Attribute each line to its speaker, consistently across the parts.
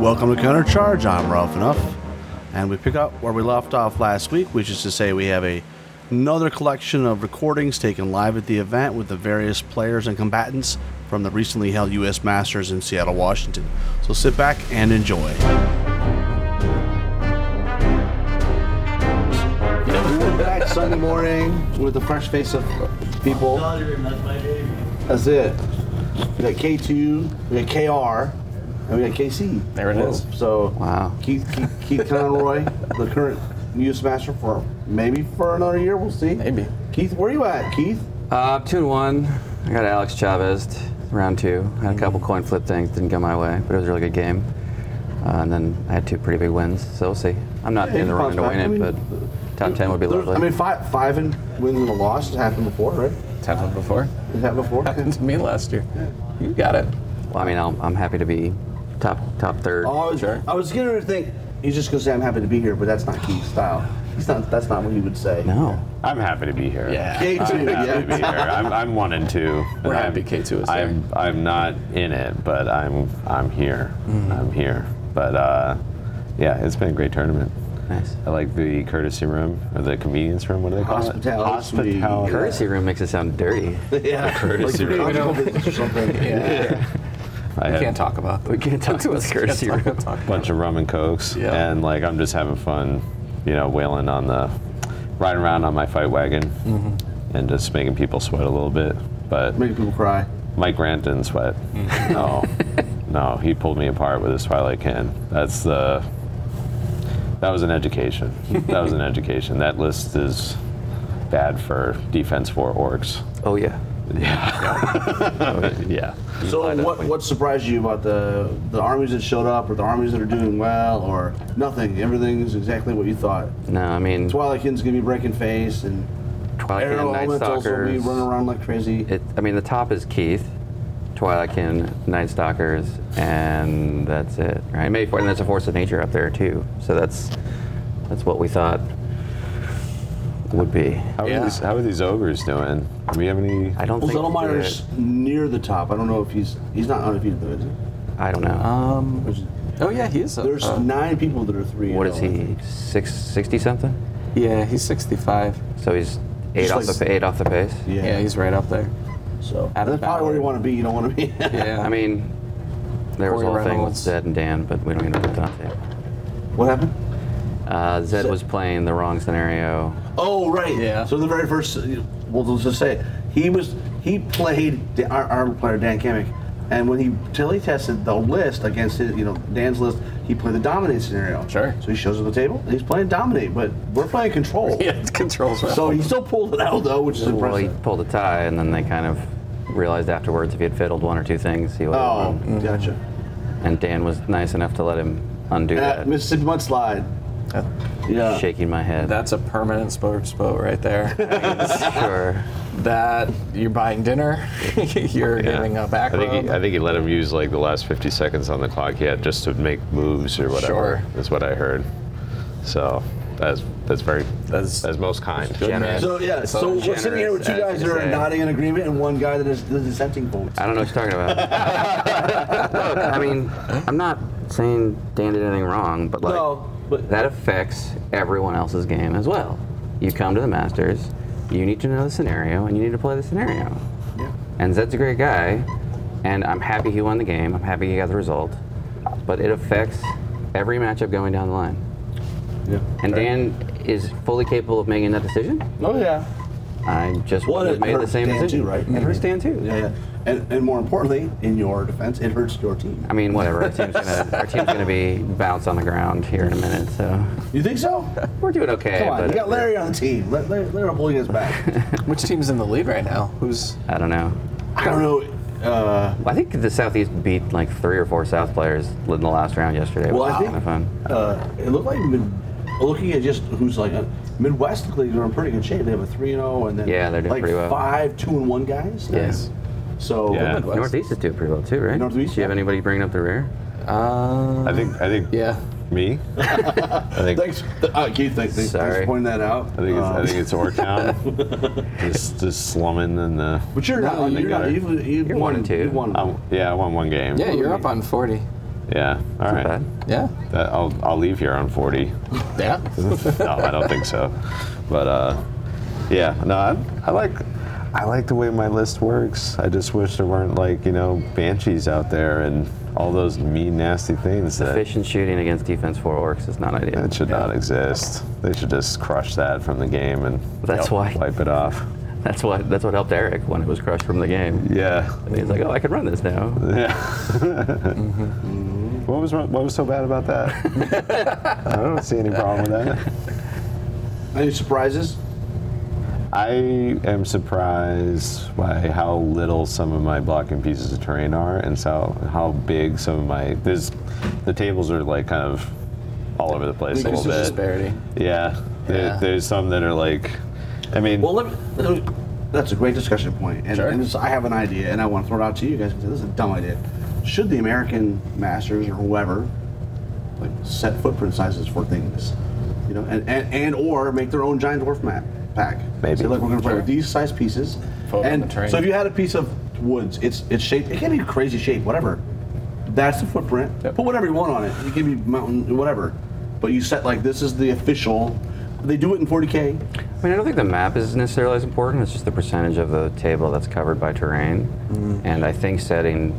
Speaker 1: Welcome to Countercharge. I'm Ralph Enough, and we pick up where we left off last week, which is to say we have a, another collection of recordings taken live at the event with the various players and combatants from the recently held U.S. Masters in Seattle, Washington. So sit back and enjoy. We're back Sunday morning with a fresh face of people. That's it. We got K2, we got KR, and we got KC.
Speaker 2: There it
Speaker 1: it is.
Speaker 2: is.
Speaker 1: So
Speaker 3: Wow.
Speaker 1: Keith, Keith, Keith Conroy, the current U.S. Master for maybe for another year. We'll see.
Speaker 2: Maybe.
Speaker 1: Keith, where you at, Keith?
Speaker 3: Uh, two and one. I got Alex Chavez round two. I had a couple coin flip things didn't go my way, but it was a really good game. Uh, and then I had two pretty big wins, so we'll see. I'm not
Speaker 1: Yeah,
Speaker 3: in
Speaker 1: you
Speaker 3: the running to
Speaker 1: bounced
Speaker 3: win it,
Speaker 1: back.
Speaker 3: but
Speaker 1: I mean,
Speaker 3: top ten would be
Speaker 1: There's-
Speaker 3: lovely.
Speaker 1: I mean, five, five and wins and a loss has happened before, right?
Speaker 2: It's happened before.
Speaker 1: Has happened before.
Speaker 2: Happened to me last year. You got it.
Speaker 3: well, I mean, I'll, I'm happy to be top top third.
Speaker 1: Oh, I was,
Speaker 2: Sure.
Speaker 1: I was getting her to think he's just gonna say I'm happy to be here, but that's not Keith's style. He's not. That's not what he would say.
Speaker 3: No,
Speaker 4: I'm happy to be here.
Speaker 2: Yeah.
Speaker 1: K2,
Speaker 4: I'm happy
Speaker 1: yeah.
Speaker 4: to be here. I'm, I'm one and two. and
Speaker 2: We're
Speaker 4: I'm,
Speaker 2: happy K2 is there.
Speaker 4: I'm I'm not in it, but I'm I'm here.
Speaker 3: Mm.
Speaker 4: I'm here. But uh, yeah, it's been a great tournament.
Speaker 3: nice.
Speaker 4: I like the courtesy room or the convenience room. What do they call
Speaker 1: Hospitality
Speaker 4: it?
Speaker 1: suite.
Speaker 4: Hospitality.
Speaker 3: Courtesy room makes it sound dirty.
Speaker 1: yeah.
Speaker 4: courtesy
Speaker 1: like,
Speaker 4: room.
Speaker 1: conjugal visits or something.
Speaker 4: I
Speaker 2: I
Speaker 4: had
Speaker 2: can't talk about
Speaker 3: We can't talk about courtesy
Speaker 2: Can't
Speaker 3: room.
Speaker 4: a bunch of rum and cokes,
Speaker 2: Yeah.
Speaker 4: and like I'm just having fun, you know, wailing on the riding around on my fight wagon, and just making people sweat a little bit. But
Speaker 1: Making people cry.
Speaker 4: Mike Grant didn't sweat. No, no, he pulled me apart with his Twilight Can. That's the. That was an education. That was an education. That list is bad for defense for orcs.
Speaker 3: Oh yeah.
Speaker 4: Yeah.
Speaker 1: So what, what surprised you about the the armies that showed up, or the armies that are doing well, or nothing? Everything's exactly what you thought.
Speaker 3: No, I mean
Speaker 1: Twilight Kin's gonna be breaking face, and
Speaker 3: Twilight
Speaker 1: Aerial
Speaker 3: and Night
Speaker 1: Elementals will be
Speaker 3: Stalkers.
Speaker 1: running around like crazy.
Speaker 3: It, I mean, the top is Keith, Twilightkin, Night Stalkers, and that's it, right? Maybe, four- and there's a force of nature up there too. So that's that's what we thought would be.
Speaker 4: How,
Speaker 2: Yeah.
Speaker 4: are these, how are these ogres doing? Do we have any?
Speaker 3: I don't
Speaker 1: Well,
Speaker 3: think.
Speaker 1: Zellmayer's near the top. I don't know if he's he's not undefeated though. Is he?
Speaker 3: I don't know.
Speaker 2: Um,
Speaker 1: There's,
Speaker 2: oh yeah, he is. a-
Speaker 1: there's
Speaker 2: uh,
Speaker 1: nine people that are three.
Speaker 3: what
Speaker 1: and
Speaker 3: is
Speaker 1: oh, I
Speaker 3: he?
Speaker 1: think.
Speaker 3: Six sixty something?
Speaker 2: yeah, he's 65.
Speaker 3: So he's eight
Speaker 1: Just
Speaker 3: off
Speaker 1: like-
Speaker 3: the the eight off the pace.
Speaker 1: Yeah.
Speaker 2: Yeah, he's right up there.
Speaker 1: so
Speaker 2: out of
Speaker 1: that's probably where
Speaker 2: power.
Speaker 1: you want to be. You don't want to be.
Speaker 2: Yeah,
Speaker 3: I mean, there was a whole
Speaker 2: Corey
Speaker 3: thing with
Speaker 2: Reynolds.
Speaker 3: Zed and Dan, but we don't need to put that there.
Speaker 1: what happened?
Speaker 3: Uh, Zed was playing the wrong scenario.
Speaker 1: Oh right.
Speaker 2: Yeah.
Speaker 1: So the very first, well, let's just say he was he played the- our, our player Dan Kamek, and when he till he tested the list against his, you know Dan's list, he played the dominate scenario.
Speaker 2: Sure.
Speaker 1: So he shows up at the table and he's playing dominate, but we're playing control.
Speaker 2: Yeah, it controls well.
Speaker 1: So he still pulled it out though, which is
Speaker 3: Well, he
Speaker 1: impressive.
Speaker 3: pulled a tie, and then they kind of realized afterwards if he had fiddled one or two things, he would have
Speaker 1: oh,
Speaker 3: won.
Speaker 1: gotcha.
Speaker 3: And Dan was nice enough to let him undo
Speaker 1: Uh,
Speaker 3: that.
Speaker 1: Mississippi mudslide.
Speaker 2: Uh,
Speaker 1: Yeah.
Speaker 3: Shaking my head.
Speaker 2: That's a permanent sports boat right there.
Speaker 3: sure.
Speaker 2: that you're buying dinner, you're
Speaker 4: Yeah.
Speaker 2: giving a back
Speaker 4: I think, he,
Speaker 2: rub.
Speaker 4: I think he let him use like the last 50 seconds on the clock he had just to make moves or whatever.
Speaker 2: Sure.
Speaker 4: Is what I heard. So that's that's very
Speaker 2: That's-
Speaker 4: that's, most kind.
Speaker 3: generous.
Speaker 1: So yeah, so,
Speaker 2: So
Speaker 1: we're sitting here with two
Speaker 3: generous,
Speaker 1: guys
Speaker 3: as
Speaker 1: that
Speaker 3: you
Speaker 1: are
Speaker 3: say.
Speaker 1: nodding in agreement and one guy that is the dissenting vote.
Speaker 3: I don't know what you're talking about. Look, I mean, I'm not saying Dan did anything wrong, but like
Speaker 1: No, but-
Speaker 3: that affects everyone else's game as well. You come to the Masters, you need to know the scenario, and you need to play the scenario.
Speaker 1: Yeah.
Speaker 3: And Zed's a great guy, and I'm happy he won the game. I'm happy he got the result, but it affects every matchup going down the line.
Speaker 1: Yeah.
Speaker 3: And Dan is fully capable of making that decision.
Speaker 1: Oh yeah.
Speaker 3: I just
Speaker 1: Well,
Speaker 3: would have
Speaker 1: it
Speaker 3: made the
Speaker 1: hurt
Speaker 3: same
Speaker 1: Dan
Speaker 3: decision.
Speaker 1: too, right?
Speaker 3: It hurts Dan too.
Speaker 1: Yeah, yeah. And, and more importantly, in your defense, it hurts your team.
Speaker 3: I mean, whatever. Our team's gonna our team's gonna be bounce on the ground here in a minute, so
Speaker 1: You think so?
Speaker 3: we're doing okay.
Speaker 1: Come on,
Speaker 3: but
Speaker 1: you got Larry on the team. Let, Larry, Larry will pull you guys back.
Speaker 2: Which team's in the lead right now? Who's
Speaker 3: I don't know.
Speaker 1: I don't know.
Speaker 2: Uh,
Speaker 3: I think the Southeast beat like three or four South players in the last round yesterday.
Speaker 1: Well,
Speaker 3: which
Speaker 1: I
Speaker 3: was
Speaker 1: think-
Speaker 3: kind of fun.
Speaker 1: Uh, it looked like mid, looking at just who's like a, Midwest league, they're in pretty good shape. They have a three and zero, and then
Speaker 3: Yeah, they're doing
Speaker 1: like
Speaker 3: pretty well.
Speaker 1: five two and one guys.
Speaker 3: Yes.
Speaker 1: So
Speaker 4: Yeah.
Speaker 2: Midwest.
Speaker 3: Northeast is doing pretty well too, right?
Speaker 1: Oh, Northeast,
Speaker 3: Do you have
Speaker 1: yeah.
Speaker 3: anybody bringing up the rear?
Speaker 2: uh,
Speaker 4: I think. I think.
Speaker 2: yeah.
Speaker 4: Me. I think.
Speaker 1: thanks, uh, Keith. Thanks, thanks, thanks for
Speaker 3: Sorry.
Speaker 1: pointing that out.
Speaker 4: I think it's,
Speaker 1: Um,
Speaker 4: I think it's Ortown. just, just slumming in the.
Speaker 1: but you're not.
Speaker 4: they
Speaker 1: You're
Speaker 4: got
Speaker 1: not.
Speaker 4: it.
Speaker 1: You've, you've
Speaker 3: You're
Speaker 1: won
Speaker 3: one and two.
Speaker 1: You've won.
Speaker 4: I, yeah, I won one game.
Speaker 2: Yeah, you're up on 40.
Speaker 4: Yeah. All right.
Speaker 3: Bad.
Speaker 2: Yeah.
Speaker 4: That, I'll, I'll leave here on 40.
Speaker 2: Yeah.
Speaker 4: no, I don't think so. But uh, yeah, no, I, I like I like the way my list works. I just wish there weren't like you know banshees out there and all those mean nasty things that,
Speaker 3: Efficient shooting against defense four orcs is not ideal.
Speaker 4: that should not exist. They should just crush that from the game and
Speaker 3: That's why.
Speaker 4: wipe it off.
Speaker 3: That's what that's what helped Eric when it was crushed from the game.
Speaker 4: Yeah,
Speaker 3: And he's like, oh, I can run this now.
Speaker 4: yeah. Mm-hmm. What was wrong- what was so bad about that? I don't see any problem with that.
Speaker 1: Any surprises?
Speaker 4: I am surprised by how little some of my blocking pieces of terrain are, and so how big some of my there's the tables are like kind of all over the place a
Speaker 2: There's
Speaker 4: little
Speaker 2: some
Speaker 4: bit.
Speaker 2: disparity.
Speaker 4: Yeah, There,
Speaker 2: Yeah.
Speaker 4: there's some that are like, I mean,
Speaker 1: Well, let me, let me- that's a great discussion point, and,
Speaker 2: Sure.
Speaker 1: and this, I have an idea, and I want to throw it out to you guys because this is a dumb idea. Should the American masters or whoever like set footprint sizes for things, you know, and and, and or make their own giant dwarf map pack?
Speaker 4: Maybe.
Speaker 1: Say, look, we're going to play with these size pieces,
Speaker 2: Fold on
Speaker 1: and
Speaker 2: the terrain.
Speaker 1: so if you had a piece of woods, it's it's shaped. It can be crazy shape, whatever. That's the footprint.
Speaker 2: Yep.
Speaker 1: Put whatever you want on it. You can be mountain, whatever. But you set like this is the official. They do it in 40k.
Speaker 3: I mean, I don't think the map is necessarily as important. It's just the percentage of the table that's covered by terrain,
Speaker 1: Mm.
Speaker 3: and I think setting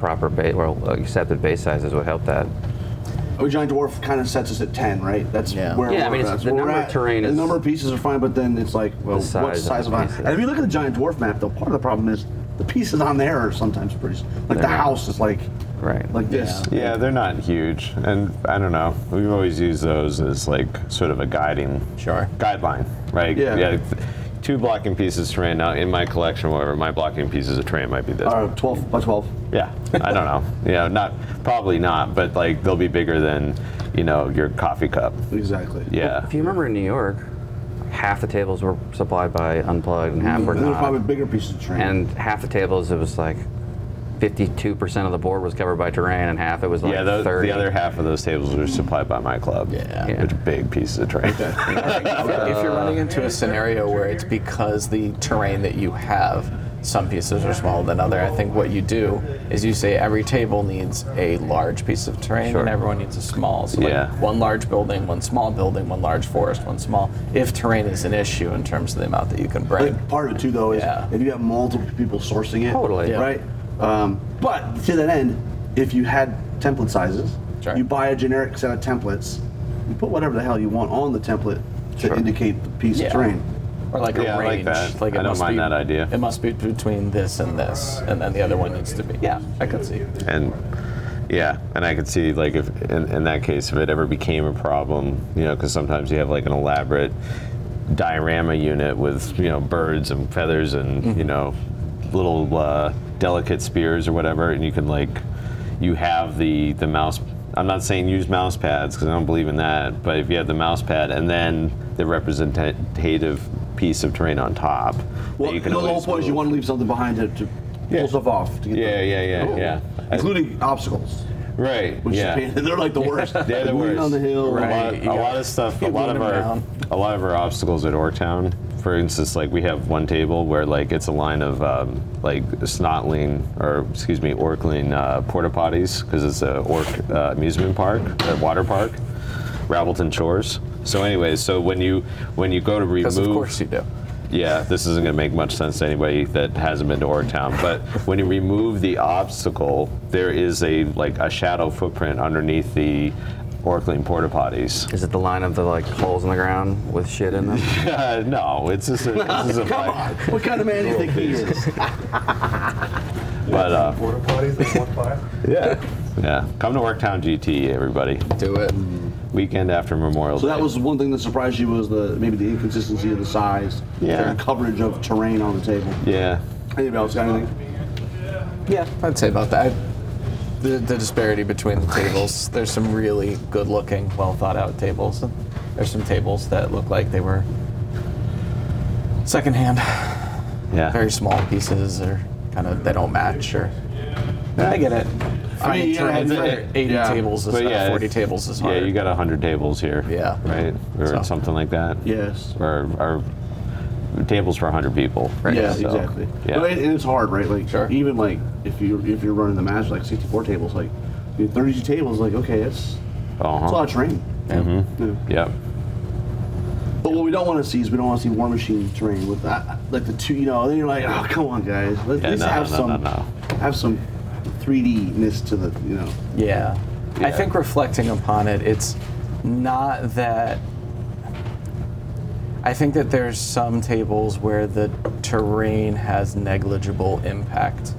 Speaker 3: proper base, well, accepted base sizes would help that.
Speaker 1: Oh, giant dwarf kind of sets us at ten, right? That's
Speaker 2: Yeah.
Speaker 1: where
Speaker 3: Yeah, I
Speaker 1: we're
Speaker 3: mean, it's-
Speaker 1: at.
Speaker 3: the
Speaker 1: We're
Speaker 3: number of
Speaker 1: at-
Speaker 3: terrain
Speaker 1: the
Speaker 3: is-
Speaker 1: number of pieces are fine, but then it's like, well,
Speaker 3: The
Speaker 1: what's the
Speaker 3: size
Speaker 1: size
Speaker 3: of
Speaker 1: of
Speaker 3: the
Speaker 1: it?
Speaker 3: pieces.
Speaker 1: And if you look at the giant dwarf map, though, part of the problem is the pieces on there are sometimes pretty, s- like the
Speaker 3: They're not.
Speaker 1: house is like,
Speaker 3: Right.
Speaker 1: like this.
Speaker 4: yeah, they're not huge, and I don't know. We've always used those as like sort of a guiding
Speaker 2: Sure.
Speaker 4: guideline, right?
Speaker 1: Yeah.
Speaker 4: Two blocking pieces of terrain now in my collection. Whatever my blocking pieces of terrain might be this.
Speaker 1: Or uh, twelve by twelve.
Speaker 4: Yeah, I don't know. You know, not probably not, but like they'll be bigger than you know your coffee cup.
Speaker 1: Exactly.
Speaker 4: Yeah,
Speaker 3: If you remember in New York, half the tables were supplied by unplugged and half were
Speaker 1: There's
Speaker 3: not.
Speaker 1: probably bigger pieces of terrain.
Speaker 3: and half the tables it was like 52% of the board was covered by terrain and half it was like
Speaker 4: yeah. tho-
Speaker 3: 30
Speaker 4: the other half of those tables are supplied by my club.
Speaker 2: Yeah.
Speaker 3: Yeah.
Speaker 4: which are big pieces of terrain.
Speaker 2: if you're running into a scenario where it's because the terrain that you have, some pieces are smaller than other, I think what you do is you say every table needs a large piece of terrain
Speaker 3: Sure.
Speaker 2: and everyone needs a small. So
Speaker 4: Yeah.
Speaker 2: like one large building, one small building, one large forest, one small. If terrain is an issue in terms of the amount that you can bring.
Speaker 1: Like part of it too, though, is
Speaker 2: Yeah.
Speaker 1: if you have multiple people sourcing it,
Speaker 3: Totally. Yeah.
Speaker 1: right? Um, but to that end, if you had template sizes,
Speaker 2: Sure.
Speaker 1: you buy a generic set of templates, you put whatever the hell you want on the template to
Speaker 3: Sure.
Speaker 1: indicate the piece
Speaker 2: Yeah.
Speaker 1: of terrain.
Speaker 2: Or like
Speaker 4: Yeah,
Speaker 2: a
Speaker 4: I like
Speaker 2: range.
Speaker 4: that. I don't mind that idea.
Speaker 2: It must be between this and this, and then the other one needs to be. Yeah, I could see.
Speaker 4: and yeah, and I could see like if in, in that case if it ever became a problem, you know, because sometimes you have like an elaborate diorama unit with you know birds and feathers and you know little uh, delicate spears or whatever, and you can like you have the the mouse. I'm not saying use mouse pads because I don't believe in that, but if you have the mouse pad and then the representative piece of terrain on top, that
Speaker 1: Well,
Speaker 4: you can
Speaker 1: the whole
Speaker 4: always
Speaker 1: point is you
Speaker 4: move.
Speaker 1: want to leave something behind to, to
Speaker 4: Yeah.
Speaker 1: pull stuff off. To get
Speaker 4: Yeah,
Speaker 1: the-
Speaker 4: yeah, yeah,
Speaker 1: Oh.
Speaker 4: yeah. I-
Speaker 1: Including obstacles,
Speaker 4: right.
Speaker 1: which
Speaker 4: yeah.
Speaker 1: is pain. they're like the worst.
Speaker 4: They're the
Speaker 1: Moving
Speaker 4: worst.
Speaker 1: on the hill.
Speaker 4: A lot,
Speaker 2: Right,
Speaker 4: a
Speaker 2: you
Speaker 4: lot
Speaker 2: gotta-
Speaker 4: of stuff. A
Speaker 2: you
Speaker 4: lot
Speaker 2: run
Speaker 4: of
Speaker 2: them
Speaker 4: our,
Speaker 2: down.
Speaker 4: a lot of our obstacles at Ortown. For instance, like we have one table where like it's a line of um, like snotling or excuse me, orkling uh, porta potties because it's a orc uh, amusement park or water park, Rabbleton Shores. So, anyways, so when you when you go to remove,
Speaker 2: Because of course you do.
Speaker 4: yeah, this isn't going to make much sense to anybody that hasn't been to Orktown. But when you remove the obstacle, there is a like a shadow footprint underneath the Orkling porta potties.
Speaker 3: is it the line of the like holes in the ground with shit in them
Speaker 4: Uh, no, it's just a, it's just a
Speaker 1: Come
Speaker 4: fi-
Speaker 1: on, what kind of man do you think he is?
Speaker 4: But uh,
Speaker 5: Porta potties that walk by.
Speaker 4: yeah, yeah. Come to Orktown GT, everybody.
Speaker 2: Do it.
Speaker 4: Weekend after Memorial
Speaker 1: So
Speaker 4: Day.
Speaker 1: that was one thing that surprised you was the maybe the inconsistency of the size,
Speaker 4: Yeah.
Speaker 1: and coverage of terrain on the table.
Speaker 4: yeah.
Speaker 1: Anybody else got anything?
Speaker 2: Yeah, I'd say about that. I- the, the disparity between the tables. There's some really good-looking, well-thought-out tables. and There's some tables that look like they were secondhand.
Speaker 4: Yeah.
Speaker 2: Very small pieces, or kind of they don't match. Or I get it. I
Speaker 1: mean,
Speaker 2: mean,
Speaker 1: yeah, it's like-
Speaker 2: eighty
Speaker 1: yeah.
Speaker 2: tables is
Speaker 4: But yeah,
Speaker 2: uh, forty
Speaker 4: it's-
Speaker 2: tables is
Speaker 4: Yeah,
Speaker 2: hard.
Speaker 4: you got 100 tables here.
Speaker 2: Yeah.
Speaker 4: Right? Or
Speaker 2: So.
Speaker 4: something like that.
Speaker 1: Yes.
Speaker 4: Or, or tables for 100 people. Right.
Speaker 1: Yeah,
Speaker 4: So,
Speaker 1: exactly.
Speaker 4: Yeah.
Speaker 1: But it, and it's hard, right? Like
Speaker 2: Sure.
Speaker 1: even like if you if you're running the match like 64 tables, like you know, 32 tables, like okay, that's that's a
Speaker 4: uh-huh. Mm-hmm.
Speaker 1: lot of terrain. Yeah.
Speaker 4: Yep.
Speaker 1: But what we don't want to see is we don't want to see War Machine terrain with uh, like the two. You know, then you're like, oh come on, guys, let's,
Speaker 4: Yeah,
Speaker 1: let's
Speaker 4: no,
Speaker 1: have
Speaker 4: no, no,
Speaker 1: some
Speaker 4: no,
Speaker 1: have some 3Dness to the you know.
Speaker 2: Yeah. I think reflecting upon it, it's not that. I think that there's some tables where the terrain has negligible impact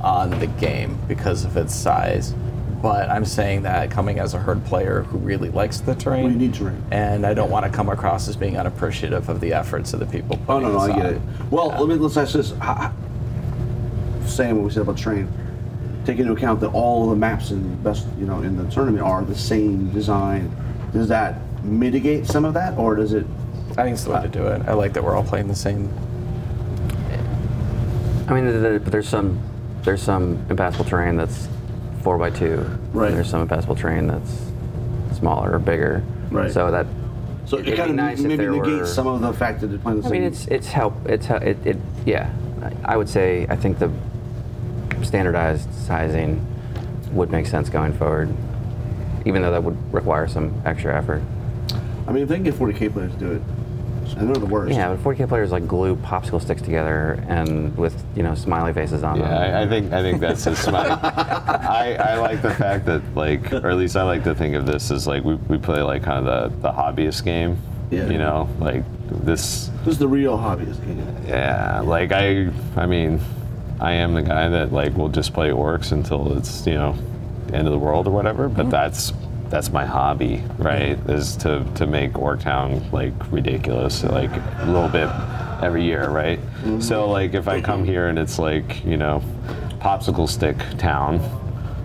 Speaker 2: on the game because of its size. But I'm saying that coming as a herd player who really likes the terrain,
Speaker 1: you need terrain.
Speaker 2: and I don't want to come across as being unappreciative of the efforts of the people.
Speaker 1: Oh no, no, I
Speaker 2: putting
Speaker 1: get
Speaker 2: this
Speaker 1: it.
Speaker 2: on.
Speaker 1: Well, let me let's ask this. How- how- Saying what we said about terrain, take into account that all the maps in the best you know in the tournament are the same design. Does that mitigate some of that, or does it?
Speaker 2: I think it's the way to do it. I like that we're all playing the same.
Speaker 3: I mean, there- there- there's some there's some impassable terrain that's four by two.
Speaker 1: Right.
Speaker 3: And there's some impassable terrain that's smaller or bigger.
Speaker 1: Right.
Speaker 3: So that
Speaker 1: So
Speaker 3: It'd
Speaker 1: it
Speaker 3: be
Speaker 1: kind of
Speaker 3: nice if
Speaker 1: maybe
Speaker 3: there
Speaker 1: negates
Speaker 3: were-
Speaker 1: some of the fact that they're playing the
Speaker 3: I
Speaker 1: same.
Speaker 3: mean, it's it's help. It's hel- it, it yeah. I I would say I think the standardized sizing would make sense going forward, even though that would require some extra effort.
Speaker 1: I mean, if they can get 40k players to do it, and they're the worst.
Speaker 3: Yeah, but 40k players like glue popsicle sticks together and with you know smiley faces on
Speaker 4: Yeah,
Speaker 3: them.
Speaker 4: I, I think I think that's just my. I, I like the fact that like, or at least I like to think of this as like we, we play like kind of the, the hobbyist game.
Speaker 1: Yeah.
Speaker 4: You know, like this.
Speaker 1: This is the real hobbyist game.
Speaker 4: Yeah, like I, I mean, I am the guy that like will just play orcs until it's you know, end of the world or whatever. But that's that's my hobby, right? Is to to make Orktown like ridiculous, like a little bit every year, right? So like if I come here and it's like you know, popsicle stick town,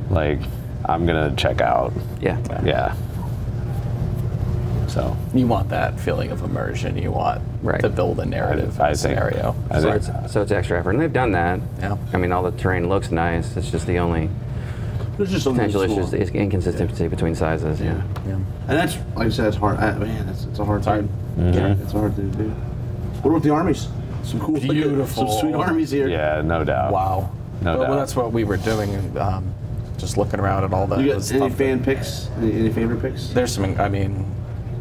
Speaker 4: like I'm gonna check out.
Speaker 3: Yeah.
Speaker 4: Yeah. So
Speaker 2: You want that feeling of immersion. You want
Speaker 3: Right.
Speaker 2: to build a narrative
Speaker 4: I think-
Speaker 2: scenario.
Speaker 4: I
Speaker 3: So
Speaker 4: think-
Speaker 3: it's, so it's extra effort, and they've done that.
Speaker 2: Yeah.
Speaker 3: I mean, all the terrain looks nice. It's just the only
Speaker 1: There's just something
Speaker 3: potential issue
Speaker 1: small.
Speaker 3: is the inconsistency between sizes. Yeah.
Speaker 1: And that's, like I said, that's hard. I, man, that's, it's a hard time. Yeah, it's a hard thing to do. What about the armies? Some cool,
Speaker 2: Beautiful.
Speaker 1: some sweet armies here.
Speaker 4: yeah, no doubt.
Speaker 2: Wow.
Speaker 4: No
Speaker 2: well, well,
Speaker 4: doubt.
Speaker 2: that's what we were doing. Um, just looking around at all the,
Speaker 1: You
Speaker 2: the
Speaker 1: got any
Speaker 2: stuff.
Speaker 1: fan picks? Any, any favorite picks?
Speaker 2: There's some. I mean,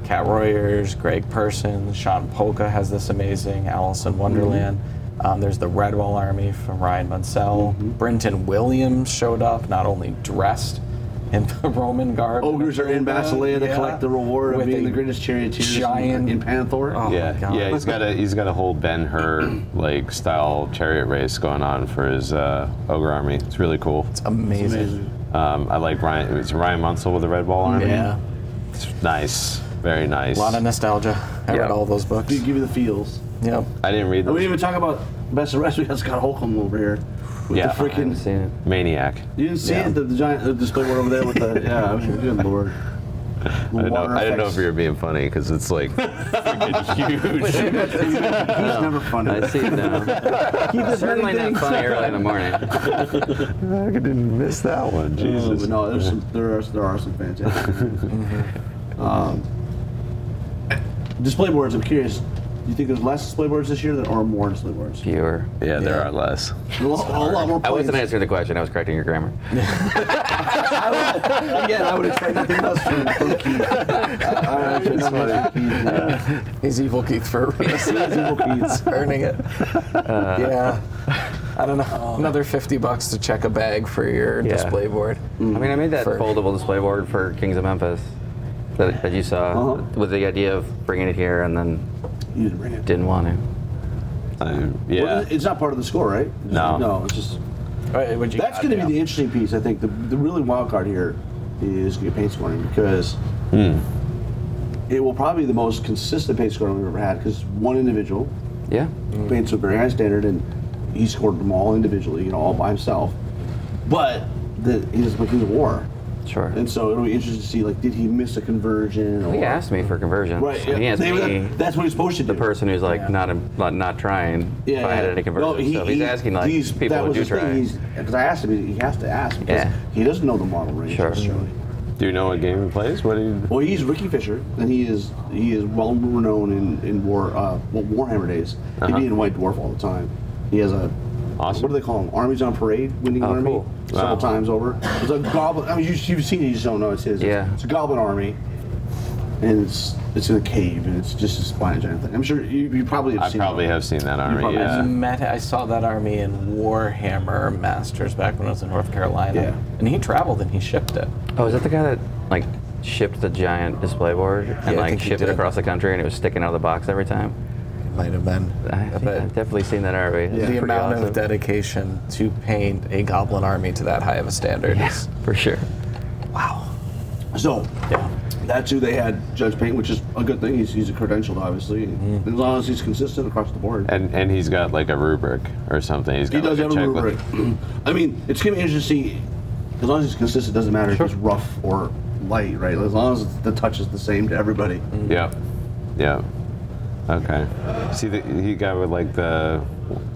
Speaker 2: Cat Royers, Greg Person, Sean Polka has this amazing Alice in Wonderland.
Speaker 1: Mm-hmm.
Speaker 2: Um, there's the Redwall Army from Ryan Munsell. Brenton Williams showed up, not only dressed in the Roman garb.
Speaker 1: Ogres are in Basileia to
Speaker 2: Yeah.
Speaker 1: collect the reward of
Speaker 2: With
Speaker 1: being
Speaker 2: a
Speaker 1: the greatest charioteers in-
Speaker 2: giant-
Speaker 1: in Panathor.
Speaker 2: Oh. my
Speaker 4: Yeah,
Speaker 2: God.
Speaker 4: yeah, he's got a he's got a whole Ben Hur like style chariot race going on for his uh, ogre army. It's really cool.
Speaker 2: Amazing.
Speaker 4: Um, I like Ryan. It's Ryan Munsell with the Red Ball army.
Speaker 2: Yeah.
Speaker 4: it's nice, very nice.
Speaker 2: A lot of nostalgia. I
Speaker 3: Yeah.
Speaker 2: read all those books.
Speaker 1: Dude, give you the feels.
Speaker 2: Yep.
Speaker 4: I didn't read
Speaker 1: And we
Speaker 4: the
Speaker 1: didn't even talk about best of rest. We got Scott Holcomb over here with
Speaker 4: Yeah.
Speaker 1: the
Speaker 3: I haven't
Speaker 1: freaking.
Speaker 3: seen it.
Speaker 4: Maniac.
Speaker 1: You didn't see
Speaker 2: Yeah.
Speaker 1: it? The, the giant the display board over there with the. Yeah, I mean, good lord.
Speaker 4: I didn't know, I didn't know if you were being funny because it's like freaking huge.
Speaker 1: He's never funny.
Speaker 3: I see it now. Certainly not funny early in the morning.
Speaker 4: I didn't miss that one.
Speaker 1: Oh,
Speaker 4: Jesus.
Speaker 1: but no, there's some, there are there are some fantastic.
Speaker 2: Mm-hmm.
Speaker 1: um, display boards. I'm curious. Do you think there's less display boards this year than, or more display boards?
Speaker 3: Viewer.
Speaker 4: Yeah, there
Speaker 2: Yeah.
Speaker 4: are less.
Speaker 1: A lot, a lot more.
Speaker 3: I
Speaker 1: planes.
Speaker 3: wasn't answering the question. I was correcting your grammar.
Speaker 1: Again, I would expect nothing less from, from Keith. I would expect nothing less from Keith. Yeah.
Speaker 2: He's evil Keith for a reason. He's earning it. yeah. Uh, Oh. I don't know. Another 50 bucks to check a bag for your
Speaker 3: Yeah.
Speaker 2: display board.
Speaker 1: Mm.
Speaker 3: I mean, I made that
Speaker 2: For-
Speaker 3: foldable display board for Kings of Memphis that, that you saw
Speaker 1: Uh-huh.
Speaker 3: with the idea of bringing it here and then
Speaker 1: You didn't bring it.
Speaker 3: didn't want to.
Speaker 4: I-
Speaker 1: Well,
Speaker 4: yeah,
Speaker 1: it's not part of the score, right?
Speaker 4: No.
Speaker 1: No, it's just
Speaker 2: Right, would you-
Speaker 1: That's going to be the interesting piece, I think. The, the really wild card here is going to be paint scoring because
Speaker 2: Hmm.
Speaker 1: it will probably be the most consistent paint scoring we've ever had because one individual
Speaker 3: Yeah.
Speaker 1: Mm. paints a very high standard and he scored them all individually, you know, all by himself. but the, he's like he's a war,
Speaker 3: Sure.
Speaker 1: and so it'll be interesting to see like did he miss a conversion? Or,
Speaker 3: He asked me for conversion.
Speaker 1: Right. Yeah.
Speaker 3: He asked
Speaker 1: They-
Speaker 3: me,
Speaker 1: that's what he's supposed to do.
Speaker 3: the person who's like not, not not trying.
Speaker 1: Yeah,
Speaker 3: if I had
Speaker 1: yeah.
Speaker 3: any conversion.
Speaker 1: No, he-
Speaker 3: so he's
Speaker 1: he-
Speaker 3: asking like
Speaker 1: he's-
Speaker 3: people
Speaker 1: that
Speaker 3: who
Speaker 1: was
Speaker 3: do
Speaker 1: his thing.
Speaker 3: try.
Speaker 1: He's because I asked him, he has to ask because
Speaker 3: Yeah.
Speaker 1: he doesn't know the model range
Speaker 3: Sure.
Speaker 1: necessarily.
Speaker 4: Do you know what game he plays? What do you?
Speaker 1: Well, he's Ricky Fisher, and he is he is well renowned in in war uh, well, Warhammer days. He'd
Speaker 4: Uh-huh.
Speaker 1: be in White Dwarf all the time. He has a
Speaker 4: Awesome.
Speaker 1: What do they call him? Armies on parade, winning
Speaker 3: Oh,
Speaker 1: army,
Speaker 3: cool.
Speaker 1: several
Speaker 4: Wow.
Speaker 1: times over. It's a goblin. I mean, you, you've seen it, you just don't know it's his.
Speaker 3: Yeah.
Speaker 1: It's a goblin army, and it's it's in a cave, and it's just a spine giant thing. I'm sure you, you probably have
Speaker 4: I
Speaker 1: seen.
Speaker 4: probably have seen that army.
Speaker 1: probably have
Speaker 4: Yeah.
Speaker 2: Met, I saw that army in Warhammer Masters back when I was in North Carolina.
Speaker 1: Yeah.
Speaker 2: And he traveled and he shipped it.
Speaker 3: Oh, is that the guy that like shipped the giant display board and
Speaker 2: I
Speaker 3: like
Speaker 2: think he
Speaker 3: shipped it
Speaker 2: did.
Speaker 3: across the country and it was sticking out of the box every time?
Speaker 2: It might have been.
Speaker 3: I think
Speaker 2: But
Speaker 3: I've definitely seen that already. It's
Speaker 2: the
Speaker 3: pretty
Speaker 2: amount
Speaker 3: awesome.
Speaker 2: of dedication to paint a goblin army to that high of a standard is
Speaker 3: for sure.
Speaker 2: wow.
Speaker 1: So
Speaker 2: Yeah.
Speaker 1: that's who they had Judge Payne, which is a good thing. He's, he's a credentialed, obviously, as long as he's consistent across the board.
Speaker 4: And and he's got like a rubric or something. He's
Speaker 1: He
Speaker 4: got
Speaker 1: does
Speaker 4: like
Speaker 1: have a
Speaker 4: checklist.
Speaker 1: rubric. I mean, it's gonna be interesting. to see- As long as it's consistent, it doesn't matter if it's rough or light, right? As long as the touch is the same to everybody.
Speaker 4: Yep. Yep. Okay. See, the, he got with like the.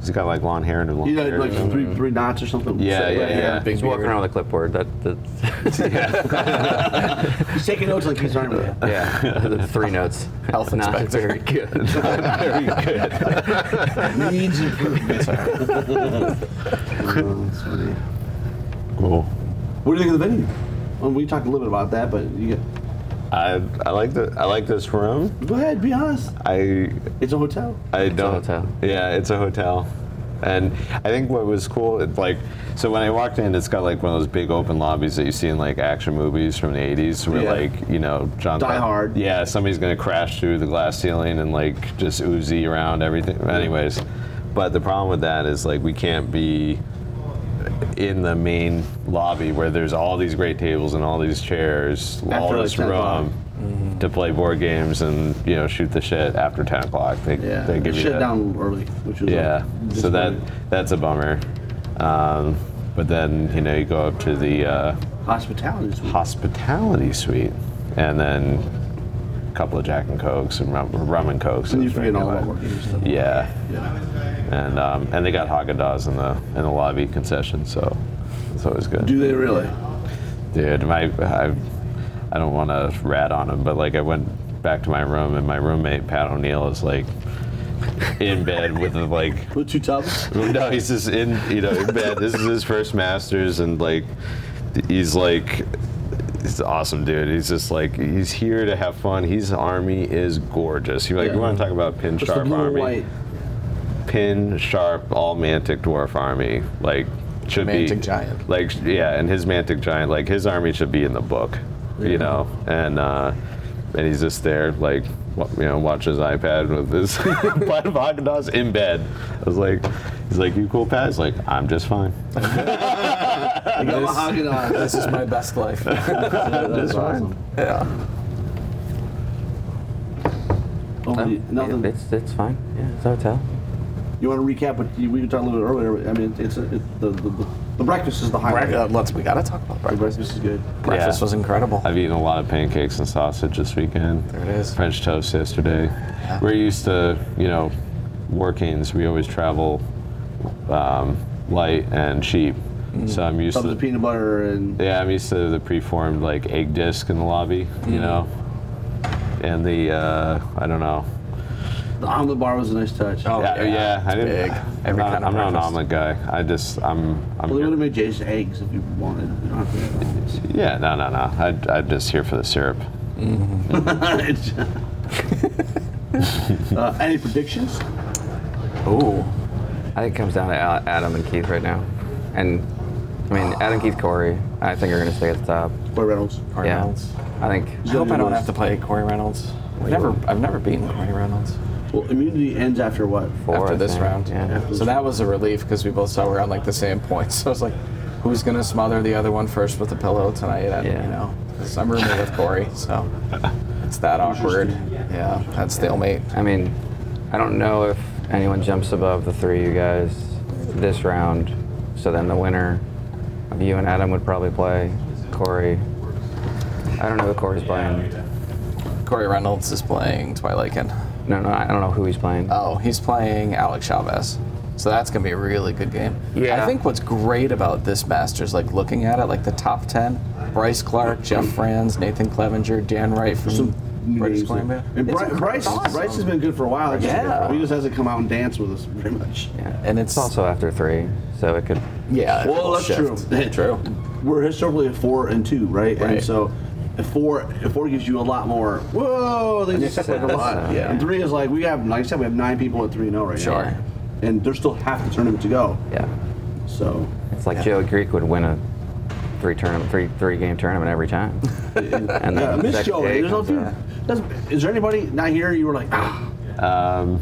Speaker 4: He's got like long hair and long
Speaker 1: You got
Speaker 4: hair.
Speaker 1: like three, three knots or something.
Speaker 4: yeah, yeah,
Speaker 1: Right,
Speaker 4: yeah.
Speaker 3: He's walking around with a clipboard. That, that's
Speaker 1: He's taking notes like he's Iron Man.
Speaker 3: yeah, the three notes.
Speaker 2: Health
Speaker 3: Not
Speaker 2: inspector.
Speaker 3: very good.
Speaker 4: Very good.
Speaker 1: Needs improvement. Oh, that's funny.
Speaker 4: Cool.
Speaker 1: what do you think of the venue? Well, we talked a little bit about that, but you
Speaker 4: I I like the I like this room.
Speaker 1: go ahead, be honest.
Speaker 4: I
Speaker 1: It's a hotel.
Speaker 4: I don't.
Speaker 3: hotel.
Speaker 4: Yeah, it's a hotel. And I think what was cool, it like, so when I walked in, it's got like one of those big open lobbies that you see in like action movies from the 80s where
Speaker 1: Yeah.
Speaker 4: like, you know, John.
Speaker 1: Die Hard.
Speaker 4: Yeah, somebody's going to crash through the glass ceiling and like just oozy around everything. Anyways, but the problem with that is like we can't be in the main lobby where there's all these great tables and all these chairs, all
Speaker 1: like,
Speaker 4: this
Speaker 1: 10 o'clock.
Speaker 4: room to play board games and you know shoot the shit after 10 o'clock. They, they give you
Speaker 1: shut
Speaker 4: that.
Speaker 1: down early, which was
Speaker 4: Yeah,
Speaker 1: like,
Speaker 4: so that
Speaker 1: disappointing.
Speaker 4: that's a bummer. Um, but then you know you go up to the uh,
Speaker 1: hospitality. is-
Speaker 4: hospitality suite, and then a couple of Jack and Cokes and rum, rum and Cokes.
Speaker 1: And you
Speaker 4: is
Speaker 1: forget all
Speaker 4: regular.
Speaker 1: about working and stuff.
Speaker 4: Yeah,
Speaker 1: Yeah.
Speaker 4: and um, and they got Haagen Dazs in the in the lobby concession, so it's always good.
Speaker 1: Do they really?
Speaker 4: Dude, my I, I don't want to rat on him, but like I went back to my room and my roommate Pat O'Neill is like in bed with like
Speaker 1: With two tubs?
Speaker 4: No, he's just in, you know, in bed. This is his first Masters, and like, he's like, he's an awesome dude. He's just like, he's here to have fun. His army is gorgeous. You like,
Speaker 1: Yeah.
Speaker 4: you want to talk about pin
Speaker 1: Just the
Speaker 4: sharp
Speaker 1: blue and
Speaker 4: army?
Speaker 1: white.
Speaker 4: Pin sharp all mantic dwarf army, like should be
Speaker 2: Mantic giant.
Speaker 4: Like, yeah, and his mantic giant, like his army should be in the book, you know, and uh, and he's just there, like. wa- You know, watch his iPad with his pint of Haagen-Dazs in bed. I was like, he's like, you cool, Pat? He's like, I'm just fine.
Speaker 1: I got my
Speaker 2: This-
Speaker 1: Haagen on.
Speaker 2: This is my best life.
Speaker 1: That's awesome.
Speaker 2: yeah.
Speaker 1: Only, nothing.
Speaker 3: It's, it's fine. Yeah, it's a hotel.
Speaker 1: You want to recap what you, we talked a little bit earlier? but I mean, it's, it's the, the, the, the breakfast is the highlight.
Speaker 2: Breakfast, let's we gotta talk about
Speaker 1: The
Speaker 2: breakfast.
Speaker 1: breakfast is good.
Speaker 2: Breakfast
Speaker 4: Yeah.
Speaker 2: was incredible.
Speaker 4: I've eaten a lot of pancakes and sausage this weekend.
Speaker 2: There it is.
Speaker 4: French toast yesterday. We're used to, you know, workings. We always travel um, light and cheap.
Speaker 2: Mm.
Speaker 4: So I'm used
Speaker 1: Tubs of
Speaker 4: to.
Speaker 1: peanut butter and
Speaker 4: Yeah, I'm used to the preformed like egg disc in the lobby,
Speaker 2: Mm.
Speaker 4: you know, and the uh, I don't know.
Speaker 1: the omelet bar was a nice touch.
Speaker 2: Oh,
Speaker 4: yeah, yeah, I didn't.
Speaker 2: big.
Speaker 4: I'm,
Speaker 2: Every
Speaker 4: not,
Speaker 2: kind of
Speaker 4: I'm not an
Speaker 2: breakfast.
Speaker 4: omelet guy. I just I'm. I'm
Speaker 1: Well, they
Speaker 4: here-
Speaker 1: would have made Jay's eggs if you wanted. You don't have to have eggs.
Speaker 4: Yeah, no, no, no. I, I'm just here for the syrup.
Speaker 1: It's- uh, any predictions?
Speaker 2: Ooh.
Speaker 3: I think it comes down to Al- Adam and Keith right now. And I mean, Adam, Keith, Corey, I think are going to stay at the top.
Speaker 1: Boy Reynolds.
Speaker 2: Reynolds.
Speaker 3: I think
Speaker 2: I hope I don't have to play Corey Reynolds. I've never I've never beaten Corey Reynolds.
Speaker 1: Well, immunity ends after what?
Speaker 3: four.
Speaker 2: after
Speaker 3: I
Speaker 2: this
Speaker 3: think.
Speaker 2: round.
Speaker 3: Yeah.
Speaker 2: So that was a relief because we both saw we're on like the same point. So it's like, who's gonna smother the other one first with a pillow tonight? And,
Speaker 3: Yeah.
Speaker 2: You know, 'cause I'm rooming with Corey, so it's that awkward. Yeah, that's stalemate.
Speaker 3: I mean, I don't know if anyone jumps above the three of you guys this round. So then the winner, I You and Adam would probably play. Corey. I don't know who Corey's playing.
Speaker 2: Corey Reynolds is playing Twilight Kin.
Speaker 3: No, no, I don't know who he's playing.
Speaker 2: Oh, he's playing Alex Chavez. So that's gonna be a really good game.
Speaker 3: Yeah.
Speaker 2: I think what's great about this Masters, like looking at it, like the top ten: Bryce Clark, Jeff Franz, Nathan Clevenger, Dan Wright from British
Speaker 1: Amazing.
Speaker 2: Columbia.
Speaker 1: And
Speaker 2: It's
Speaker 1: Bri- Bryce,
Speaker 2: awesome.
Speaker 1: Bryce has been good for a while. It's just-
Speaker 2: Yeah.
Speaker 1: he just hasn't come out and danced with us very much.
Speaker 3: Yeah.
Speaker 2: and
Speaker 3: It's also after three, so it could.
Speaker 2: yeah.
Speaker 1: Well,
Speaker 2: it'll
Speaker 1: that's
Speaker 2: shift.
Speaker 1: true.
Speaker 2: True.
Speaker 1: We're historically a four and two, right? And
Speaker 2: Right.
Speaker 1: so a four a four gives you a lot more. Whoa, they just separate a lot.
Speaker 3: Yeah.
Speaker 1: And three is like we have like I said, we have nine people at three and zero right
Speaker 2: Sure.
Speaker 1: now. And there's still half the tournament to go.
Speaker 3: Yeah.
Speaker 1: So
Speaker 3: It's like Joey Greek would win a three turn, three three game tournament every time. and
Speaker 1: yeah,
Speaker 3: then uh, the
Speaker 1: Miss
Speaker 3: next day
Speaker 1: Joey, there's no
Speaker 3: comes
Speaker 1: two.
Speaker 3: out.
Speaker 1: doesn't- Is there anybody not here? You were like, ah,
Speaker 4: Um,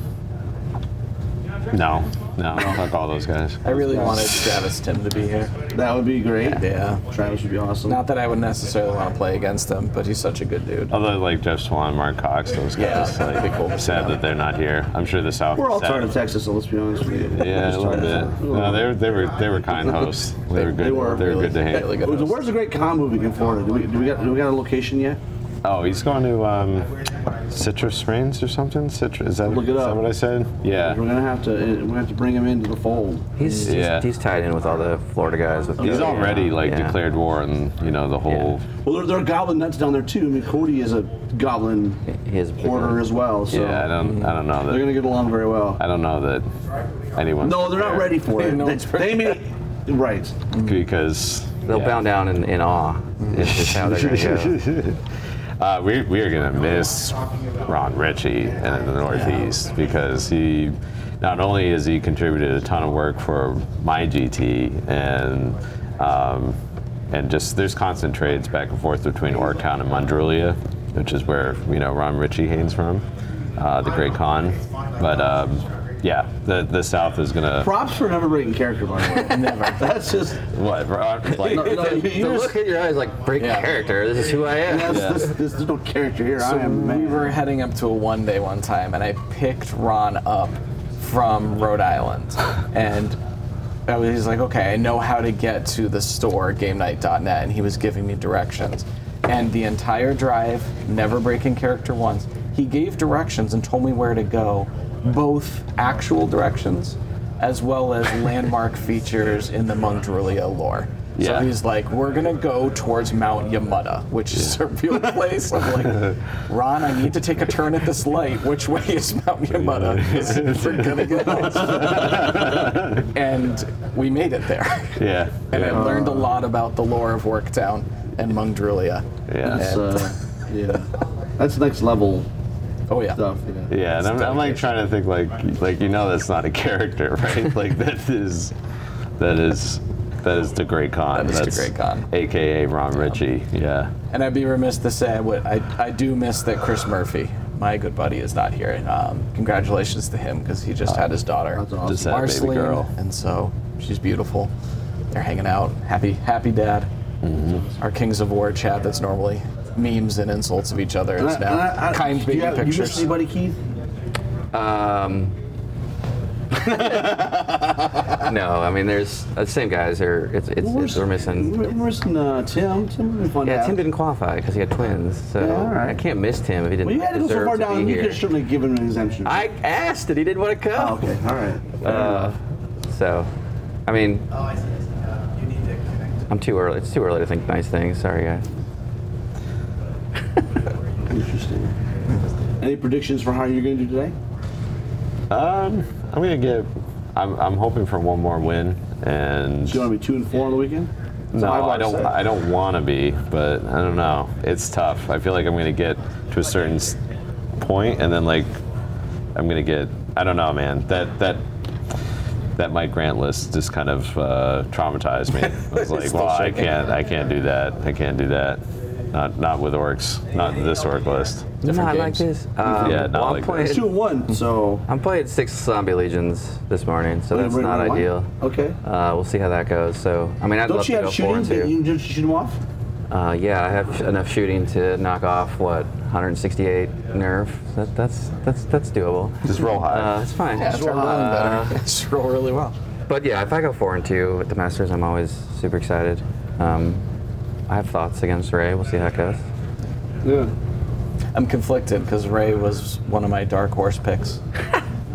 Speaker 4: no, no, fuck all those guys.
Speaker 2: I really wanted Travis Tim to be here.
Speaker 1: that would be great.
Speaker 2: Yeah.
Speaker 1: Travis would be awesome.
Speaker 2: Not that I would necessarily want to play against him, but he's such a good dude.
Speaker 4: Although, like Jeff Swan, Mark Cox, those guys,
Speaker 2: Yeah, that'd
Speaker 4: like,
Speaker 2: be cool.
Speaker 4: sad that they're not here. I'm sure the South.
Speaker 1: we're all
Speaker 4: is sad.
Speaker 1: tired of Texas, so let's be honest with you. We're
Speaker 4: Yeah,
Speaker 1: just
Speaker 4: a little
Speaker 1: tired of
Speaker 4: bit.
Speaker 1: that.
Speaker 4: No, they were they were they were kind hosts. They were good.
Speaker 1: They were
Speaker 4: They were
Speaker 1: really-
Speaker 4: good to
Speaker 2: really
Speaker 4: handle.
Speaker 2: good. host.
Speaker 1: Where's the great con movie in Florida? Do we, do we got do we got a location yet?
Speaker 4: Oh, he's going to um, Citrus Springs or something. Citrus is that,
Speaker 1: Look it
Speaker 4: is
Speaker 1: up.
Speaker 4: that what I said?
Speaker 1: We're
Speaker 4: Yeah.
Speaker 1: gonna have to eh, we're gonna have to bring him into the fold.
Speaker 3: He's,
Speaker 4: Yeah.
Speaker 3: he's he's tied in with all the Florida guys. With
Speaker 4: He's
Speaker 3: the,
Speaker 4: already like
Speaker 3: yeah.
Speaker 4: declared war and you know the whole.
Speaker 1: Well, there, there are goblin nuts down there too. I mean, Cody is a goblin
Speaker 3: He is a big
Speaker 1: hoarder
Speaker 3: one.
Speaker 1: as well,
Speaker 4: Yeah,
Speaker 1: so
Speaker 4: I don't I don't know
Speaker 1: they're
Speaker 4: that
Speaker 1: gonna get along very well.
Speaker 4: I don't know that anyone.
Speaker 1: No, they're not ready for it.
Speaker 2: No
Speaker 1: They,
Speaker 2: one's ready.
Speaker 1: they may, right?
Speaker 4: because
Speaker 3: Mm. They'll
Speaker 4: yeah. Mm.
Speaker 3: bound down in, in awe. It's just how they're going to go.
Speaker 4: Uh, we, we are going to miss Ron Ritchie in the Northeast because he not only has he contributed a ton of work for my GT and um, and just there's constant trades back and forth between Orktown and Mundrulia, which is where you know Ron Ritchie hails from, uh, the Great Khan. But um, yeah, the the South is going to
Speaker 1: Props for never breaking character, by the way. never. That's just
Speaker 4: what Ron- like.
Speaker 1: no, no, you
Speaker 3: The
Speaker 1: just-
Speaker 3: look in your eyes, like break
Speaker 2: Yeah.
Speaker 3: character. This is who I am.
Speaker 1: that's- this- this- there's no character here.
Speaker 2: So
Speaker 1: I am
Speaker 2: we
Speaker 1: man.
Speaker 2: were heading up to a one day one time, and I picked Ron up from Rhode Island, and I was, he's like, "Okay, I know how to get to the store, GameNight.net," and he was giving me directions. And the entire drive, never breaking character once, he gave directions and told me where to go, both actual directions as well as landmark features in the Mundrulia lore.
Speaker 4: Yeah.
Speaker 2: So he's like, we're gonna go towards Mount Yamada, which is a real place. I'm like, Ron, I need to take a turn at this light. Which way is Mount Yamada? 'Cause We're gonna get lost. and we made it there.
Speaker 4: Yeah,
Speaker 2: And
Speaker 4: yeah.
Speaker 2: I learned a lot about the lore of Worktown and Mundrulia.
Speaker 4: Yeah.
Speaker 1: That's,
Speaker 2: And-
Speaker 1: uh, yeah. That's next level
Speaker 2: oh yeah.
Speaker 1: stuff. you know.
Speaker 4: Yeah, and I'm, I'm like trying to think like like you know that's not a character, right? like that is that is that is the Great Con.
Speaker 2: That is the
Speaker 4: That's
Speaker 2: Great Khan.
Speaker 4: aka Ron Ritchie. Yeah,
Speaker 2: And I'd be remiss to say I would. I, I do miss that Chris Murphy, my good buddy, is not here. And um, congratulations to him because he just had his daughter,
Speaker 1: That's awesome.
Speaker 4: Just had a baby
Speaker 2: Marceline,
Speaker 4: girl.
Speaker 2: and so she's beautiful. They're hanging out, happy, happy dad.
Speaker 3: Mm-hmm.
Speaker 2: Our Kings of War chat that's normally memes and insults of each other
Speaker 1: And I-
Speaker 2: is
Speaker 1: and
Speaker 2: now
Speaker 1: I- I-
Speaker 2: kind
Speaker 1: do
Speaker 2: baby
Speaker 1: you, have- You miss
Speaker 2: pictures.
Speaker 1: anybody, Keith?
Speaker 3: Um, no, I mean, there's the same guys. Are it's, it's, it's we're missing.
Speaker 1: We're missing uh, Tim. Tim would have been fun. to
Speaker 3: Mm. Yeah,
Speaker 1: have.
Speaker 3: Tim didn't qualify because he had twins, so
Speaker 1: Yeah, all right.
Speaker 3: I can't miss Tim if he didn't
Speaker 1: Well, you had to go so
Speaker 3: deserve
Speaker 1: far
Speaker 3: to
Speaker 1: down.
Speaker 3: be
Speaker 1: You
Speaker 3: here.
Speaker 1: could have certainly given him an exemption.
Speaker 3: I uh, asked and he didn't want to come.
Speaker 1: Oh, okay. All right.
Speaker 3: So, I mean. Oh, I see. You need to connect. I'm too early. It's too early to think nice things. Sorry, guys.
Speaker 1: Interesting. Any predictions for how you're going to do today?
Speaker 4: um, I'm gonna get. I'm, I'm hoping for one more win, and
Speaker 1: Do you want to be two and four on the weekend? That's
Speaker 4: no,
Speaker 1: what I've
Speaker 4: I
Speaker 1: always
Speaker 4: don't.
Speaker 1: said.
Speaker 6: Oh,
Speaker 4: I don't want to be, but I don't know. It's tough. I feel like I'm gonna get to a certain s- point, and then like I'm gonna get. I don't know, man. That that. That Mike Grant list just kind of uh, traumatized me. I was like,
Speaker 2: Still
Speaker 4: "Well, I
Speaker 2: shaking.
Speaker 4: can't, I can't do that. I can't do that. Not, not with orcs. Not this orc list.
Speaker 3: not
Speaker 2: Different
Speaker 3: like
Speaker 2: games.
Speaker 3: this. Um,
Speaker 4: Yeah, not
Speaker 3: well, I'm
Speaker 4: like
Speaker 3: playing,
Speaker 1: It's two and one, so
Speaker 3: I'm playing six zombie legions this morning, so that's
Speaker 1: Wait, wait,
Speaker 3: not
Speaker 1: wait, what?
Speaker 3: ideal.
Speaker 1: Okay.
Speaker 3: Uh, we'll see how that goes. So, I mean, I'd
Speaker 1: Don't
Speaker 3: love
Speaker 1: you
Speaker 3: to
Speaker 1: have
Speaker 3: go four
Speaker 1: shooting?
Speaker 3: and
Speaker 1: That
Speaker 3: two.
Speaker 1: you just shoot him off?
Speaker 3: Uh, yeah, I have sh- enough shooting to knock off what 168 nerve. That, that's that's that's doable.
Speaker 4: Just roll high.
Speaker 3: Uh, it's fine.
Speaker 2: Yeah, it's rolling better. It's roll really well.
Speaker 3: But yeah, if I go four and two at the Masters, I'm always super excited. Um, I have thoughts against Ray. We'll see how it goes.
Speaker 6: Yeah.
Speaker 2: I'm conflicted because Ray was one of my dark horse picks.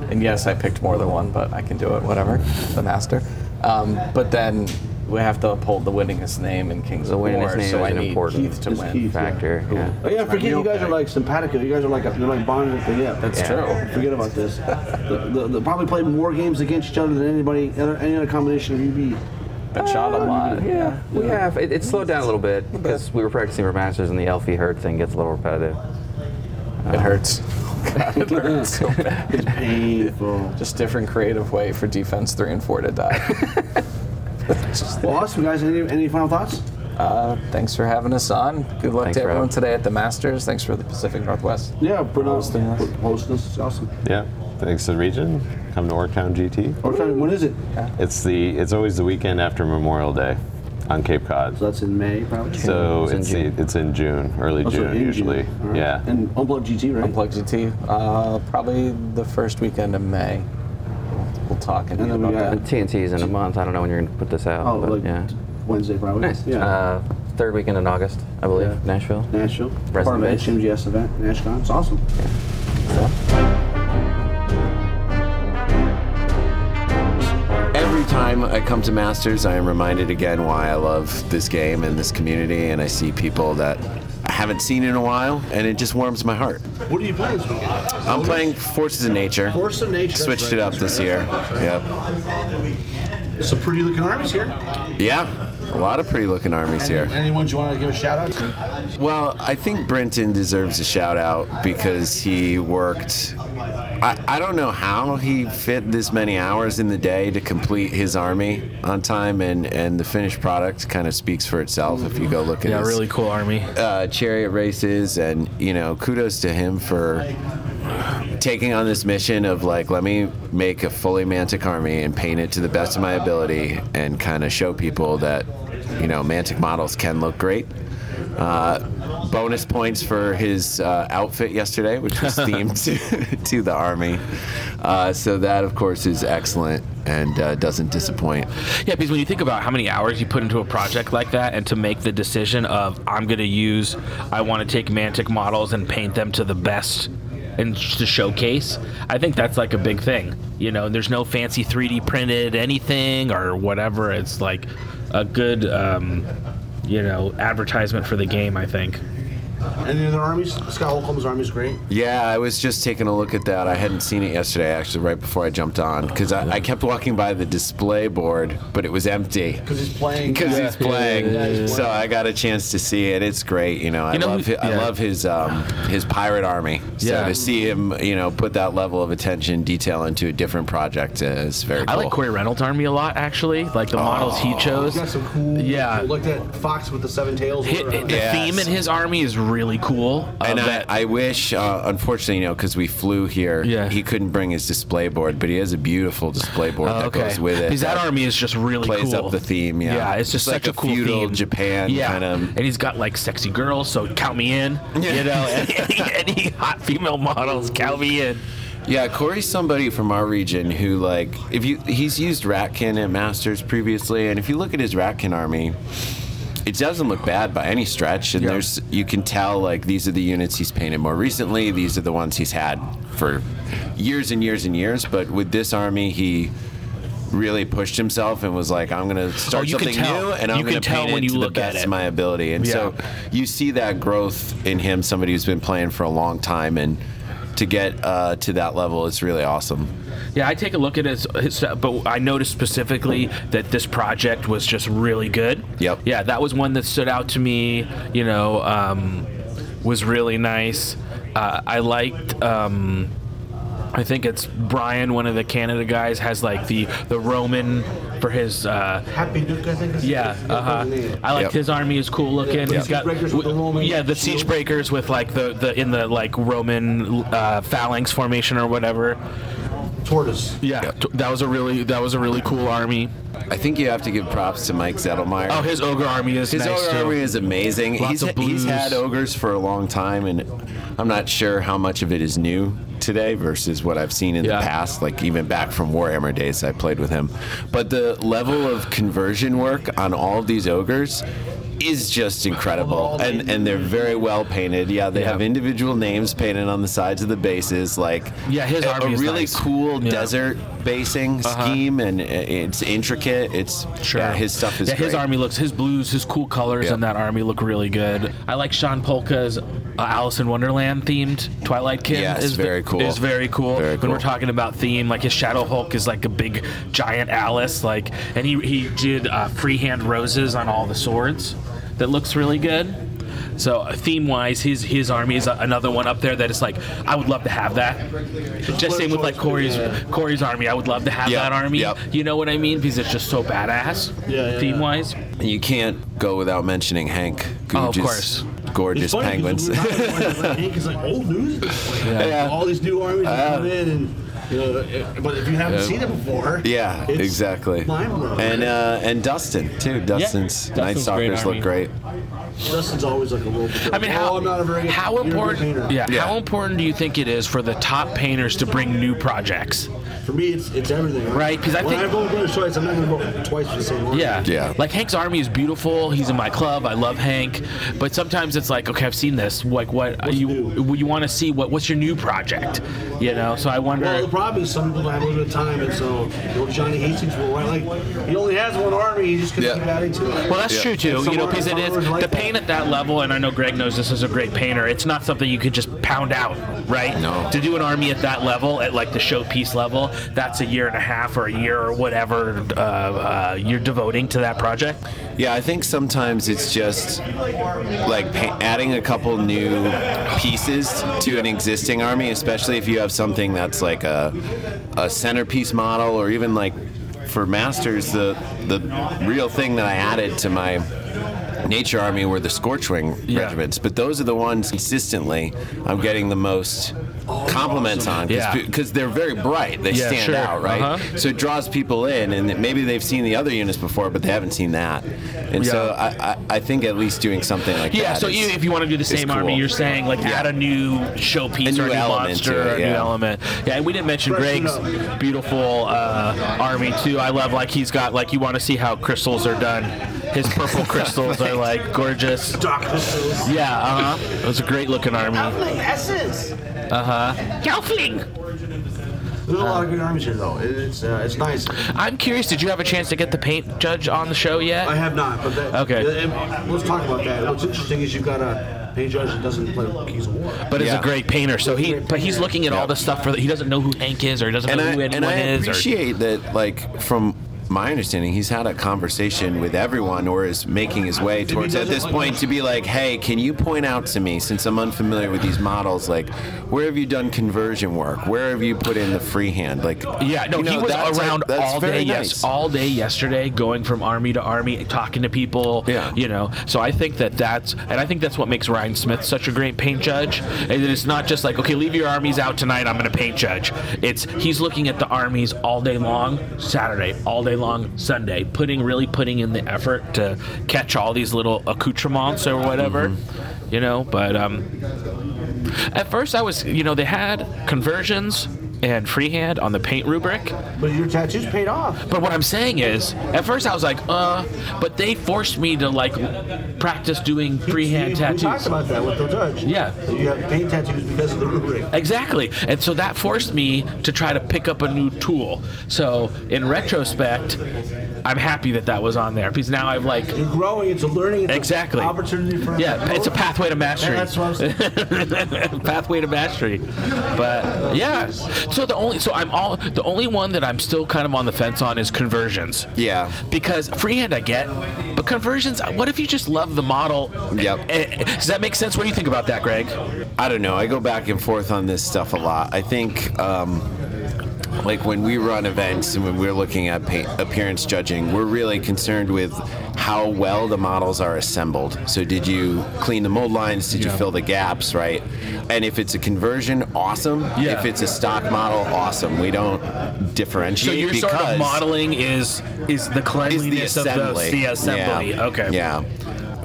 Speaker 2: and yes, I picked more than one, but I can do it, whatever. The master. Um, but then we have to uphold the winningest name in Kings
Speaker 3: The
Speaker 2: of
Speaker 3: winningest
Speaker 2: War,
Speaker 3: name is
Speaker 2: so I
Speaker 3: an
Speaker 2: need
Speaker 3: important-
Speaker 2: Keith to
Speaker 6: It's
Speaker 2: win.
Speaker 6: Keith.
Speaker 3: Factor. Yeah.
Speaker 6: Oh yeah, I forget you guys are like simpatico. You guys are like a, you're like bonded and thing. Yeah,
Speaker 2: That's
Speaker 3: Yeah.
Speaker 2: true.
Speaker 6: Forget about this. The, the, the- probably played more games against each other than anybody, any other combination of Uh, UB.
Speaker 2: Been shot a lot.
Speaker 3: Yeah, we have. It, it slowed down a little bit because we were practicing for Masters, and the Elfie Herd thing gets a little repetitive.
Speaker 2: It hurts. God, it hurts so bad.
Speaker 6: It's painful.
Speaker 2: Just different creative way for defense three and four to die.
Speaker 6: Well, awesome guys. Any any final thoughts?
Speaker 2: Uh, Thanks for having us on. Good luck
Speaker 3: Thanks,
Speaker 2: to everyone
Speaker 3: Rob.
Speaker 2: today at the Masters. Thanks for the Pacific Northwest.
Speaker 6: Yeah, for
Speaker 2: Hosting us.
Speaker 6: for hosting us. It's awesome.
Speaker 4: Yeah. Thanks to the region. Come to Orktown GT.
Speaker 6: Okay, when is it?
Speaker 4: It's the it's always the weekend after Memorial Day on Cape Cod.
Speaker 6: So that's in May, probably.
Speaker 4: So
Speaker 3: It's in
Speaker 4: it's the- it's in June, early
Speaker 6: Oh, so
Speaker 4: June
Speaker 6: in
Speaker 4: usually.
Speaker 6: June. All right.
Speaker 4: Yeah.
Speaker 6: And Unplugged GT, right?
Speaker 2: Unplugged GT, uh, probably the first weekend of May. We'll talk and
Speaker 6: And then we
Speaker 2: about
Speaker 6: got-
Speaker 2: that.
Speaker 3: And TNT is in a month. I don't know when you're going to put this out.
Speaker 6: Oh,
Speaker 3: but
Speaker 6: like
Speaker 3: yeah.
Speaker 6: Wednesday, probably.
Speaker 3: Nice.
Speaker 6: Yeah.
Speaker 3: Uh, third weekend in August, I believe,
Speaker 6: Yeah.
Speaker 3: Nashville.
Speaker 6: Nashville.
Speaker 3: Resident
Speaker 6: Part of the
Speaker 3: base.
Speaker 6: HMGS event, NashCon. It's awesome.
Speaker 7: Every time I come to Masters, I am reminded again why I love this game and this community, and I see people that I haven't seen in a while, and it just warms my heart.
Speaker 8: What are you playing this weekend?
Speaker 7: I'm playing Forces of Nature.
Speaker 8: Force of Nature.
Speaker 7: Switched it up this year. Yep.
Speaker 8: Some pretty looking armies here.
Speaker 7: Yeah. A lot of pretty looking armies here.
Speaker 8: Anyone you want to give a shout out to?
Speaker 7: Well, I think Brenton deserves a shout out because he worked. I, I don't know how he fit this many hours in the day to complete his army on time, and, and the finished product kind of speaks for itself if you go look at
Speaker 9: Yeah,
Speaker 7: his
Speaker 9: really cool army.
Speaker 7: uh, chariot races, and you know, kudos to him for taking on this mission of like, let me make a fully Mantic army and paint it to the best of my ability, and kind of show people that you know, Mantic models can look great. Uh, bonus points for his uh, outfit yesterday, which was themed to, to the army. Uh, so that, of course, is excellent and uh, doesn't disappoint.
Speaker 9: Yeah, because when you think about how many hours you put into a project like that and to make the decision of, I'm going to use, I want to take Mantic models and paint them to the best and sh- to showcase, I think that's like a big thing. You know, there's no fancy 3D printed anything or whatever. It's like a good, um, you know, advertisement for the game, I think.
Speaker 8: Any other armies? Scott Holcomb's army's great.
Speaker 7: Yeah, I was just taking a look at that. I hadn't seen it yesterday, actually, right before I jumped on, because I, I kept walking by the display board, but it was empty.
Speaker 8: Because he's playing.
Speaker 7: Because he's playing,
Speaker 8: yeah, yeah.
Speaker 7: so I got a chance to see it. It's great, you know. I
Speaker 9: You know
Speaker 7: love,
Speaker 9: who-
Speaker 7: his, I
Speaker 9: yeah.
Speaker 7: love his, um, his pirate army. So
Speaker 9: Yeah.
Speaker 7: to see him, you know, put that level of attention, detail into a different project uh, is very.
Speaker 9: I
Speaker 7: cool. Oh.
Speaker 9: like Corey Reynolds' army a lot, actually. Like the models he chose.
Speaker 8: He's got some cool.
Speaker 9: Yeah.
Speaker 8: Like that fox with the seven tails.
Speaker 9: Hi- hi- the
Speaker 7: Yes.
Speaker 9: theme in his army is really cool. Uh,
Speaker 7: And I,
Speaker 9: that-
Speaker 7: I wish, uh, unfortunately, you know, because we flew here,
Speaker 9: Yeah.
Speaker 7: he couldn't bring his display board, but he has a beautiful display board that goes with it.
Speaker 9: Because that
Speaker 7: that-
Speaker 9: army is just really
Speaker 7: plays
Speaker 9: cool.
Speaker 7: up the theme, yeah.
Speaker 9: yeah, it's just
Speaker 7: It's like
Speaker 9: such a
Speaker 7: a
Speaker 9: cool
Speaker 7: feudal
Speaker 9: theme.
Speaker 7: Japan
Speaker 9: yeah.
Speaker 7: kinda-
Speaker 9: And he's got like sexy girls, so count me in. You know, any, any hot female models, count me in.
Speaker 7: Yeah, Corey's somebody from our region who, like, if you he's used Ratkin at Masters previously, and if you look at his Ratkin army, it doesn't look bad by any stretch. And there's you can tell like these are the units he's painted more recently. These are the ones he's had for years and years and years. But with this army, he really pushed himself and was like, I'm gonna start
Speaker 9: Oh, you can
Speaker 7: something
Speaker 9: tell.
Speaker 7: new, and
Speaker 9: You
Speaker 7: I'm
Speaker 9: can
Speaker 7: gonna
Speaker 9: tell
Speaker 7: paint
Speaker 9: when
Speaker 7: it
Speaker 9: you
Speaker 7: to
Speaker 9: look
Speaker 7: the
Speaker 9: at
Speaker 7: best
Speaker 9: it.
Speaker 7: of my ability. And so
Speaker 9: Yeah.
Speaker 7: you see that growth in him, somebody who's been playing for a long time, and to get uh, to that level, it's really awesome.
Speaker 9: Yeah, I take a look at his, his but I noticed specifically that this project was just really good.
Speaker 7: Yep.
Speaker 9: Yeah, that was one that stood out to me. You know, um, was really nice. Uh, I liked. Um, I think it's Brian, one of the Canada guys, has like the the Roman for his. Uh,
Speaker 8: Happy Duke, I think. Is
Speaker 9: yeah, uh-huh. I like
Speaker 7: Yep.
Speaker 9: his army is cool looking. He's got
Speaker 8: breakers with the Roman
Speaker 9: yeah, the siege
Speaker 8: shield.
Speaker 9: breakers with like the, the in the like Roman uh, phalanx formation or whatever.
Speaker 8: tortoise.
Speaker 9: Yeah, t- that was a really that was a really cool army.
Speaker 7: I think you have to give props to Mike Zettelmeyer.
Speaker 9: Oh, his ogre army is
Speaker 7: His
Speaker 9: nice
Speaker 7: ogre
Speaker 9: too.
Speaker 7: army is amazing.
Speaker 9: Lots
Speaker 7: He's,
Speaker 9: of
Speaker 7: he's
Speaker 9: blues.
Speaker 7: had ogres for a long time, and I'm not sure how much of it is new today versus what I've seen in
Speaker 9: Yeah.
Speaker 7: the past. Like even back from Warhammer days, I played with him. But the level of conversion work on all of these ogres is just incredible, and and they're very well painted. Yeah, they
Speaker 9: Yeah.
Speaker 7: have individual names painted on the sides of the bases. Like
Speaker 9: Yeah, his
Speaker 7: a,
Speaker 9: army
Speaker 7: a
Speaker 9: is
Speaker 7: really
Speaker 9: nice.
Speaker 7: cool
Speaker 9: Yeah. Uh-huh.
Speaker 7: desert basing scheme, and it's intricate. It's
Speaker 9: Sure.
Speaker 7: yeah, his stuff is
Speaker 9: Yeah, his
Speaker 7: great.
Speaker 9: army looks his blues, his cool colors
Speaker 7: Yeah.
Speaker 9: in that army look really good. I like Sean Polka's uh, Alice in Wonderland themed Twilight Kid.
Speaker 7: Yeah, it's
Speaker 9: is the-
Speaker 7: very cool.
Speaker 9: Is very cool.
Speaker 7: Very
Speaker 9: When we're
Speaker 7: cool.
Speaker 9: talking about theme, like his Shadow Hulk is like a big giant Alice, like, and he he did uh, freehand roses on all the swords. That looks really good. So theme wise, his his army is a- another one up there that is like I would love to have that. Just same with like Corey's Corey's army. I would love to have
Speaker 7: Yep,
Speaker 9: that army.
Speaker 7: yep.
Speaker 9: You know what I mean? Because it's just so badass. Yeah. theme wise.
Speaker 7: And you can't go without mentioning Hank.
Speaker 9: Oh, of
Speaker 7: Googe's
Speaker 9: course.
Speaker 7: Gorgeous penguins.
Speaker 6: Because like old news, like,
Speaker 7: Yeah. Uh-huh.
Speaker 6: all these new armies are coming in, and you know, it- but if you haven't seen it before,
Speaker 7: yeah,
Speaker 6: it's
Speaker 7: exactly.
Speaker 6: mind-blowing.
Speaker 7: And uh, and Dustin too. Dustin's Night
Speaker 9: Dustin's great
Speaker 7: Stalkers
Speaker 9: army.
Speaker 7: look great.
Speaker 6: Dustin's always like a role.
Speaker 9: I mean, how,
Speaker 6: oh, I'm not a very
Speaker 9: how
Speaker 6: you're a good painter."
Speaker 9: important? Yeah,
Speaker 7: Yeah.
Speaker 9: How important do you think it is for the top painters to bring new projects?
Speaker 6: For me, it's it's everything.
Speaker 9: Right, 'cause I
Speaker 6: when
Speaker 9: think-
Speaker 6: I vote British twice, I'm not gonna vote twice for the same one.
Speaker 9: Yeah.
Speaker 7: Yeah.
Speaker 9: Like Hank's army is beautiful. He's in my club. I love Hank, but sometimes it's like, okay, I've seen this. Like, what you
Speaker 6: new?
Speaker 9: you want to see? What what's your new project? You know. So I wonder.
Speaker 6: Well, the problem is some people have a little bit of time, and so you know, Johnny Hastings will write like he only has one army. He's just gonna
Speaker 7: Yeah.
Speaker 6: keep adding to it.
Speaker 9: Well, that's
Speaker 7: Yeah.
Speaker 9: true too.
Speaker 6: some
Speaker 9: you know,
Speaker 6: art
Speaker 9: because it is
Speaker 6: followers like
Speaker 9: the
Speaker 6: that.
Speaker 9: paint at that level, and I know Greg knows this is a great painter. It's not something you can just pound out, right?
Speaker 7: No.
Speaker 9: To do an army at that level, at like the showpiece level, that's a year and a half or a year or whatever uh, uh, you're devoting to that project.
Speaker 7: Yeah, I think sometimes it's just like pa- adding a couple new pieces to an existing army, especially if you have something that's like a a centerpiece model or even like for masters the the real thing that I added to my nature army were the scorchwing
Speaker 9: Yeah.
Speaker 7: regiments, but those are the ones consistently I'm getting the most compliments on
Speaker 9: Yeah.
Speaker 7: because they're very bright. They
Speaker 9: Yeah,
Speaker 7: stand
Speaker 9: sure.
Speaker 7: out, right?
Speaker 9: Uh-huh.
Speaker 7: So it draws people in, and that maybe they've seen the other units before, but they haven't seen that. And so
Speaker 9: Yeah.
Speaker 7: I, I, I think at least doing something like
Speaker 9: Yeah.
Speaker 7: that.
Speaker 9: so
Speaker 7: is-
Speaker 9: even if you want to do the same army,
Speaker 7: cool.
Speaker 9: you're saying like add a new showpiece
Speaker 7: A
Speaker 9: or
Speaker 7: new
Speaker 9: a new
Speaker 7: element to
Speaker 9: monster or
Speaker 7: it,
Speaker 9: a new
Speaker 7: yeah.
Speaker 9: element. Yeah, and we didn't mention
Speaker 6: Freshen
Speaker 9: Greg's beautiful uh, army too. I love like he's got like you want to see how crystals are done. His purple crystals are like gorgeous.
Speaker 6: Doc Crystals.
Speaker 9: Yeah, uh huh. It was a great looking army. Gelfling S's. Uh huh. Gelfling.
Speaker 6: There's a lot of good armies here, though. It- It's uh, it's nice.
Speaker 9: I'm curious. Did you have a chance to get the paint judge on the show
Speaker 6: I
Speaker 9: yet?
Speaker 6: have not, but that,
Speaker 9: Okay.
Speaker 6: yeah, and let's talk about that. What's interesting is you've got a paid judge that doesn't play Keys of War.
Speaker 9: But he's
Speaker 7: Yeah.
Speaker 9: a great painter, so he but he's looking at all the stuff for the, he doesn't know who Hank is or he doesn't
Speaker 7: and
Speaker 9: know
Speaker 7: I,
Speaker 9: who
Speaker 7: and
Speaker 9: anyone
Speaker 7: I
Speaker 9: is. or-
Speaker 7: appreciate that, like, from my understanding, he's had a conversation with everyone or is making his way towards at this point to be like, hey, can you point out to me, since I'm unfamiliar with these models, like, where have you done conversion work? Where have you put in the freehand? Like,
Speaker 9: Yeah, no,
Speaker 7: you know,
Speaker 9: he was
Speaker 7: that's a-
Speaker 9: around
Speaker 7: that's
Speaker 9: all
Speaker 7: very
Speaker 9: day.
Speaker 7: nice.
Speaker 9: Yes, all day yesterday, going from army to army, talking to people.
Speaker 7: Yeah.
Speaker 9: you know. So I think that that's, and I think that's what makes Ryan Smith such a great paint judge. And it's not just like, okay, leave your armies out tonight. I'm going to paint judge. It's he's looking at the armies all day long, Saturday, all day long, Sunday, putting really putting in the effort to catch all these little accoutrements or whatever.
Speaker 7: Mm-hmm.
Speaker 9: You know, but um, at first, I was, you know, they had conversions and freehand on the paint rubric.
Speaker 6: But your tattoos paid off.
Speaker 9: But what I'm saying is, at first I was like, uh, but they forced me to like practice doing freehand
Speaker 6: We- We talked
Speaker 9: tattoos.
Speaker 6: about that with the judge.
Speaker 9: Yeah.
Speaker 6: That You have paint tattoos because of the rubric.
Speaker 9: Exactly. And so that forced me to try to pick up a new tool. So in retrospect, I'm happy that that was on there because now I've like,
Speaker 6: You're growing. It's a learning. It's
Speaker 9: Exactly.
Speaker 6: An opportunity for.
Speaker 9: yeah, it's a pathway to mastery.
Speaker 6: That's what I'm saying.
Speaker 9: pathway to mastery but yeah so the only so i'm all the only one that i'm still kind of on the fence on is conversions
Speaker 7: Yeah.
Speaker 9: because freehand i get but conversions what if you just love the model
Speaker 7: Yep.
Speaker 9: Eh, does that make sense what do you think about that greg
Speaker 7: I don't know. I go back and forth on this stuff a lot. I think um, like when we run events and when we're looking at pa appearance judging, we're really concerned with how well the models are assembled. So, did you clean the mold lines? Did you fill the gaps? Right? And if it's a conversion, awesome.
Speaker 9: Yeah.
Speaker 7: If it's a stock model, awesome. We don't
Speaker 9: So
Speaker 7: differentiate
Speaker 9: your
Speaker 7: because
Speaker 9: sort of modeling is is the
Speaker 7: is the
Speaker 9: cleanliness of
Speaker 7: assembly.
Speaker 9: the, the assembly.
Speaker 7: Yeah.
Speaker 9: Okay.
Speaker 7: Yeah.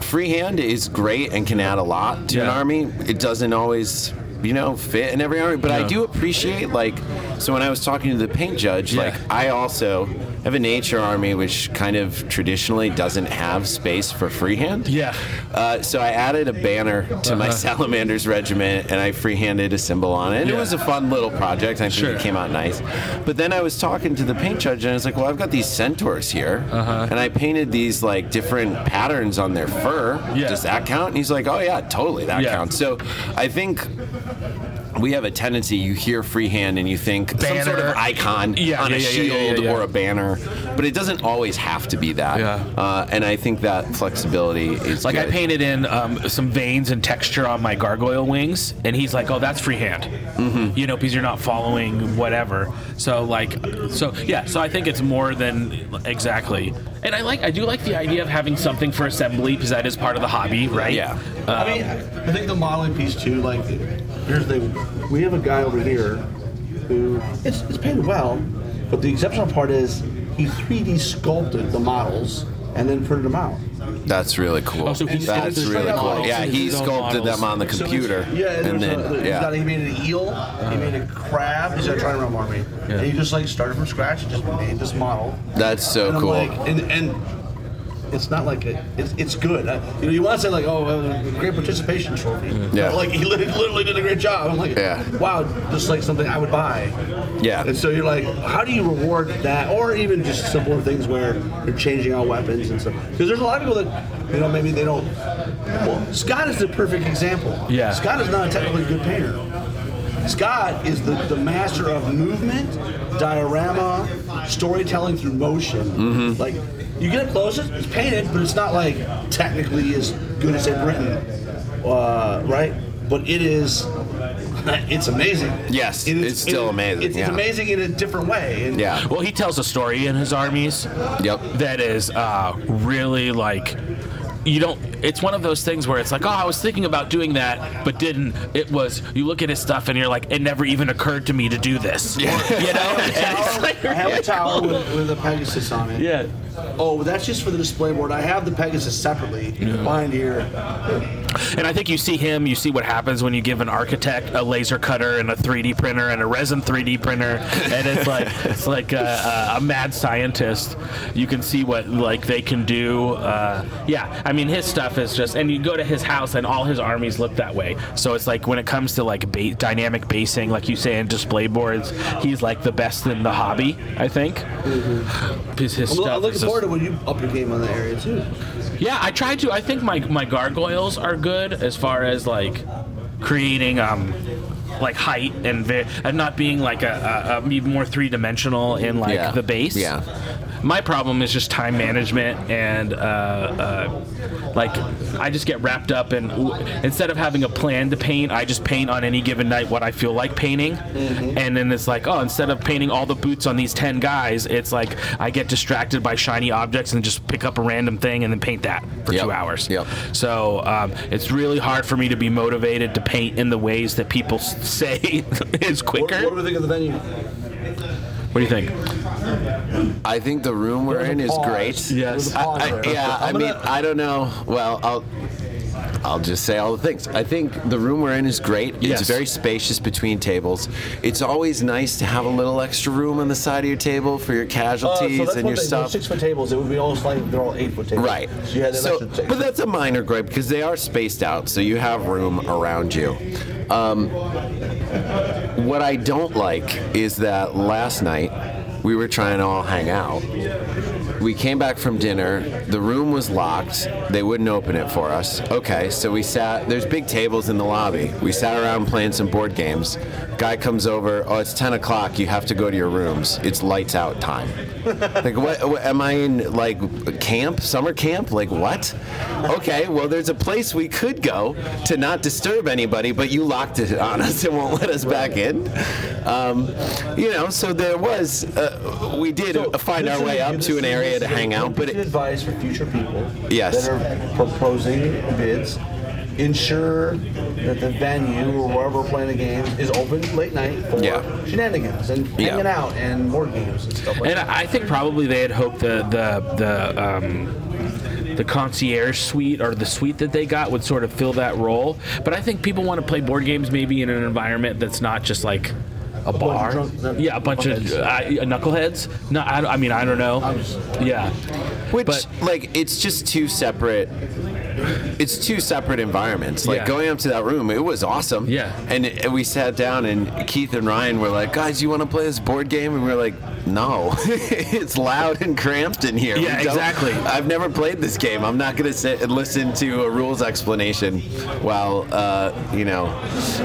Speaker 7: Freehand is great and can add a lot to an
Speaker 9: Yeah.
Speaker 7: army. It doesn't always, you know, fit in every army, but I do appreciate like so when I was talking to the paint judge,
Speaker 9: Yeah.
Speaker 7: like I also have a nature army which kind of traditionally doesn't have space for freehand.
Speaker 9: Yeah.
Speaker 7: Uh, so I added a banner to my Salamanders regiment, and I freehanded a symbol on it. And
Speaker 9: Yeah.
Speaker 7: It was a fun little project. I think
Speaker 9: Sure.
Speaker 7: it came out nice. But then I was talking to the paint judge, and I was like, "Well, I've got these centaurs here,
Speaker 9: Uh-huh.
Speaker 7: and I painted these like different patterns on their fur.
Speaker 9: Yeah.
Speaker 7: Does that count?" And he's like, "Oh yeah, totally, that
Speaker 9: Yeah.
Speaker 7: counts." So I think. We have a tendency, you hear freehand and you think some sort
Speaker 9: Banner.
Speaker 7: of icon
Speaker 9: Yeah,
Speaker 7: on a
Speaker 9: yeah, yeah,
Speaker 7: shield
Speaker 9: yeah, yeah, yeah.
Speaker 7: or a banner, but it doesn't always have to be that.
Speaker 9: Yeah.
Speaker 7: Uh, and I think that flexibility is
Speaker 9: Like I
Speaker 7: good.
Speaker 9: painted in um, some veins and texture on my gargoyle wings, and he's like, "Oh, that's freehand," mm-hmm. you know, because you're not following whatever. So like, so yeah, so I think it's more than exactly. And I like, I do like the idea of having something for assembly because that is part of the hobby, right? Um,
Speaker 7: Yeah.
Speaker 1: I mean, I think the modeling piece too. Like, here's the thing: we have a guy over here who it's, it's painted well, but the exceptional part is he 3D sculpted the models and then printed them out.
Speaker 7: That's really cool.
Speaker 9: so he's-
Speaker 7: That's
Speaker 1: there's
Speaker 7: really
Speaker 1: no
Speaker 7: cool.
Speaker 1: models,
Speaker 7: Yeah, he
Speaker 9: there's no
Speaker 7: sculpted
Speaker 9: models.
Speaker 7: them on the computer.
Speaker 1: Yeah,
Speaker 7: and
Speaker 1: there's a-
Speaker 7: then
Speaker 1: he's got-
Speaker 7: yeah.
Speaker 1: he made an eel, he made a crab, he's got a trying to army, and he just like started from scratch and just made this model.
Speaker 7: That's so
Speaker 1: and
Speaker 7: Oh, cool.
Speaker 1: I'm like, and, and it's not like a, it's, it's good. I, you know, you want to say like, oh, uh, great participation trophy.
Speaker 7: Yeah.
Speaker 1: But, like he lit- literally did a great job. I'm like,
Speaker 7: Yeah.
Speaker 1: wow, just like something I would buy.
Speaker 7: Yeah.
Speaker 1: And so you're like, how do you reward that, or even just simpler things where you're changing out weapons and stuff? Because there's a lot of people that, you know, maybe they don't. Well, Scott is the perfect example.
Speaker 9: Yeah.
Speaker 1: Scott is not a technically good painter. Scott is the, the master of movement, diorama, storytelling through motion.
Speaker 4: Mm-hmm.
Speaker 1: Mm-hmm. Like, you get up close, it's it's painted, but it's not like technically as good as in Britain, uh, right? But it is, it's amazing.
Speaker 7: Yes,
Speaker 1: It is-
Speaker 7: it's still
Speaker 1: it-
Speaker 7: amazing,
Speaker 1: It's, it's
Speaker 7: yeah.
Speaker 1: amazing in a different way. And
Speaker 7: Yeah.
Speaker 9: Well, he tells a story in his armies.
Speaker 7: Yep.
Speaker 9: that is uh, really like you don't it's one of those things where it's like oh i was thinking about doing that but didn't it was you look at his stuff and you're like it never even occurred to me to do this yeah. you know And it's like-
Speaker 1: I have a tower with, with a Pegasus on it.
Speaker 9: yeah
Speaker 1: Oh, that's just for the display board. I have the Pegasus separately behind here.
Speaker 9: and i think you see him you see what happens when you give an architect a laser cutter and a 3d printer and a resin 3d printer and it's like it's like a, a, a mad scientist you can see what like they can do uh, yeah i mean his stuff is just and you go to his house and all his armies look that way so it's like when it comes to like ba- dynamic basing like you say in display boards he's like the best in the hobby i think because his
Speaker 1: Mm-hmm. I'm, lo- I'm
Speaker 9: stuff
Speaker 1: looking
Speaker 9: is just-
Speaker 1: forward to when you up your game on that area too.
Speaker 9: yeah, I try to. I think my my gargoyles are good as far as like creating um like height and ve- and not being like a, a, a be more three dimensional in like
Speaker 7: Yeah.
Speaker 9: the base.
Speaker 7: Yeah.
Speaker 9: My problem is just time management and uh, uh, like I just get wrapped up in instead of having a plan to paint, I just paint on any given night what I feel like painting,
Speaker 7: Mm-hmm.
Speaker 9: and then it's like oh, instead of painting all the boots on these ten guys, it's like I get distracted by shiny objects and just pick up a random thing and then paint that for
Speaker 7: Yep.
Speaker 9: two hours.
Speaker 7: Yep.
Speaker 9: So um, it's really hard for me to be motivated to paint in the ways that people s- say is
Speaker 1: What,
Speaker 9: quicker.
Speaker 1: what do we think of the venue?
Speaker 9: what do you think?
Speaker 7: I think the room we're
Speaker 1: There's a
Speaker 7: in is
Speaker 1: pause.
Speaker 7: great.
Speaker 1: There's a
Speaker 7: I,
Speaker 1: pause
Speaker 7: I,
Speaker 1: there.
Speaker 7: yeah, I
Speaker 1: I'm
Speaker 7: mean,
Speaker 1: gonna-
Speaker 7: I don't know. Well, I'll. I'll just say all the things. I think the room we're in is great.
Speaker 9: Yes.
Speaker 7: It's very spacious between tables. It's always nice to have a little extra room on the side of your table for your
Speaker 1: Uh, so
Speaker 7: casualties
Speaker 1: that's
Speaker 7: and
Speaker 1: what
Speaker 7: your
Speaker 1: they- they're
Speaker 7: stuff.
Speaker 1: Six foot tables. It would be almost like they're all eight foot tables.
Speaker 7: Right.
Speaker 1: So you had that
Speaker 7: So-
Speaker 1: extra table.
Speaker 7: but that's a minor gripe because they are spaced out, so you have room around you. Um, what I don't like is that last night we were trying to all hang out. we came back from dinner. The room was locked. They wouldn't open it for us. Okay, so we sat. There's big tables in the lobby. We sat around playing some board games. Guy comes over. Oh, it's 10 o'clock. You have to go to your rooms. It's lights out time. like, what, what? Am I in like camp? Summer camp? Like what? Okay, well, there's a place we could go to not disturb anybody, but you locked it on us and won't let us back in. Um, you know, so there was. Uh, we did
Speaker 6: So,
Speaker 7: find
Speaker 6: this
Speaker 7: our
Speaker 6: is-
Speaker 7: way up
Speaker 6: this
Speaker 7: to an
Speaker 6: is-
Speaker 7: area to
Speaker 6: this is
Speaker 7: hang out, but
Speaker 6: good
Speaker 7: it,
Speaker 6: advice for future people
Speaker 7: Yes.
Speaker 6: that are proposing bids. Ensure that the venue or wherever we're playing the game is open late night for
Speaker 7: Yeah.
Speaker 6: shenanigans and
Speaker 7: Yeah.
Speaker 6: hanging out and board games and stuff like
Speaker 9: And
Speaker 6: that.
Speaker 9: I think probably they had hoped the the the um, the concierge suite or the suite that they got would sort of fill that role. But I think people want to play board games maybe in an environment that's not just like a bar.
Speaker 6: drunk-
Speaker 9: yeah, a bunch of uh, knuckleheads. No, I, don't- I mean I don't know. Yeah,
Speaker 7: which
Speaker 9: but-
Speaker 7: like it's just two separate. It's two separate environments. Like
Speaker 9: Yeah.
Speaker 7: going up to that room, it was awesome.
Speaker 9: Yeah.
Speaker 7: And, and we sat down, and Keith and Ryan were like, "Guys, you want to play this board game?" And we are like, "No, it's loud and cramped in here.
Speaker 9: Yeah,
Speaker 7: We don't-
Speaker 9: exactly.
Speaker 7: I've never played this game. I'm not gonna sit and listen to a rules explanation while uh, you know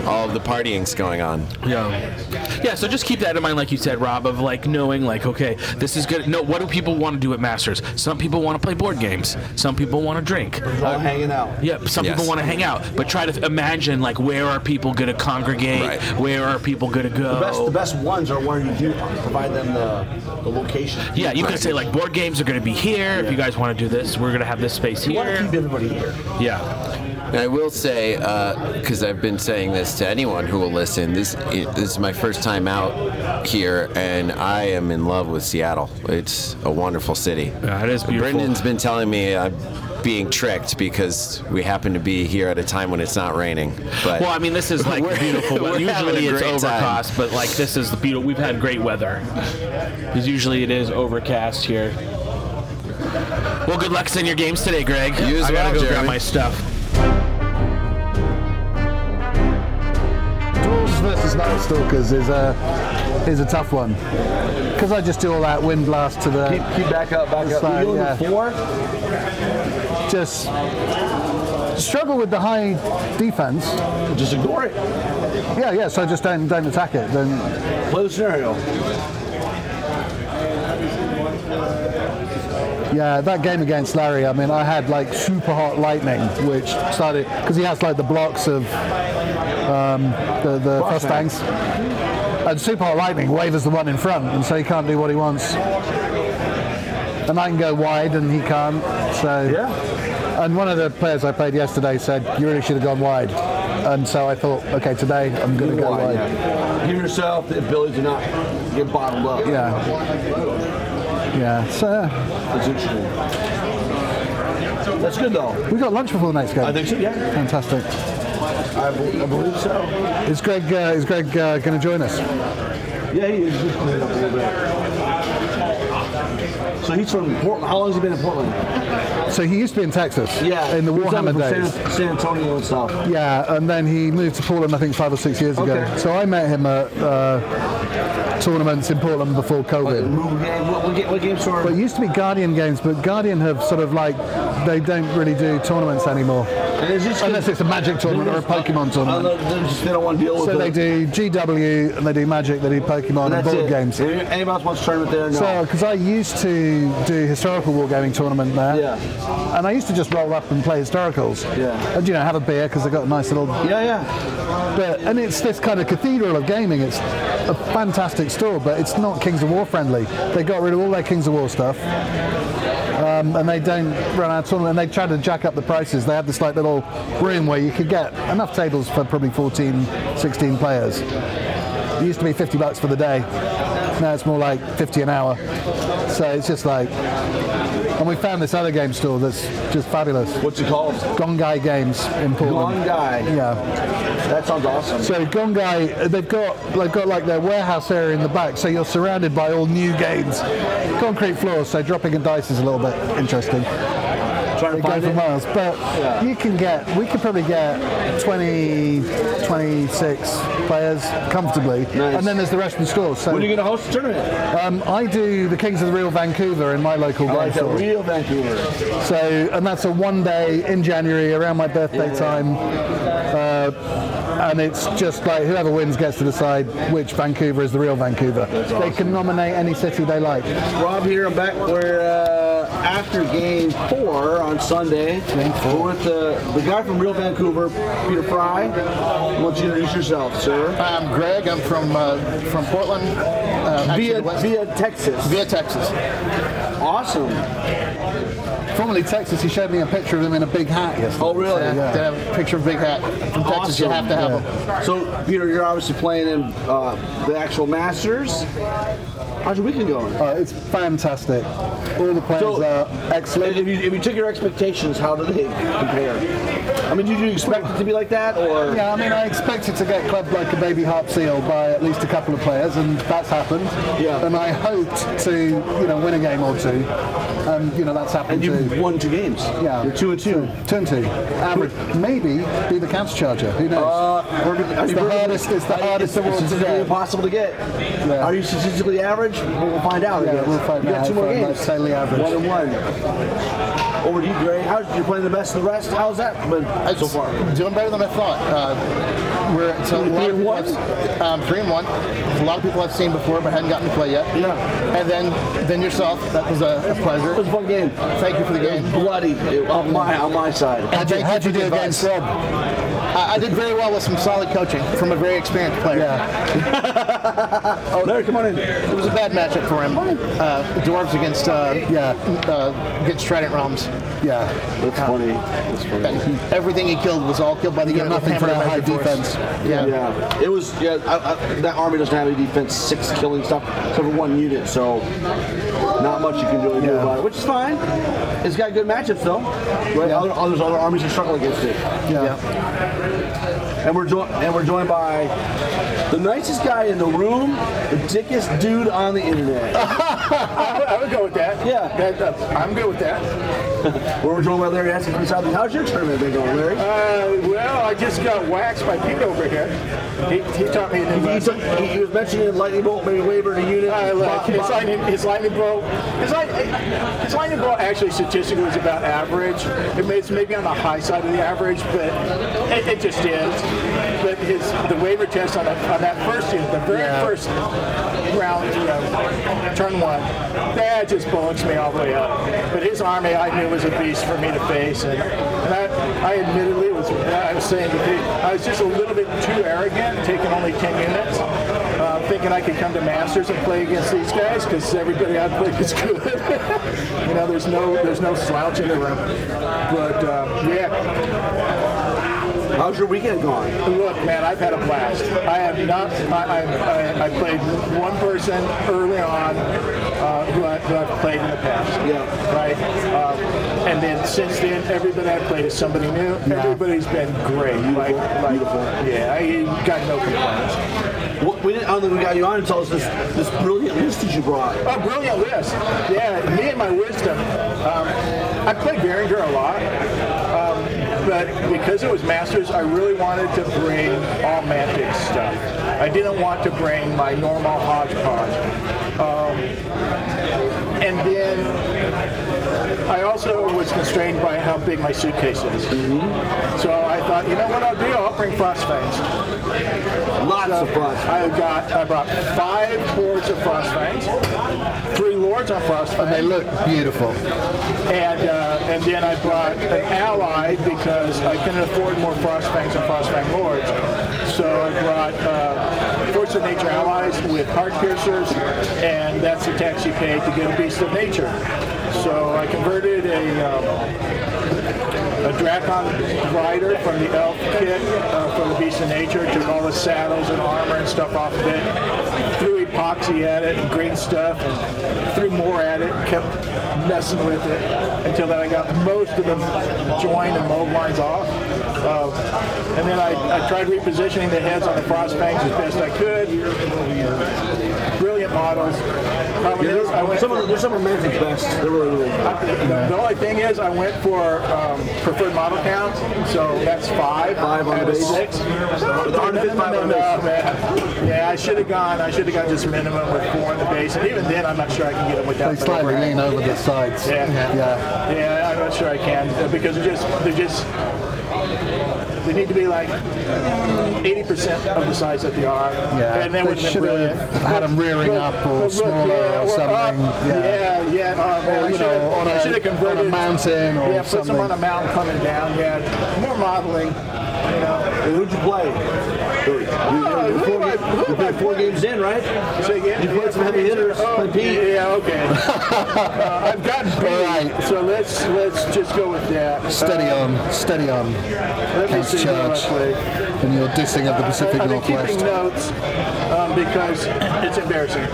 Speaker 7: all of the partying's going on."
Speaker 9: Yeah. Yeah, so just keep that in mind, like you said, Rob, of like knowing, like, okay, this is good. No, what do people want to do at Masters? Some people want to play board games. Some people want to drink.
Speaker 6: We're all hanging out.
Speaker 9: Yeah, some
Speaker 7: Yes.
Speaker 9: people want to hang out. But try to imagine, like, where are people going to congregate?
Speaker 7: Right.
Speaker 9: Where are people going to go?
Speaker 6: The best, the best ones are where you do provide them the, the location.
Speaker 9: yeah, you can
Speaker 7: Right.
Speaker 9: say, like, board games are going to be here. If you guys want to do this, we're going to have this space
Speaker 6: You want to keep
Speaker 9: here.
Speaker 6: everybody here.
Speaker 9: Yeah.
Speaker 7: And I will say, because I've been saying this to anyone who will listen, this this is my first time out here, and I am in love with Seattle. It's a wonderful city.
Speaker 9: Yeah, it is beautiful.
Speaker 7: Brendan's been telling me I'm being tricked because we happen to be here at a time when it's not raining. But
Speaker 9: Well, I mean, this is like
Speaker 7: We're-
Speaker 9: beautiful.
Speaker 7: we're
Speaker 9: Weather. Usually
Speaker 7: having a
Speaker 9: it's
Speaker 7: great time.
Speaker 9: overcast, but like this is the beautiful. We've had great weather. Because usually it is overcast here. Well, good luck in your games today, Greg.
Speaker 7: You as well,
Speaker 9: I gotta go grab
Speaker 7: Jeremy.
Speaker 9: my stuff.
Speaker 10: Dwarves versus Nightstalkers is a is a tough one because I just do all that wind blast to the
Speaker 6: Keep, keep back up, back up.
Speaker 10: Fine,
Speaker 6: You're doing
Speaker 10: yeah.
Speaker 6: four.
Speaker 10: just struggle with the high defense.
Speaker 6: Just ignore it.
Speaker 10: Yeah, yeah. So I just don't don't attack it. Then
Speaker 6: Play the scenario.
Speaker 10: yeah, that game against Larry. I mean, I had like super hot lightning, which started because he has like the blocks of um, the the
Speaker 6: Frostbangs.
Speaker 10: Mustangs. And super hot lightning wavers the one in front, and so he can't do what he wants. And I can go wide, and he can't. So And one of the players I played yesterday said, you really should have gone wide. And so I thought, okay, today I'm going to go
Speaker 6: Why,
Speaker 10: wide.
Speaker 6: yeah. Give yourself the ability to not get bottled up.
Speaker 10: Yeah. Yeah. So
Speaker 6: That's interesting. That's good though.
Speaker 10: we got lunch before the next game.
Speaker 6: I think so, yeah.
Speaker 10: Fantastic.
Speaker 6: I, be- I believe so.
Speaker 10: Is Greg uh, is Greg uh, going to join us?
Speaker 6: Yeah, he is just cleaning up a little bit. So he's from Portland. How long has he been in Portland?
Speaker 10: So he used to be in Texas. In the
Speaker 6: He's from
Speaker 10: Warhammer
Speaker 6: San-
Speaker 10: days.
Speaker 6: San, Antonio and stuff.
Speaker 10: Yeah, and then he moved to Portland, I think, five or six years ago.
Speaker 6: Okay.
Speaker 10: So I met him at uh, tournaments in Portland before COVID.
Speaker 6: Move game. What, what, ga- what game store?
Speaker 10: But it used to be Guardian games, but Guardian have sort of like they don't really do tournaments anymore,
Speaker 6: And is this
Speaker 10: unless it's a Magic tournament or a Pokemon
Speaker 6: I
Speaker 10: tournament.
Speaker 6: don't- they just- they don't want to deal with it.
Speaker 10: So they do GW and they do Magic, they do Pokemon and
Speaker 6: That's
Speaker 10: board
Speaker 6: it.
Speaker 10: games.
Speaker 6: If Anybody else wants to tournament there? No.
Speaker 10: So, because I used to do historical wargaming tournament there,
Speaker 6: Yeah.
Speaker 10: and I used to just roll up and play historicals,
Speaker 6: Yeah.
Speaker 10: and you know have a beer because I got a nice little
Speaker 6: yeah, yeah.
Speaker 10: bit, and it's this kind of cathedral of gaming. It's a fantastic store, but it's not Kings of War friendly. They got rid of all their Kings of War stuff, um, and they don't run out of tournament. And they tried to jack up the prices. They had this like little room where you could get enough tables for probably 14, 16 players. It used to be 50 bucks for the day. Now it's more like 50 an hour. So it's just like. And we found this other game store that's just fabulous.
Speaker 6: What's it called?
Speaker 10: Gongai Games in Portland.
Speaker 6: Long guy.
Speaker 10: Yeah.
Speaker 6: That sounds awesome.
Speaker 10: So Gongai, they've got they've got like their warehouse area in the back, so you're surrounded by all new games, concrete floors. So dropping a dice is a little bit interesting.
Speaker 1: Trying to
Speaker 10: It goes
Speaker 1: find
Speaker 10: for
Speaker 1: it.
Speaker 10: miles, but you can get, we could probably get 20, 26 players comfortably, and then there's the rest of the store. So
Speaker 1: When are you going to host the tournament?
Speaker 10: um, I do the Kings of the Real Vancouver in my local game
Speaker 1: Like that
Speaker 10: store.
Speaker 1: real Vancouver.
Speaker 10: So, and that's a one day in January around my birthday time. Uh, and it's just like whoever wins gets to decide which Vancouver is the real Vancouver. They can nominate any city they like.
Speaker 1: Rob here. I'm back. We're uh, after game four on Sunday. Game four. We're with uh, the, the guy from Real Vancouver, Peter Fry. Why don't you introduce yourself, sir?
Speaker 11: I'm Greg. I'm from uh, from Portland, uh, actually
Speaker 1: Via,
Speaker 11: the West-
Speaker 1: via Texas.
Speaker 11: via Texas.
Speaker 1: Awesome.
Speaker 10: Formerly Texas, he showed me a picture of him in a big hat yesterday.
Speaker 1: Oh, really?
Speaker 11: Yeah, They have a picture of Big Hat from Texas. You have to have them.
Speaker 1: So, Peter, you're obviously playing in uh, the actual Masters. How's your weekend going?
Speaker 10: Uh, it's fantastic. All the players
Speaker 1: So-
Speaker 10: are excellent.
Speaker 1: If you, if you took your expectations, how do they compare? I mean, did you expect it to be like that, or
Speaker 10: Yeah, I mean, I expected to get clubbed like a baby harp seal by at least a couple of players, and that's happened.
Speaker 1: Yeah.
Speaker 10: And I hoped to, you know, win a game or two, and you know that's
Speaker 1: and
Speaker 10: happened
Speaker 1: you
Speaker 10: too.
Speaker 1: won two games?
Speaker 10: Yeah.
Speaker 1: you're two and two.
Speaker 10: Two and two. Average. Maybe be the counter charger. Who knows?
Speaker 1: Uh,
Speaker 10: it's the hardest. It's the hardest
Speaker 1: It's
Speaker 10: award to
Speaker 1: statistically
Speaker 10: get.
Speaker 1: impossible to get.
Speaker 10: Yeah.
Speaker 1: Are you statistically average? Well, we'll find out. I
Speaker 10: Yeah,
Speaker 1: guess.
Speaker 10: we'll find
Speaker 1: you got
Speaker 10: out
Speaker 1: two more
Speaker 10: if I'm
Speaker 1: games.
Speaker 10: slightly average.
Speaker 1: One and one. Over to you, Gary. How's you playing the best of the rest? How's that been so
Speaker 11: It's
Speaker 1: far?
Speaker 11: Doing better than I thought. Uh, we're it's a
Speaker 1: Three
Speaker 11: lot of
Speaker 1: and
Speaker 11: people
Speaker 1: one?
Speaker 11: Have, um, three and one. A lot of people I've seen before, but hadn't gotten to play yet.
Speaker 1: Yeah.
Speaker 11: And then then yourself. That was a, a
Speaker 1: It was a
Speaker 11: pleasure.
Speaker 1: fun game.
Speaker 11: Thank you for the game.
Speaker 1: Bloody on my on my side.
Speaker 11: And thank
Speaker 10: How'd you
Speaker 11: for the
Speaker 10: do against
Speaker 11: advice.
Speaker 10: Rob?
Speaker 11: I, I did very well with some solid coaching from a very experienced player.
Speaker 10: Yeah.
Speaker 1: Oh, Larry, come on in.
Speaker 11: It was a bad matchup for him. Uh, dwarves against uh,
Speaker 10: Yeah.
Speaker 11: uh, against Trident Realms.
Speaker 10: Yeah.
Speaker 1: That's funny. That's funny.
Speaker 11: Everything he killed was all killed by the unit with
Speaker 10: nothing for
Speaker 11: hammer
Speaker 10: that high
Speaker 11: and razor
Speaker 10: defense.
Speaker 11: force. Yeah.
Speaker 1: Yeah, it was. Yeah, I, I, that army doesn't have any defense, six killing stuff, except for one unit. So not much you can really do
Speaker 10: Yeah.
Speaker 1: about it, which is fine. It's got good matchups though. Right? Other, others, other armies are struggling against it.
Speaker 10: Yeah.
Speaker 1: And we're joined. And we're joined by the nicest guy in the room, the dickest dude on the internet.
Speaker 12: I, I would go with that.
Speaker 1: Yeah.
Speaker 12: That- that- I'm good with that.
Speaker 1: we're joined by Larry Asking from South. How's your tournament been going, Larry?
Speaker 12: Uh, well, I just got waxed by Pete over here. He, he taught me a new
Speaker 1: He,
Speaker 12: lesson.
Speaker 1: took- he- he was mentioning lightning bolt, maybe wavered a unit.
Speaker 12: Uh, look,
Speaker 1: Bo-
Speaker 12: his
Speaker 1: bo-
Speaker 12: lightning, his lightning bolt, his, light, his lightning bolt actually statistically was about average. It may, it's maybe on the high side of the average, but it, it just is. But his the waiver test on, that on that first unit, the very first round, you know, turn one, that just bullets me all the way up. But his army, I knew was a beast for me to face, and, and I, I admittedly was, I was saying to Pete, I was just a little bit too arrogant, taking only 10 units uh, thinking I could come to Masters and play against these guys because everybody I played is good. you know, there's no there's no slouch in the room. But uh, yeah,
Speaker 1: How's your weekend going?
Speaker 12: look, man, I've had a blast. I have not. I, I, I, I played one person early on uh, who, I, who I've played in the past.
Speaker 1: Yeah.
Speaker 12: Right. Um, and then since then, everybody I've played is somebody new. Everybody's been great. Like, like, yeah, I got no complaints.
Speaker 1: Well, we didn't, I don't think we got you on to tell us this, this brilliant list that you brought.
Speaker 12: Oh, brilliant list. Yeah, me and my wisdom. Um, I play Behringer a lot, um, but because it was Masters, I really wanted to bring all Mantic stuff. I didn't want to bring my normal hodgepodge. Um, and then I also was constrained by how big my suitcase is. So I thought, you know what I'll do? I'll bring phosphates.
Speaker 1: Lots of fun.
Speaker 12: I got I brought five lords of phosphates, three lords on
Speaker 11: And they
Speaker 12: phosphates,
Speaker 11: look beautiful.
Speaker 12: and uh, and then I brought an ally because I couldn't afford more phosphates and phosphate lords. So I brought uh, Force of Nature allies with heart piercers, and that's the tax you pay to get a beast of nature. So I converted a. Um, a Dracon rider from the elf kit uh, from the Beast of Nature, took all the saddles and armor and stuff off of it, threw a epoxy at it and great stuff and threw more at it, kept messing with it until then I got most of them joined and mold lines off. Uh, and then I, I tried repositioning the heads on the frost banks as best I could. Brilliant models. Problem
Speaker 1: Yeah,
Speaker 12: is, I went
Speaker 1: there's, some
Speaker 12: for-
Speaker 1: of, there's some of Mantic's best. They're really, really
Speaker 12: the, the only thing is, I went for um, preferred model count, so that's five. Five
Speaker 1: on the
Speaker 12: Out of
Speaker 1: base?
Speaker 12: six.
Speaker 1: Darn
Speaker 12: No, no,
Speaker 1: fifth
Speaker 12: no,
Speaker 1: five
Speaker 12: no,
Speaker 1: on the
Speaker 12: no,
Speaker 1: base.
Speaker 12: man. Yeah, I should have gone. I should have gone just minimum with four on the base, and even then, I'm not sure I can get them without.
Speaker 10: They
Speaker 12: the
Speaker 10: slightly
Speaker 12: overhead.
Speaker 10: lean over the sides.
Speaker 12: Yeah.
Speaker 10: yeah.
Speaker 12: Yeah, I'm not sure I can uh, because they're just they're just they need to be like 80% of the size that they are.
Speaker 10: Yeah,
Speaker 12: and that
Speaker 10: they
Speaker 12: would have been
Speaker 10: should
Speaker 12: brilliant.
Speaker 10: have had them rearing up or
Speaker 12: look,
Speaker 10: smaller
Speaker 12: yeah, we're
Speaker 10: or
Speaker 12: up.
Speaker 10: something.
Speaker 12: Yeah, yeah. uh, man, I
Speaker 10: you know,
Speaker 12: should've-
Speaker 10: on
Speaker 12: I
Speaker 10: a-
Speaker 12: should've
Speaker 10: on a
Speaker 12: converted-
Speaker 10: mountain or
Speaker 12: yeah, put some on
Speaker 10: something.
Speaker 12: a mountain coming down. Yeah, more modeling. You know.
Speaker 1: And who'd you play? You-
Speaker 12: Oh,
Speaker 1: you-
Speaker 12: who
Speaker 1: You're four
Speaker 12: do I-
Speaker 1: ga-
Speaker 12: who
Speaker 1: you're
Speaker 12: do I
Speaker 1: been four games in, right?
Speaker 12: So again,
Speaker 1: You played some heavy hitters,
Speaker 12: Oh,
Speaker 1: like Pete.
Speaker 12: yeah, okay. Uh, I've gotten beat, so let's let's just go with that.
Speaker 10: Steady
Speaker 12: Uh,
Speaker 10: on, steady on.
Speaker 12: Let me
Speaker 10: Counts
Speaker 12: see who I
Speaker 10: Church
Speaker 12: played.
Speaker 10: and your dissing of the Pacific
Speaker 12: I've been
Speaker 10: Northwest.
Speaker 12: keeping notes um, because it's embarrassing.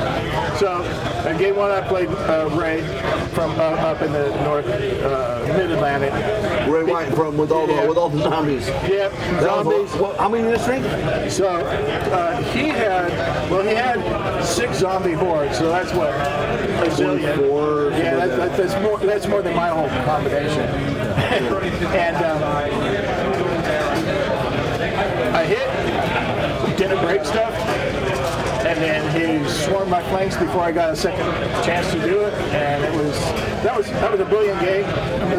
Speaker 12: So, in game one, I played uh, Ray from uh, up in the north, uh, mid Atlantic.
Speaker 1: Ray White from with all the with all the zombies.
Speaker 12: Yep,
Speaker 1: That was
Speaker 12: zombies.
Speaker 1: a- what- how many in this thing?
Speaker 12: So, uh, he had, well, he had six zombie hordes, so that's what, a zillion.
Speaker 1: Four.
Speaker 12: Yeah, that, that, that's more. That's more than my whole combination. and um, I hit, did a break stuff, and then he swarmed my flanks before I got a second chance to do it, and it was that was that was a brilliant game.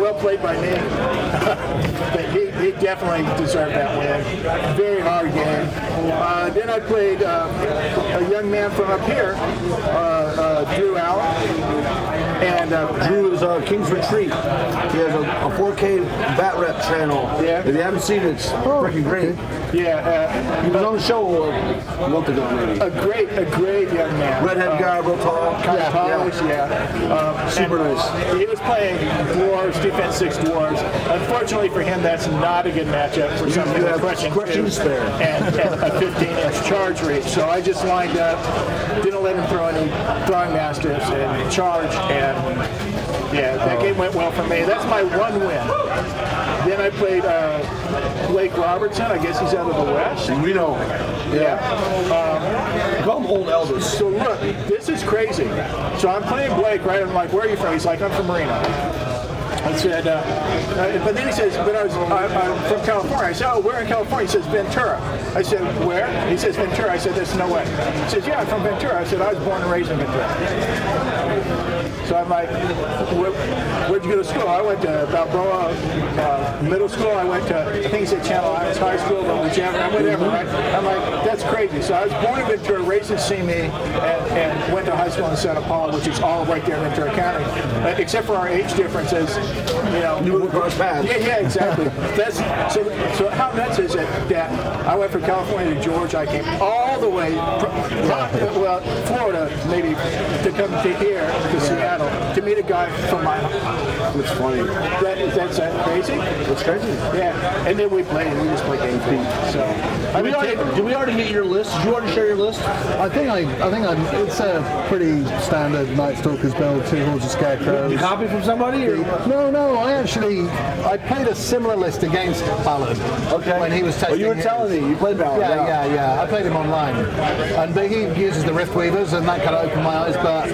Speaker 12: Well played by me. but he, he definitely deserved that win. Very hard game. Uh, then I played uh, a young man from up here, uh, uh, Drew Allen. And uh,
Speaker 1: Drew is uh, King's Retreat. He has a, a 4K bat rep channel.
Speaker 12: Yeah.
Speaker 1: If you haven't seen it, it's freaking great. uh,
Speaker 12: yeah,
Speaker 1: He was on the show a month ago, maybe.
Speaker 12: uh, a great, a great young man.
Speaker 1: Redhead guy, real tall.
Speaker 12: Kind of polished, yeah. Um,
Speaker 1: Super
Speaker 12: and
Speaker 1: nice.
Speaker 12: He was playing dwarves, defense six dwarves. Unfortunately for him, that's not a good matchup for somebody
Speaker 1: you
Speaker 12: with
Speaker 1: have
Speaker 12: crushing
Speaker 1: questions
Speaker 12: two
Speaker 1: there.
Speaker 12: and, and a 15 inch charge reach. So I just lined up, didn't let him throw any throwing masters, and charged. And yeah, that game went well for me. That's my one win. Then I played uh, Blake Robertson. I guess he's out of the West.
Speaker 1: We know.
Speaker 12: Yeah.
Speaker 1: Call him Old Elvis.
Speaker 12: So look, this is crazy. So I'm playing Blake, right? I'm like, where are you from? He's like, I'm from Reno. I said, uh, uh, but then he says, but I was, I, I'm from California. I said, oh, where in California? He says, Ventura. I said, where? He says, Ventura. I said, there's no way. He says, yeah, I'm from Ventura. I said, I was born and raised in Ventura. So I'm like, where, where'd you go to school? I went to Balboa uh, Middle School. I went to, I think he said Channel Islands High School, but whichever, and whatever. Right? I'm like, that's crazy. So I was born in Ventura, raised in Simi, and, and went to high school in Santa Paula, which is all right there in Ventura County, uh, except for our age differences. You know,
Speaker 1: You would cross paths.
Speaker 12: yeah, yeah, exactly. That's so. So how nuts is it that I went from California to Georgia? I came all the way, from, well, Florida maybe to come to here to Seattle to meet a guy from my.
Speaker 1: It's funny.
Speaker 12: That, that's that crazy.
Speaker 1: It's crazy.
Speaker 12: Yeah, and then we played. We just played game two. So
Speaker 1: Did
Speaker 12: I
Speaker 1: we,
Speaker 12: mean,
Speaker 1: already, did we already get your list? Did you already share your list?
Speaker 10: I think I, I think I'm, it's a pretty standard Night Stalkers build, two hordes of scarecrows.
Speaker 1: You copy from somebody? Or?
Speaker 10: No, no, I actually I played a similar list against Ballard
Speaker 1: Okay.
Speaker 10: when he was
Speaker 1: Oh,
Speaker 10: testing.
Speaker 1: you were
Speaker 10: his.
Speaker 1: telling me. You played Valor.
Speaker 10: Yeah, yeah, yeah. I played him online, and but he uses the Rift Weavers, and that kind of opened my eyes. But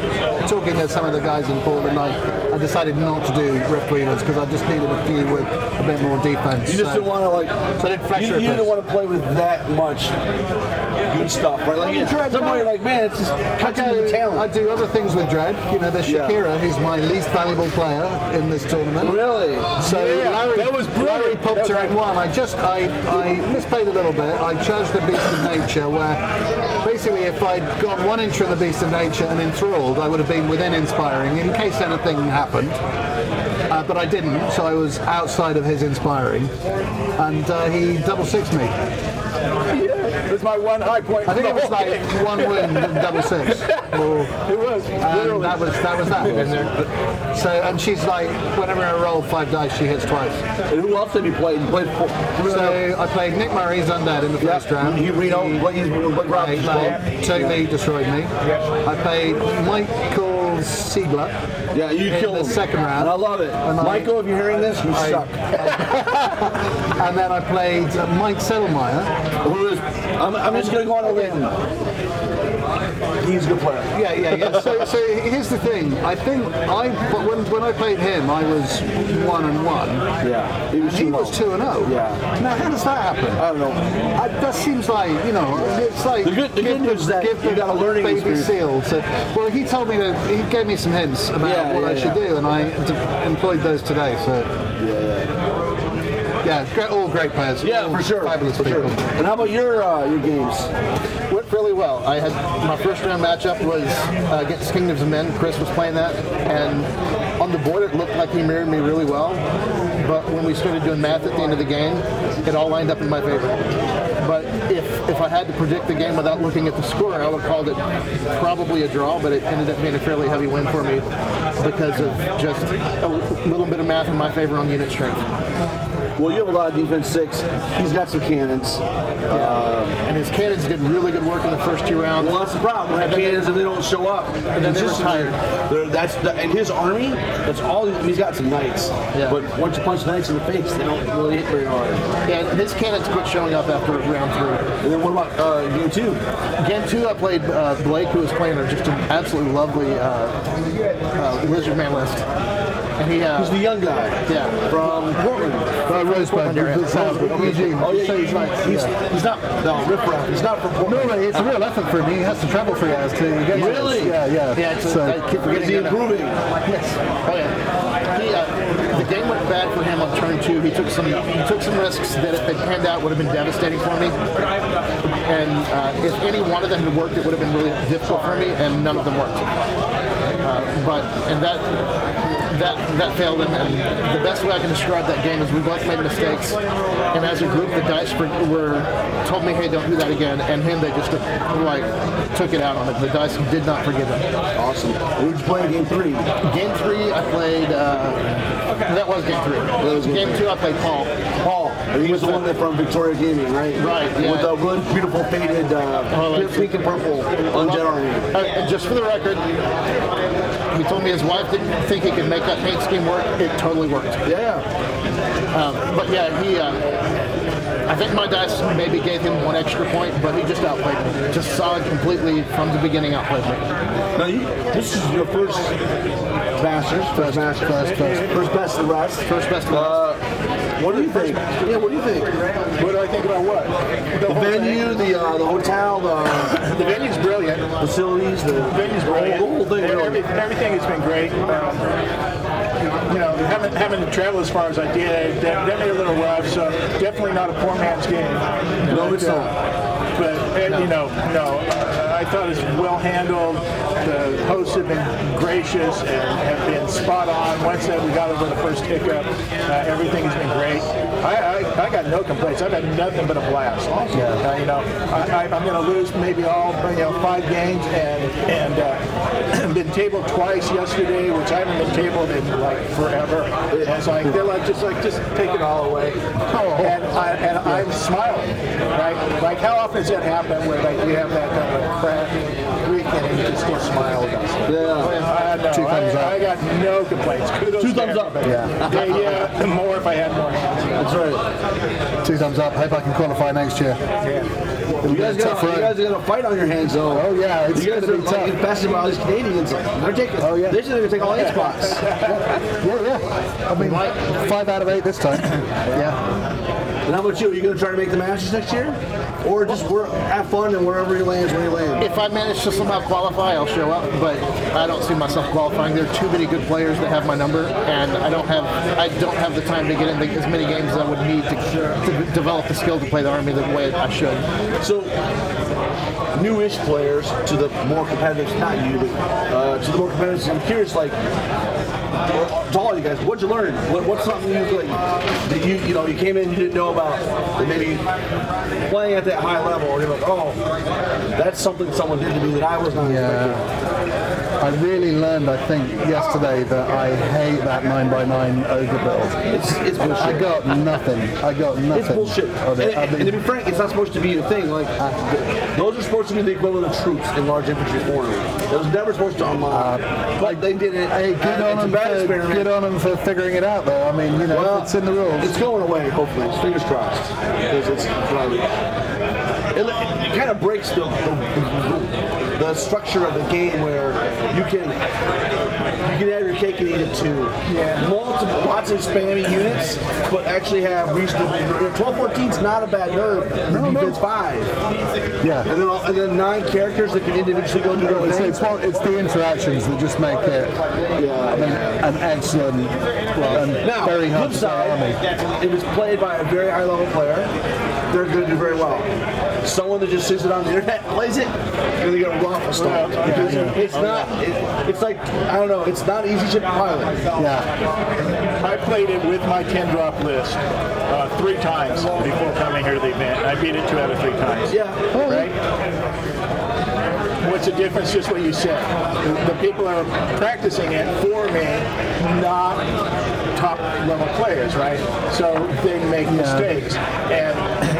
Speaker 10: talking to some of the guys in Portland, I, I decided not to do Rift Weavers because I just needed a few with a bit more defense.
Speaker 1: You just
Speaker 10: so-
Speaker 1: didn't want to like.
Speaker 10: So I did flex
Speaker 1: you, you didn't
Speaker 10: rippers.
Speaker 1: want to play with that much good stuff, right? Like,
Speaker 10: you tried
Speaker 1: somebody
Speaker 10: that.
Speaker 1: like, man, it's just
Speaker 10: I
Speaker 1: catching the
Speaker 10: do, I
Speaker 1: talent.
Speaker 10: do other things with Dread. You know, there's
Speaker 1: Yeah.
Speaker 10: Shakira, who's my least valuable player in this tournament.
Speaker 1: really?
Speaker 10: So
Speaker 12: Yeah,
Speaker 10: Larry,
Speaker 12: that was brilliant.
Speaker 10: Larry popped her in one. I just I, I misplayed a little bit. I chose the Beast of Nature, where basically if I'd gone one inch from the Beast of Nature and enthralled, I would have been within inspiring in case anything happened. Uh, but I didn't, so I was outside of his inspiring, and uh, he double six me.
Speaker 12: was my one high point.
Speaker 10: I think it
Speaker 12: for the
Speaker 10: was
Speaker 12: whole
Speaker 10: like
Speaker 12: game.
Speaker 10: one win and double six.
Speaker 12: it was.
Speaker 10: And that was that was that. So and she's like, whenever I roll five dice, she hits twice.
Speaker 1: And who else did you play? You played four.
Speaker 10: So I played Nick Murray's Undead in the first round.
Speaker 1: You read all what you what Rob
Speaker 10: They
Speaker 1: just told.
Speaker 10: totally destroyed me. I played Michael Siegler.
Speaker 1: Yeah, you
Speaker 10: in
Speaker 1: killed
Speaker 10: the
Speaker 1: him.
Speaker 10: second round.
Speaker 1: And I love it.
Speaker 10: And I-
Speaker 1: Michael, if you're hearing this, you
Speaker 10: Uh, I-
Speaker 1: suck.
Speaker 10: and then I played Mike Settlemyer.
Speaker 1: I'm, I'm just going to go on a limb. He's a good player.
Speaker 10: Yeah, yeah, yeah. So, so here's the thing. I think I, but when, when I played him, I was one and one.
Speaker 1: Yeah, he was
Speaker 10: He
Speaker 1: too
Speaker 10: was
Speaker 1: low.
Speaker 10: two and oh.
Speaker 1: Yeah.
Speaker 10: Now, how does that happen?
Speaker 1: I don't know.
Speaker 10: I, that seems like you know, it's like
Speaker 1: The good- the
Speaker 10: give
Speaker 1: good
Speaker 10: the-
Speaker 1: news is that
Speaker 10: give
Speaker 1: you
Speaker 10: the
Speaker 1: got a learning
Speaker 10: baby
Speaker 1: experience.
Speaker 10: seal. To, well, he told me that he gave me some hints about
Speaker 1: Yeah,
Speaker 10: what
Speaker 1: yeah,
Speaker 10: I should
Speaker 1: yeah.
Speaker 10: do, and I d- employed those today. So yeah, great, all great players.
Speaker 1: Yeah,
Speaker 10: all
Speaker 1: for sure.
Speaker 10: Fabulous
Speaker 1: for sure.
Speaker 10: people.
Speaker 1: And how about your uh, your games?
Speaker 11: went really well. I had my first round matchup was uh, against Kingdoms of Men. Chris was playing that, and on the board it looked like he mirrored me really well. But when we started doing math at the end of the game, it all lined up in my favor. But if if I had to predict the game without looking at the score, I would have called it probably a draw. But it ended up being a fairly heavy win for me because of just a little bit of math in my favor on unit strength.
Speaker 1: Well, you have a lot of defense six. He's got some cannons.
Speaker 11: And his cannons did really good work in the first two rounds.
Speaker 1: Well, that's the problem. When
Speaker 11: And
Speaker 1: the
Speaker 11: then they-
Speaker 1: cannons and they don't show up. And
Speaker 11: then they retired.
Speaker 1: tired. That's the, and his army. That's all he- he's got. Some knights.
Speaker 11: Yeah.
Speaker 1: But once you punch knights in the face, they don't really hit very hard.
Speaker 11: Yeah, his cannons quit showing up after round three.
Speaker 1: And then what about uh, game two?
Speaker 11: Game two, I played uh, Blake, who was playing a- just an absolutely lovely uh, uh, lizard man list, and he uh,
Speaker 1: He's the young guy.
Speaker 11: yeah.
Speaker 1: From Portland.
Speaker 10: Uh, Rosebud,
Speaker 11: Portland area.
Speaker 10: it's, uh, Eugene.
Speaker 1: Oh yeah,
Speaker 10: So
Speaker 1: he's,
Speaker 10: he's like-
Speaker 1: he's,
Speaker 10: yeah.
Speaker 1: he's not no riff raff. He's not from Portland.
Speaker 10: No, no, it's a real effort for me. He has to travel three hours to get to
Speaker 1: Really?
Speaker 10: this. Yeah, yeah.
Speaker 11: Yeah, it's,
Speaker 10: so,
Speaker 11: I keep forgetting.
Speaker 1: Is he
Speaker 11: that.
Speaker 1: improving?
Speaker 11: Yes. Oh yeah. He, uh, the game went bad for him on turn two. He took some he took some risks that if they panned out would have been devastating for me. And uh, if any one of them had worked, it would have been really difficult for me, and none of them worked. Uh, but and that that that failed, and, and the best way I can describe that game is we both made mistakes, and as a group, the dice were, were told me, hey, don't do that again, and him they just like took it out on it. The dice did not forgive him.
Speaker 1: Awesome. Who'd you play in game three?
Speaker 11: Game three, I played. Uh, that was game three. game two, I played Paul.
Speaker 1: Paul. And he was the one that from Victoria Gaming, right?
Speaker 11: Right, yeah.
Speaker 1: With the good, beautiful faded
Speaker 11: Oh,
Speaker 1: uh,
Speaker 11: like-
Speaker 1: pink and purple on Jet Army.
Speaker 11: Uh, and just for the record, he told me his wife didn't think he could make that paint scheme work. It totally worked.
Speaker 1: Yeah.
Speaker 11: Um, but yeah, he. Uh, I think my dice maybe gave him one extra point, but he just outplayed me. Just solid completely from the beginning outplayed me.
Speaker 1: Now you, this is your first Masters, first Masters,
Speaker 10: first, first.
Speaker 1: first best of the rest.
Speaker 11: First best of the
Speaker 1: Uh, what do you think? Yeah, what do you think?
Speaker 12: What do I think about what?
Speaker 1: The venue, the uh, the hotel, the
Speaker 11: The venue's brilliant.
Speaker 1: facilities, the,
Speaker 12: Venue's
Speaker 1: the
Speaker 12: brilliant.
Speaker 1: whole- the whole thing.
Speaker 12: Every-
Speaker 1: really.
Speaker 12: everything has been great. Um, you know, having, having to travel as far as I did, that, that made it a little rough. So definitely not a poor man's game.
Speaker 1: No, it's
Speaker 12: But, uh,
Speaker 1: not.
Speaker 12: But uh, you know, no, uh, I thought it was well handled. The hosts have been gracious and have been spot on. Once that we got over the first hiccup, uh, everything has been great. I, I, I got no complaints. I've had nothing but a blast. Uh, you know, I, I, I'm going to lose maybe all you know five games and and uh, been tabled twice yesterday, which I haven't been tabled in like forever. And it's like they're like just like just take it all away, and I and I'm smiling, right? Like how often does that happen where like you have that kind of crap weekend and you just get smiled at? Yeah, I, know.
Speaker 10: Two thumbs
Speaker 12: I,
Speaker 10: up.
Speaker 12: I got no complaints. Kudos
Speaker 1: Two
Speaker 12: to
Speaker 1: thumbs up.
Speaker 12: everybody. Yeah, yeah, more if I had more hands.
Speaker 1: That's right.
Speaker 10: Two thumbs up. Hope I can qualify next year.
Speaker 1: You guys,
Speaker 10: Tough
Speaker 1: got, you
Speaker 10: road.
Speaker 1: guys are gonna fight on your hands though.
Speaker 10: Oh, yeah, it's
Speaker 1: you guys
Speaker 10: gonna
Speaker 1: are
Speaker 10: be
Speaker 1: like,
Speaker 10: tough.
Speaker 1: invested by all these Canadians. They're taking.
Speaker 10: Oh, yeah.
Speaker 1: They're just gonna take all eight spots.
Speaker 10: Yeah, yeah. I mean, five out of eight this time. yeah.
Speaker 1: And how about you? Are you gonna try to make the Masters next year, or just work, have fun and wherever he lands, where he lands?
Speaker 11: If I manage to somehow qualify, I'll show up, but I don't see myself qualifying. There are too many good players that have my number, and I don't have I don't have the time to get in the, as many games as I would need to, to develop the skill to play the army the way I should.
Speaker 1: So, newish players to the more competitive, not you, but uh, to the more competitive. I'm curious, like, to all you guys, what'd you learn? What, what's something you like that you you know you came in you didn't know about that maybe playing at that high level and you're like, oh, that's something someone did to me that I was not
Speaker 10: Yeah. I really learned, I think, yesterday that I hate that 9x9 overbuild.
Speaker 1: It's, it's bullshit.
Speaker 10: I got nothing. I got nothing.
Speaker 1: It's bullshit.
Speaker 10: of
Speaker 1: And,
Speaker 10: it. I
Speaker 1: and- and to be frank, it's not supposed to be a thing. Like those are supposed to be the equivalent of troops in large infantry forming. It was never supposed to unlock, but they did it.
Speaker 10: Hey,
Speaker 1: and
Speaker 10: good on,
Speaker 1: it's a
Speaker 10: them
Speaker 1: bad
Speaker 10: for,
Speaker 1: experiment.
Speaker 10: good on 'em for figuring it out, though. I mean, you know, if it's in the rules.
Speaker 1: It's going away, hopefully. Fingers crossed. 'Cause it's probably- It, it kind of breaks the, the, the structure of the game where you can you can have your cake and eat it too. Yeah. Multiple, lots of spammy units, but actually have reasonable. 1214 is not a bad nerve. No, defense five.
Speaker 10: Yeah.
Speaker 1: And then, all- and then nine characters that can individually go do their own
Speaker 10: It's,
Speaker 1: things.
Speaker 10: it's, what- it's the interactions that just make it I mean, an excellent and
Speaker 1: Now,
Speaker 10: very hard
Speaker 1: flip
Speaker 10: to play army.
Speaker 1: side, it was played by a very high level player. They're going to do very well. Someone that just sees it on the internet plays it, and they get a waffle style. Because it's not, it, it's like, I don't know, it's not easy ship to pilot.
Speaker 12: I played it with my 10 drop list uh, three times before coming here to the event. I beat it two out of three times.
Speaker 1: Yeah.
Speaker 12: Right? What's the difference? Just what you said. The people are practicing it for me, not top level players, right? So they make mistakes, and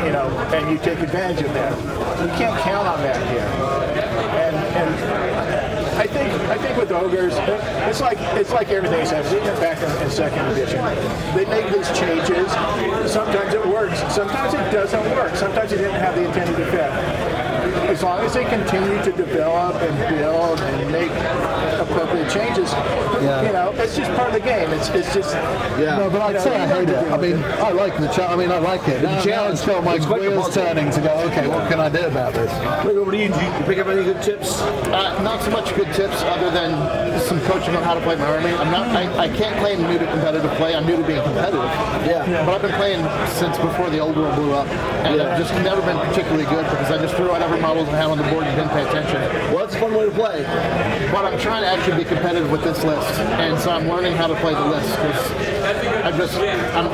Speaker 12: you know, and you take advantage of that. You can't count on that here. And, and I think I think with ogres, it's like it's like everything else. We went back in, in second edition. They make these changes. Sometimes it works. Sometimes it doesn't work. Sometimes it didn't have the intended effect as long as they continue to develop and build and make appropriate changes, you know, it's just part of the game. It's, it's just, yeah.
Speaker 10: No, but I'd say I hate it. uh, I mean, I like the challenge. I mean, I like it. Now, now it's got my
Speaker 1: It's quite the
Speaker 10: wheels
Speaker 1: puzzle.
Speaker 10: turning to go, okay, what can I do about this?
Speaker 1: Look over to you. Do you pick up any good tips?
Speaker 11: Uh, not so much good tips other than some coaching on how to play my army. I'm not. I, I can't claim new to competitive play. I'm new to being competitive.
Speaker 1: Yeah.
Speaker 11: But I've been playing since before the old world blew up, and I've just never been particularly good because I just threw out every model I had on the board and didn't pay attention.
Speaker 1: Well, that's a fun way to play.
Speaker 11: But I'm trying to actually be competitive with this list, and so I'm learning how to play the list. 'cause I just I'm,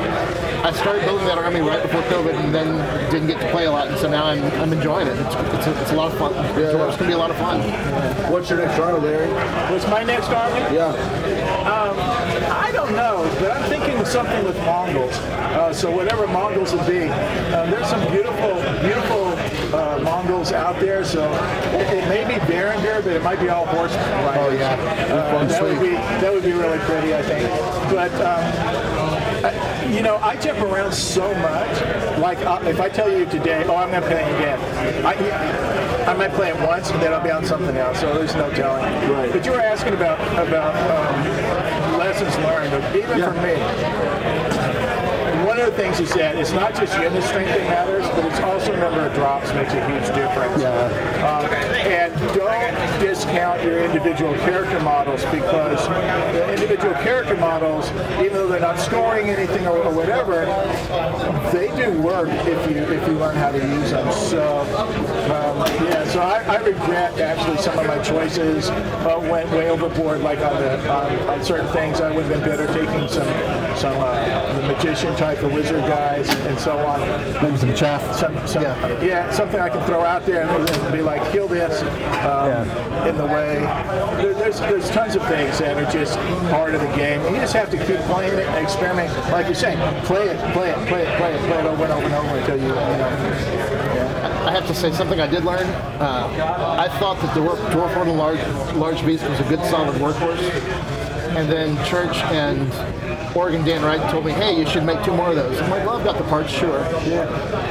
Speaker 11: I started building that army right before COVID, and then didn't get to play a lot, and so now I'm, I'm enjoying it. It's, it's, a, it's a lot of fun. So It's gonna be a lot of fun.
Speaker 1: What's your next army, Larry?
Speaker 12: What's my next army?
Speaker 1: Yeah.
Speaker 12: Um, I don't know, but I'm thinking something with Mongols. Uh, so whatever Mongols would be, uh, there's some beautiful, beautiful uh, Mongols out there. So it, it may be Berenger, but it might be all horse riders. Oh yeah, that would be that would be really pretty, I think. But um, I, you know, I jump around so much. Like uh, if I tell you today, oh, I'm going to play it again. I, I might play it once, and then I'll be on something else. So there's no telling.
Speaker 1: Right.
Speaker 12: But you were asking about about um, lessons learned, but even for me, one of the things you said it's not just unit strength that matters, but it's also number of drops makes a huge difference. Um, and don't discount your individual character models because the individual character models, even though they're not scoring anything or, or whatever, they do work if you if you learn how to use them. So um, yeah, so I, I regret actually some of my choices uh, went way overboard, like on the on, on certain things. I would have been better taking some some uh, the magician type, the wizard guys, and so on
Speaker 10: Maybe some chaff.
Speaker 12: some, some yeah. something I can throw out there and be like, kill this um, in the way. There, there's there's tons of things that are just part of the game. You just have to keep playing it and experiment. Like you're saying, play it, play it, play it, play it, play it over and over and over until you, you know.
Speaker 11: I have to say something I did learn. Uh, I thought that the dwarf, dwarf on a large large beast was a good solid workhorse, and then Church and Oregon Dan Wright told me, "Hey, you should make two more of those." I'm like, "Well, I've got the parts, sure." Yeah.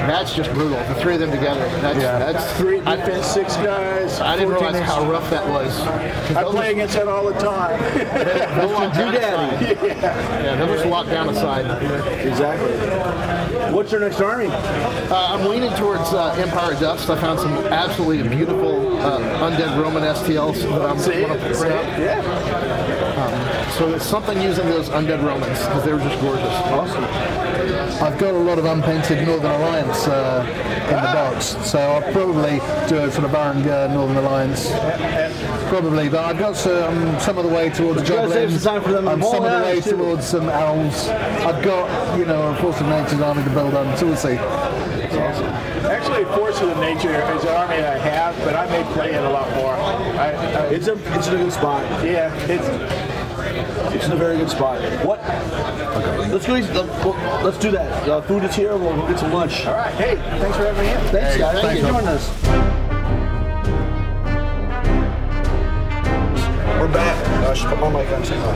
Speaker 11: That's just brutal. The three of them together. That's, that's
Speaker 12: Three defense, six guys.
Speaker 11: I didn't
Speaker 12: 14
Speaker 11: realize
Speaker 12: inch.
Speaker 11: how rough that was.
Speaker 12: I play against that all the time.
Speaker 11: Daddy.
Speaker 12: yeah.
Speaker 11: Yeah, that was locked down aside.
Speaker 1: Exactly. What's your next army?
Speaker 11: Uh, I'm leaning towards uh, Empire of Dust. I found some absolutely beautiful uh, undead Roman STLs that I'm going to bring up. Um,
Speaker 12: Yeah.
Speaker 11: So it's something using those undead Romans because they were just gorgeous. Awesome.
Speaker 10: I've got a lot of unpainted Northern Alliance uh, in
Speaker 1: Ah!
Speaker 10: the box, so I'll probably do it for the Baron uh, Northern Alliance. Probably, but I've got some, some of the way towards the
Speaker 1: Gotta save
Speaker 10: Javelins.
Speaker 1: some time for them
Speaker 10: I'm some of the way
Speaker 1: Morehounds, too.
Speaker 10: towards some Owls. I've got, you know, a Force of Nature's army to build on, so we'll see.
Speaker 12: Actually, Force of the Nature is an army I have, but I may play it a lot more. I, I,
Speaker 1: It's a it's in a good spot.
Speaker 12: yeah, it's
Speaker 1: It's in a very good spot. What? Okay. Let's go. eat- let- Let's do that. Uh, food is here. We'll go get some lunch.
Speaker 12: all right. Hey, thanks for having me in.
Speaker 1: Thanks,
Speaker 10: Hey,
Speaker 1: guys.
Speaker 10: thanks,
Speaker 1: Thanks for
Speaker 10: man.
Speaker 1: joining us. We're back. Oh, I should put my mic on. somehow.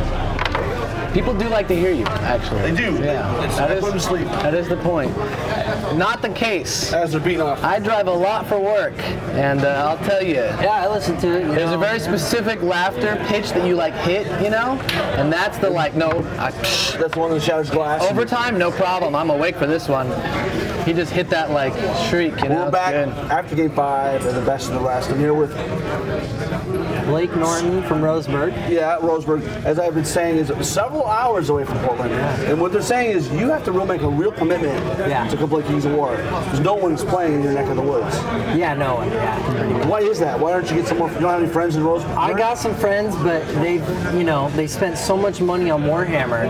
Speaker 13: People do like to hear you, actually.
Speaker 1: They do.
Speaker 13: Yeah.
Speaker 1: It's-
Speaker 13: That
Speaker 1: I
Speaker 13: is-
Speaker 1: put them to sleep.
Speaker 13: That is the point. Not the case.
Speaker 1: As they're beating off.
Speaker 13: I drive a lot for work, and uh, I'll tell you. Yeah, I listen to it. There's a very specific laughter pitch that you like hit, you know, and that's the like no. I,
Speaker 1: That's one of the shatters glass.
Speaker 13: overtime, no problem. I'm awake for this one. He just hit that like shriek, you know.
Speaker 1: We're
Speaker 13: it's
Speaker 1: back
Speaker 13: good.
Speaker 1: after game five and the best of the rest. I'm here with
Speaker 14: Blake Norton from Roseburg.
Speaker 1: Yeah, Roseburg, as I've been saying, is several hours away from Portland. And what they're saying is you have to real make a real commitment
Speaker 14: Yeah.
Speaker 1: to complete Kings of War. Because no one's playing in your neck of the woods.
Speaker 14: Yeah, no one. Yeah, pretty much.
Speaker 1: Why is that? Why don't you get someone? You don't have any friends in Roseburg?
Speaker 14: I got some friends, but they've, you know, they spent so much money on Warhammer,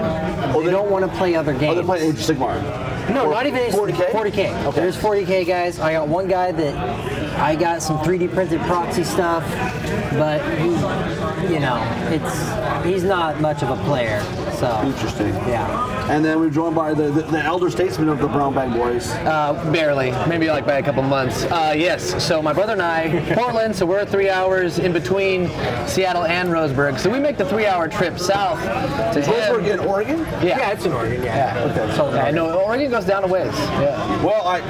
Speaker 14: they,
Speaker 1: they-
Speaker 14: don't want to play other games.
Speaker 1: Oh, they're playing Age of Sigmar.
Speaker 14: No,
Speaker 1: Or
Speaker 14: not even
Speaker 1: 40K?
Speaker 14: 40k.
Speaker 1: Okay.
Speaker 14: There's 40k guys. I got one guy that I got some 3D printed proxy stuff, but he, you know, it's he's not much of a player. So
Speaker 1: Interesting.
Speaker 14: Yeah,
Speaker 1: And then we're joined by the, the, the elder statesman of the Brown Bag Boys.
Speaker 13: Uh, barely, maybe like by a couple months. Uh, yes, so my brother and I, Portland, so we're three hours in between Seattle and Roseburg. So we make the three hour trip south to
Speaker 1: Roseburg
Speaker 13: him.
Speaker 1: in Oregon?
Speaker 13: Yeah.
Speaker 14: it's in Oregon.
Speaker 13: Yeah, So, I know Oregon goes down a ways. Yeah.
Speaker 1: Well, Oh, I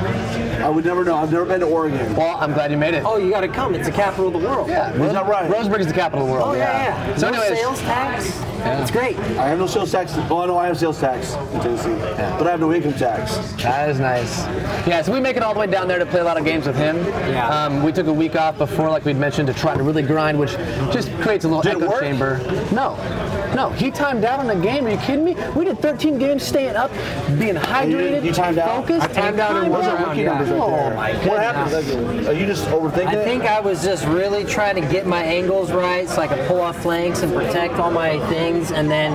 Speaker 1: I would never know. I've never been to Oregon.
Speaker 13: Well, I'm glad you made it.
Speaker 14: Oh, you got to come. It's the capital of the world.
Speaker 13: yeah.
Speaker 1: Is that right?
Speaker 13: Roseburg is the capital of the world.
Speaker 14: Oh yeah, yeah.
Speaker 13: So,
Speaker 14: no
Speaker 13: anyways,
Speaker 14: sales tax. It's great.
Speaker 1: I have no sales tax. Oh, no, I have sales tax in Tennessee. But I have no income tax.
Speaker 13: That is nice. Yeah, so we make it all the way down there to play a lot of games with him.
Speaker 14: Yeah.
Speaker 13: Um, we took a week off before, like we'd mentioned, to try to really grind, which just creates a little
Speaker 1: Did it
Speaker 13: echo
Speaker 1: work?
Speaker 13: chamber. No. No, he timed out on a game. Are you kidding me? We did 13 games staying up, being
Speaker 1: you
Speaker 13: hydrated,
Speaker 1: didn't- you timed out?
Speaker 13: focused.
Speaker 1: I
Speaker 14: timed out in
Speaker 13: and
Speaker 14: one
Speaker 13: timed
Speaker 14: round, yeah.
Speaker 13: out. Oh my
Speaker 1: What
Speaker 13: goodness.
Speaker 1: happened? Like, Are you just overthinking
Speaker 14: I
Speaker 1: it?
Speaker 14: think I was just really trying to get my angles right so I could pull off flanks and protect all my things, and then,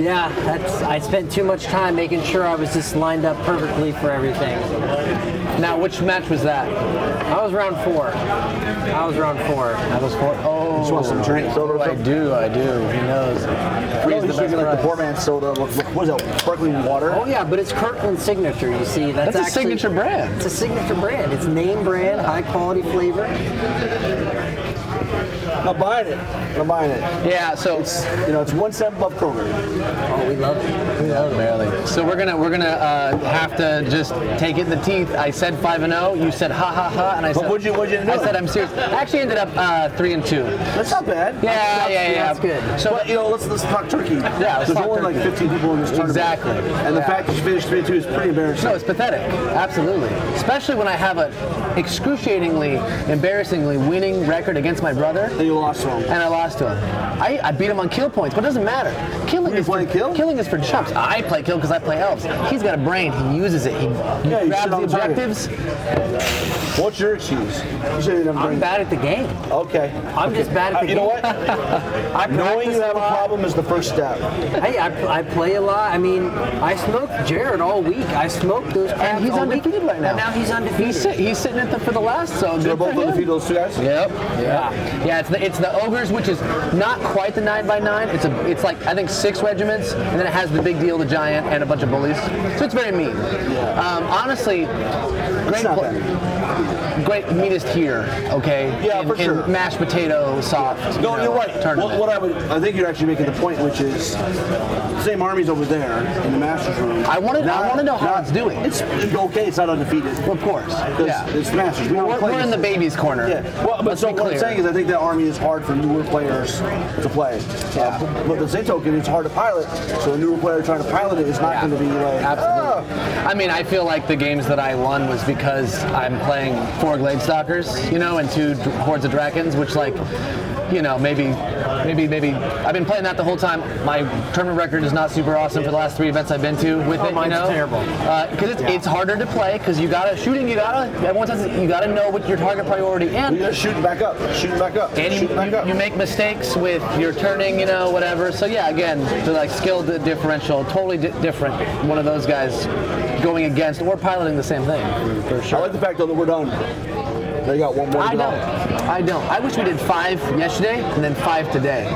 Speaker 14: yeah, that's. I spent too much time making sure I was just lined up perfectly for everything.
Speaker 13: Now, which match was that?
Speaker 14: I was round four. I was round four.
Speaker 13: That was for oh.
Speaker 1: Just want some drink, soda or
Speaker 13: I
Speaker 1: something?
Speaker 13: do, I do. Who knows?
Speaker 1: No,
Speaker 13: Freeze
Speaker 1: he's
Speaker 13: the best
Speaker 1: drinking like the
Speaker 13: prize.
Speaker 1: poor man's soda. Look, look, what is that? Sparkling water.
Speaker 14: Oh yeah, but it's Kirkland signature. You see, that's,
Speaker 13: That's a
Speaker 14: actually-
Speaker 13: signature brand.
Speaker 14: It's a signature brand. It's name brand, high quality flavor.
Speaker 1: I'm not buying it. I'm not buying it.
Speaker 13: Yeah. So
Speaker 1: You know, it's one cent above Kroger.
Speaker 14: Oh, we love it. We love it.
Speaker 13: Barely. So we're gonna we're gonna uh, have to just take it in the teeth. I said five and zero. You said ha ha ha, and I said.
Speaker 1: what'd you- what'd you end
Speaker 13: I
Speaker 1: up?
Speaker 13: said I'm serious. I actually ended up uh, three and two.
Speaker 1: That's not bad.
Speaker 13: Yeah, yeah, yeah.
Speaker 14: that's good.
Speaker 13: So
Speaker 1: but you know, let's let's talk turkey.
Speaker 13: Yeah, let's
Speaker 1: There's
Speaker 13: talk
Speaker 1: only like
Speaker 13: turkey.
Speaker 1: 15 people in this tournament.
Speaker 13: Exactly.
Speaker 1: And the
Speaker 13: Yeah.
Speaker 1: fact that you finished 3-2 is pretty embarrassing.
Speaker 13: no, it's pathetic. Absolutely. Especially when I have a excruciatingly, embarrassingly winning record against my brother.
Speaker 1: And you lost to him.
Speaker 13: and I lost to him. I, I beat him on kill points, but it doesn't matter. Killing
Speaker 1: You
Speaker 13: is
Speaker 1: play
Speaker 13: for,
Speaker 1: kill?
Speaker 13: Killing is for chumps. I play kill because I play elves. He's got a brain. He uses it. He
Speaker 1: you
Speaker 13: grabs
Speaker 1: should
Speaker 13: the
Speaker 1: on target.
Speaker 13: objectives.
Speaker 1: What's your excuse? You should have never
Speaker 14: I'm
Speaker 1: bring
Speaker 14: bad at the game.
Speaker 1: Okay.
Speaker 14: I'm just bad at
Speaker 1: Uh,
Speaker 14: the
Speaker 1: you
Speaker 14: game.
Speaker 1: know what?
Speaker 14: I
Speaker 1: Knowing
Speaker 14: practice
Speaker 1: you have a
Speaker 14: lot.
Speaker 1: problem is the first step.
Speaker 14: Hey, I, I play a lot. I mean, I smoked Jared all week. I smoked those cats
Speaker 13: And he's
Speaker 14: all
Speaker 13: undefeated
Speaker 14: week,
Speaker 13: right now.
Speaker 14: And now he's undefeated.
Speaker 13: He's, sit, he's sitting at the for the last. So
Speaker 1: They're
Speaker 13: good
Speaker 1: both
Speaker 13: for him.
Speaker 1: undefeated, those two guys.
Speaker 13: Yep. Yeah. Yeah. It's the it's the ogres, which is not quite the nine by nine. It's a it's like I think six regiments, and then it has the big deal, the giant, and a bunch of bullies. So it's very mean. Um, honestly, great.
Speaker 1: not
Speaker 13: pla- Great meanest here, okay?
Speaker 1: Yeah,
Speaker 13: in,
Speaker 1: for
Speaker 13: in
Speaker 1: sure.
Speaker 13: mashed potato soft.
Speaker 1: No,
Speaker 13: you know,
Speaker 1: you're right.
Speaker 13: Tournament.
Speaker 1: What, what I would, I think you're actually making the point, which is same army's over there in the masters room.
Speaker 13: I wanna- I wanna know how
Speaker 1: not-
Speaker 13: it's doing.
Speaker 1: It's okay. It's not undefeated.
Speaker 13: of course.
Speaker 1: Because
Speaker 13: Yeah.
Speaker 1: It's masters. We don't
Speaker 13: We're,
Speaker 1: play
Speaker 13: we're in the
Speaker 1: this-
Speaker 13: baby's corner.
Speaker 1: Yeah. Well, but
Speaker 13: Let's
Speaker 1: so
Speaker 13: be
Speaker 1: what I'm
Speaker 13: clear.
Speaker 1: saying is, I think that army is hard for newer players to play. Uh, but- but at the same token, it's hard to pilot. So a newer player trying to pilot it is not going to be like.
Speaker 13: Absolutely. I mean, I feel like the games that I won was because I'm playing four Glade Stalkers, you know, and two d- Hordes of Dragons, which like, you know, maybe, maybe, maybe. I've been playing that the whole time. My tournament record is not super awesome for the last three events I've been to with
Speaker 11: Oh,
Speaker 13: it.
Speaker 11: mine's
Speaker 13: you know?
Speaker 11: terrible.
Speaker 13: Because it's, it's harder to play because you gotta shooting. You gotta everyone says you gotta know what your target priority and you gotta shoot back up, shooting back up, and you, you, you make mistakes with your turning, you know, whatever. So yeah, again, the like skill di- differential, totally di- different. One of those guys going against or piloting the same thing for sure. I like the fact though that we're done. They got one more. I don't. I don't. I wish we did five yesterday and then five today.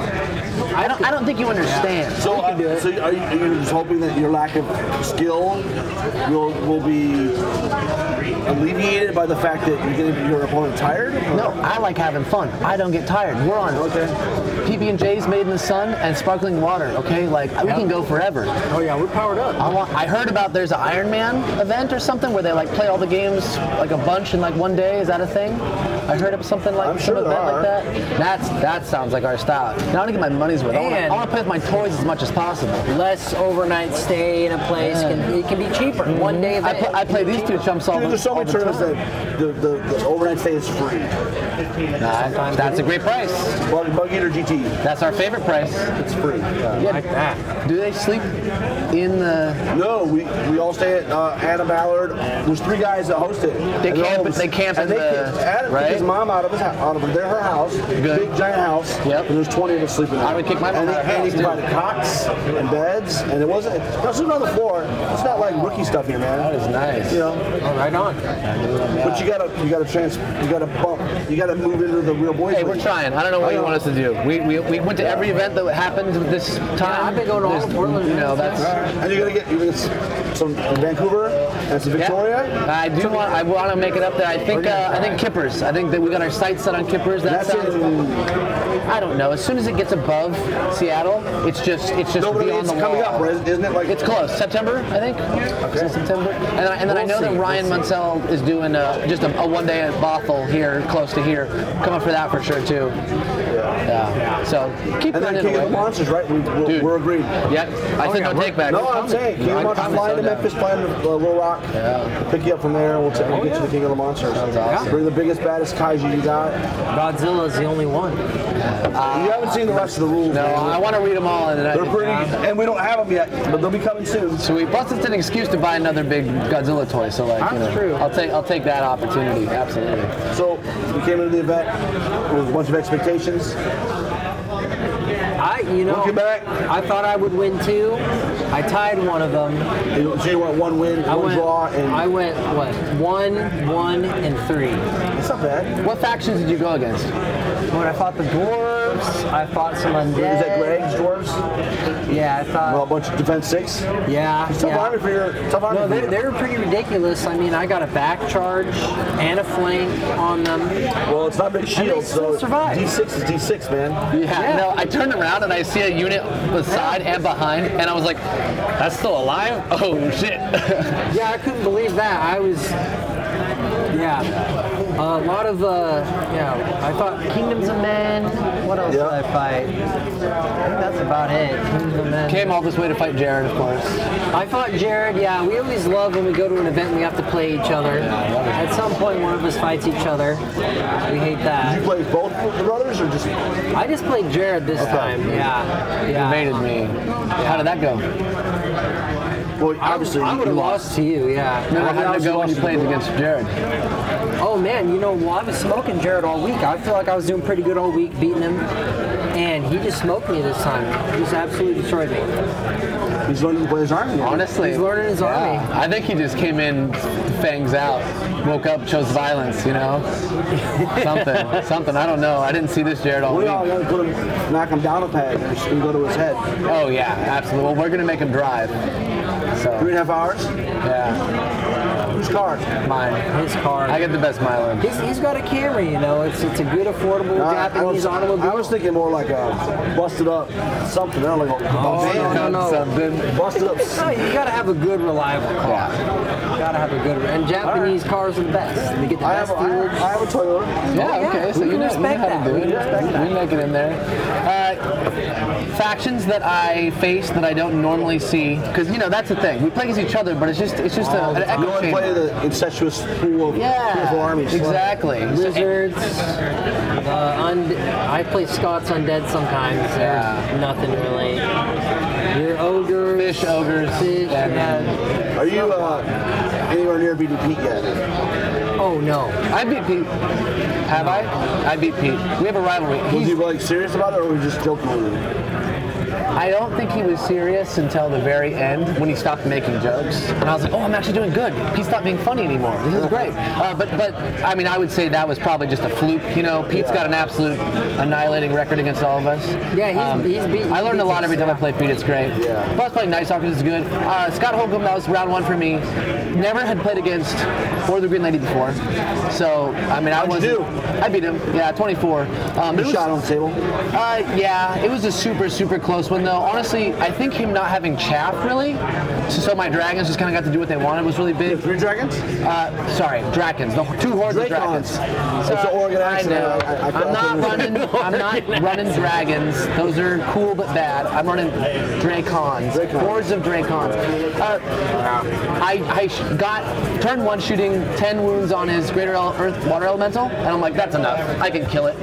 Speaker 13: I don't. I don't think you understand.
Speaker 1: So, uh, so are, you, are you just hoping that your lack of skill will will be alleviated by the fact that you're getting your opponent tired?
Speaker 13: No, I like having fun. I don't get tired. We're on okay. PB and J's made in the sun and sparkling water. Okay, like we can go forever. Oh yeah, we're powered up. I want. I heard about there's an Iron Man event or something where they like play all the games like a bunch in like one day. Is that a thing? I heard of something like some event like that. That's that sounds like our style. Now I want to get my money's worth. I wanna- I
Speaker 14: And-
Speaker 13: want to play with my toys as much as possible.
Speaker 14: Less overnight stay in a place can it can be cheaper. One day
Speaker 13: Mm-hmm. I, pl- I play these two chumps all
Speaker 1: Dude,
Speaker 13: the
Speaker 1: there's so
Speaker 13: all
Speaker 1: many
Speaker 13: the
Speaker 1: tournaments
Speaker 13: time.
Speaker 1: that the, the, the overnight stay is free.
Speaker 13: Nah, that's a great price.
Speaker 1: Bug, Bug Eater GT.
Speaker 13: That's our favorite price. It's free. yeah. like that. Do they sleep in the?
Speaker 1: No, we, we all stay at uh, Adam Ballard. There's three guys that host it.
Speaker 13: They
Speaker 1: And they're
Speaker 13: camp-
Speaker 1: all-
Speaker 13: they camp
Speaker 1: and
Speaker 13: in
Speaker 1: they
Speaker 13: the-
Speaker 1: camp- Adam took his
Speaker 13: right?
Speaker 1: mom out of his house, out of their, her house, big giant house. Yep. And there's 20 of us sleeping. I would kick
Speaker 13: my mom
Speaker 1: and
Speaker 13: out of her
Speaker 1: And he
Speaker 13: house, too.
Speaker 1: provided cots and beds, and it wasn't. No, sleeping on the floor. It's not like rookie stuff here, man. That
Speaker 13: is nice.
Speaker 1: You know.
Speaker 13: Oh, right on.
Speaker 1: But you gotta you gotta trans you gotta bump you gotta move into the real boys.
Speaker 13: Hey, we're
Speaker 1: league.
Speaker 13: trying. I don't know what you want us to do. We, we, we went to every event that happened this time. I've been going to all Portland. You know, that's.
Speaker 1: And you're gonna get you're gonna get some from Vancouver and some Victoria.
Speaker 13: I do want. I want to make it up there. I think. Uh, I think Kippers. I think that we got our sights set on Kippers. That
Speaker 1: That's
Speaker 13: sounds. I don't know. As soon as it gets above Seattle, it's just. It's just
Speaker 1: No, but I mean,
Speaker 13: beyond
Speaker 1: it's
Speaker 13: the wall.
Speaker 1: coming up, right? Isn't it like-
Speaker 13: It's close. September, I think. Okay. September. And then, I- and then I
Speaker 1: We'll
Speaker 13: know
Speaker 1: see.
Speaker 13: that Ryan
Speaker 1: We'll see.
Speaker 13: Munsell is doing uh, just a, a one day at Bothell here, close to here. Come up for that for sure too. Yeah. So keep
Speaker 1: And then
Speaker 13: running
Speaker 1: King of
Speaker 13: away.
Speaker 1: the Monsters, right? We, we're,
Speaker 13: Dude.
Speaker 1: we're agreed. Oh,
Speaker 13: Yep. I said no take back.
Speaker 1: No, I'm saying King of the Monsters flying to Memphis, flying to uh, Little Rock. Yeah. Pick you up from there. We'll,
Speaker 13: Oh,
Speaker 1: take, we'll get you to King of the Monsters. Bring the biggest, baddest kaiju you got.
Speaker 14: Godzilla is the only one.
Speaker 13: Uh,
Speaker 1: you haven't seen the rest of the rules. No,
Speaker 13: I want to read them all. And then I-
Speaker 1: They're pretty, and we don't have them yet, but they'll be coming soon.
Speaker 13: Sweet. Plus, it's an excuse to buy another big Godzilla toy. So like, you know, I'll take I'll take that opportunity. Absolutely.
Speaker 1: So we came into the event with a bunch of expectations.
Speaker 14: I, you know, I thought I would win two. I tied one of them.
Speaker 1: So you want one win,
Speaker 14: I
Speaker 1: one
Speaker 14: went,
Speaker 1: draw, and
Speaker 14: I went what one, one, and three.
Speaker 1: That's not bad.
Speaker 13: What factions did you go against?
Speaker 14: When I fought the dwarves, I fought some undead.
Speaker 1: Is that Greg's dwarves?
Speaker 14: Yeah, I thought.
Speaker 1: Well, a bunch of defense six.
Speaker 14: Yeah.
Speaker 1: Tough
Speaker 14: yeah.
Speaker 1: army for your tough army.
Speaker 14: No,
Speaker 1: for
Speaker 14: they're,
Speaker 1: you.
Speaker 14: they're pretty ridiculous. I mean, I got a back charge and a flank on them.
Speaker 1: Well, it's not big shields, so D6 is D6, man.
Speaker 13: Yeah, No, I turned around and I see a unit beside and behind, and I was like, "That's still alive? Oh shit!"
Speaker 14: Yeah, I couldn't believe that. I was, yeah, a lot of, uh, yeah. I thought Kingdoms of Men. What else did I fight? I think that's about it. Kingdoms of Men.
Speaker 13: Came all this way to fight Jared, of course.
Speaker 14: I fought Jared. Yeah, we always love when we go to an event and we have to play each other. At some point, one of us fights each other. We hate that.
Speaker 1: You play both the brothers or just?
Speaker 14: I just played Jared this time. Yeah, yeah.
Speaker 13: Invaded me. How did that go?
Speaker 1: Well, obviously
Speaker 14: I would have lost to you. Yeah.
Speaker 13: No, how did it go when you played against Jared?
Speaker 14: Oh man, you know, well, I was smoking Jared all week. I feel like I was doing pretty good all week, beating him, and he just smoked me this time. He just absolutely destroyed me.
Speaker 1: he's learning to play his army.
Speaker 13: Honestly,
Speaker 14: he's learning his army.
Speaker 13: I think he just came in, fangs out, woke up, chose violence. You know, something, something. I don't know. I didn't see this Jared all
Speaker 1: We
Speaker 13: week.
Speaker 1: all gotta put him, knock him down a peg and just go to his head.
Speaker 13: Oh yeah, absolutely. Well, we're gonna make him drive. So
Speaker 1: Three and a half hours.
Speaker 13: yeah,
Speaker 1: Whose car?
Speaker 13: mine.
Speaker 14: His car.
Speaker 13: I get the best mileage.
Speaker 14: He's, he's got a Camry, you know. It's it's a good, affordable
Speaker 1: Uh, I
Speaker 14: Japanese
Speaker 1: was,
Speaker 14: automobile.
Speaker 1: I was thinking more like a busted up something. I don't like a
Speaker 14: no, Oh, no, no.
Speaker 13: Something.
Speaker 1: busted up.
Speaker 14: No, you gotta have a good, reliable car. Gotta have a good, and Japanese cars are the best. They get the
Speaker 1: I
Speaker 14: best
Speaker 1: have, a, I,
Speaker 14: fuel.
Speaker 1: have, I have a Toyota.
Speaker 13: Yeah,
Speaker 14: Oh, yeah.
Speaker 13: okay.
Speaker 2: okay, so
Speaker 13: We can
Speaker 2: you know, you know
Speaker 13: respect
Speaker 2: how
Speaker 13: that.
Speaker 2: to do
Speaker 13: We
Speaker 2: it.
Speaker 13: can respect that.
Speaker 2: We make it in there.
Speaker 13: Uh, factions that I face that I don't normally see, because you know that's the thing. We play against each other, but it's just it's just a, an
Speaker 1: you
Speaker 13: echo
Speaker 1: want to play
Speaker 13: chamber.
Speaker 1: the incestuous pool of fearful armies.
Speaker 13: Exactly.
Speaker 14: Wizards. Uh, und- I play Scots Undead sometimes. Yeah. Nothing really. Your ogres. Fish
Speaker 13: ogres.
Speaker 14: Fish.
Speaker 1: Are you uh, anywhere near beating Pete yet?
Speaker 14: Oh no.
Speaker 13: I beat Pete. Have I? I beat Pete. We have a rivalry.
Speaker 1: Was he like serious about it, or was he just joking with him?
Speaker 13: I don't think he was serious until the very end when he stopped making jokes, and I was like, "Oh, I'm actually doing good. He's not being funny anymore. This is great." Uh, but but I mean, I would say that was probably just a fluke. You know, Pete's got an absolute annihilating record against all of us. Um,
Speaker 14: Yeah, he's- he's beat-
Speaker 13: I learned a
Speaker 14: beats
Speaker 13: lot every time I play Pete. It's great. Yeah. Plus, playing Night Stalkers is good. Uh, Scott Holcomb, that was round one for me. Never had played against or the Green Lady before, so I mean, I was. I beat him. Yeah, 24. Um, you shot
Speaker 1: on the table.
Speaker 13: Uh, yeah, it was a super super close one though. Honestly, I think him not having chaff really, so, so my dragons just kind of got to do what they wanted was really big. three
Speaker 1: dragons?
Speaker 13: Uh, sorry, dragons. The two hordes of dragons. Uh,
Speaker 1: It's an Oregon accent.
Speaker 13: I know.
Speaker 1: I- I- I-
Speaker 13: I'm not
Speaker 1: I-
Speaker 13: running. I'm not running dragons. Those are cool but bad. I'm running dracons. Hordes of dracons. Uh, I, I sh- got turn one shooting ten wounds on his greater ele- earth water elemental, and I'm like, that's enough. I can kill it.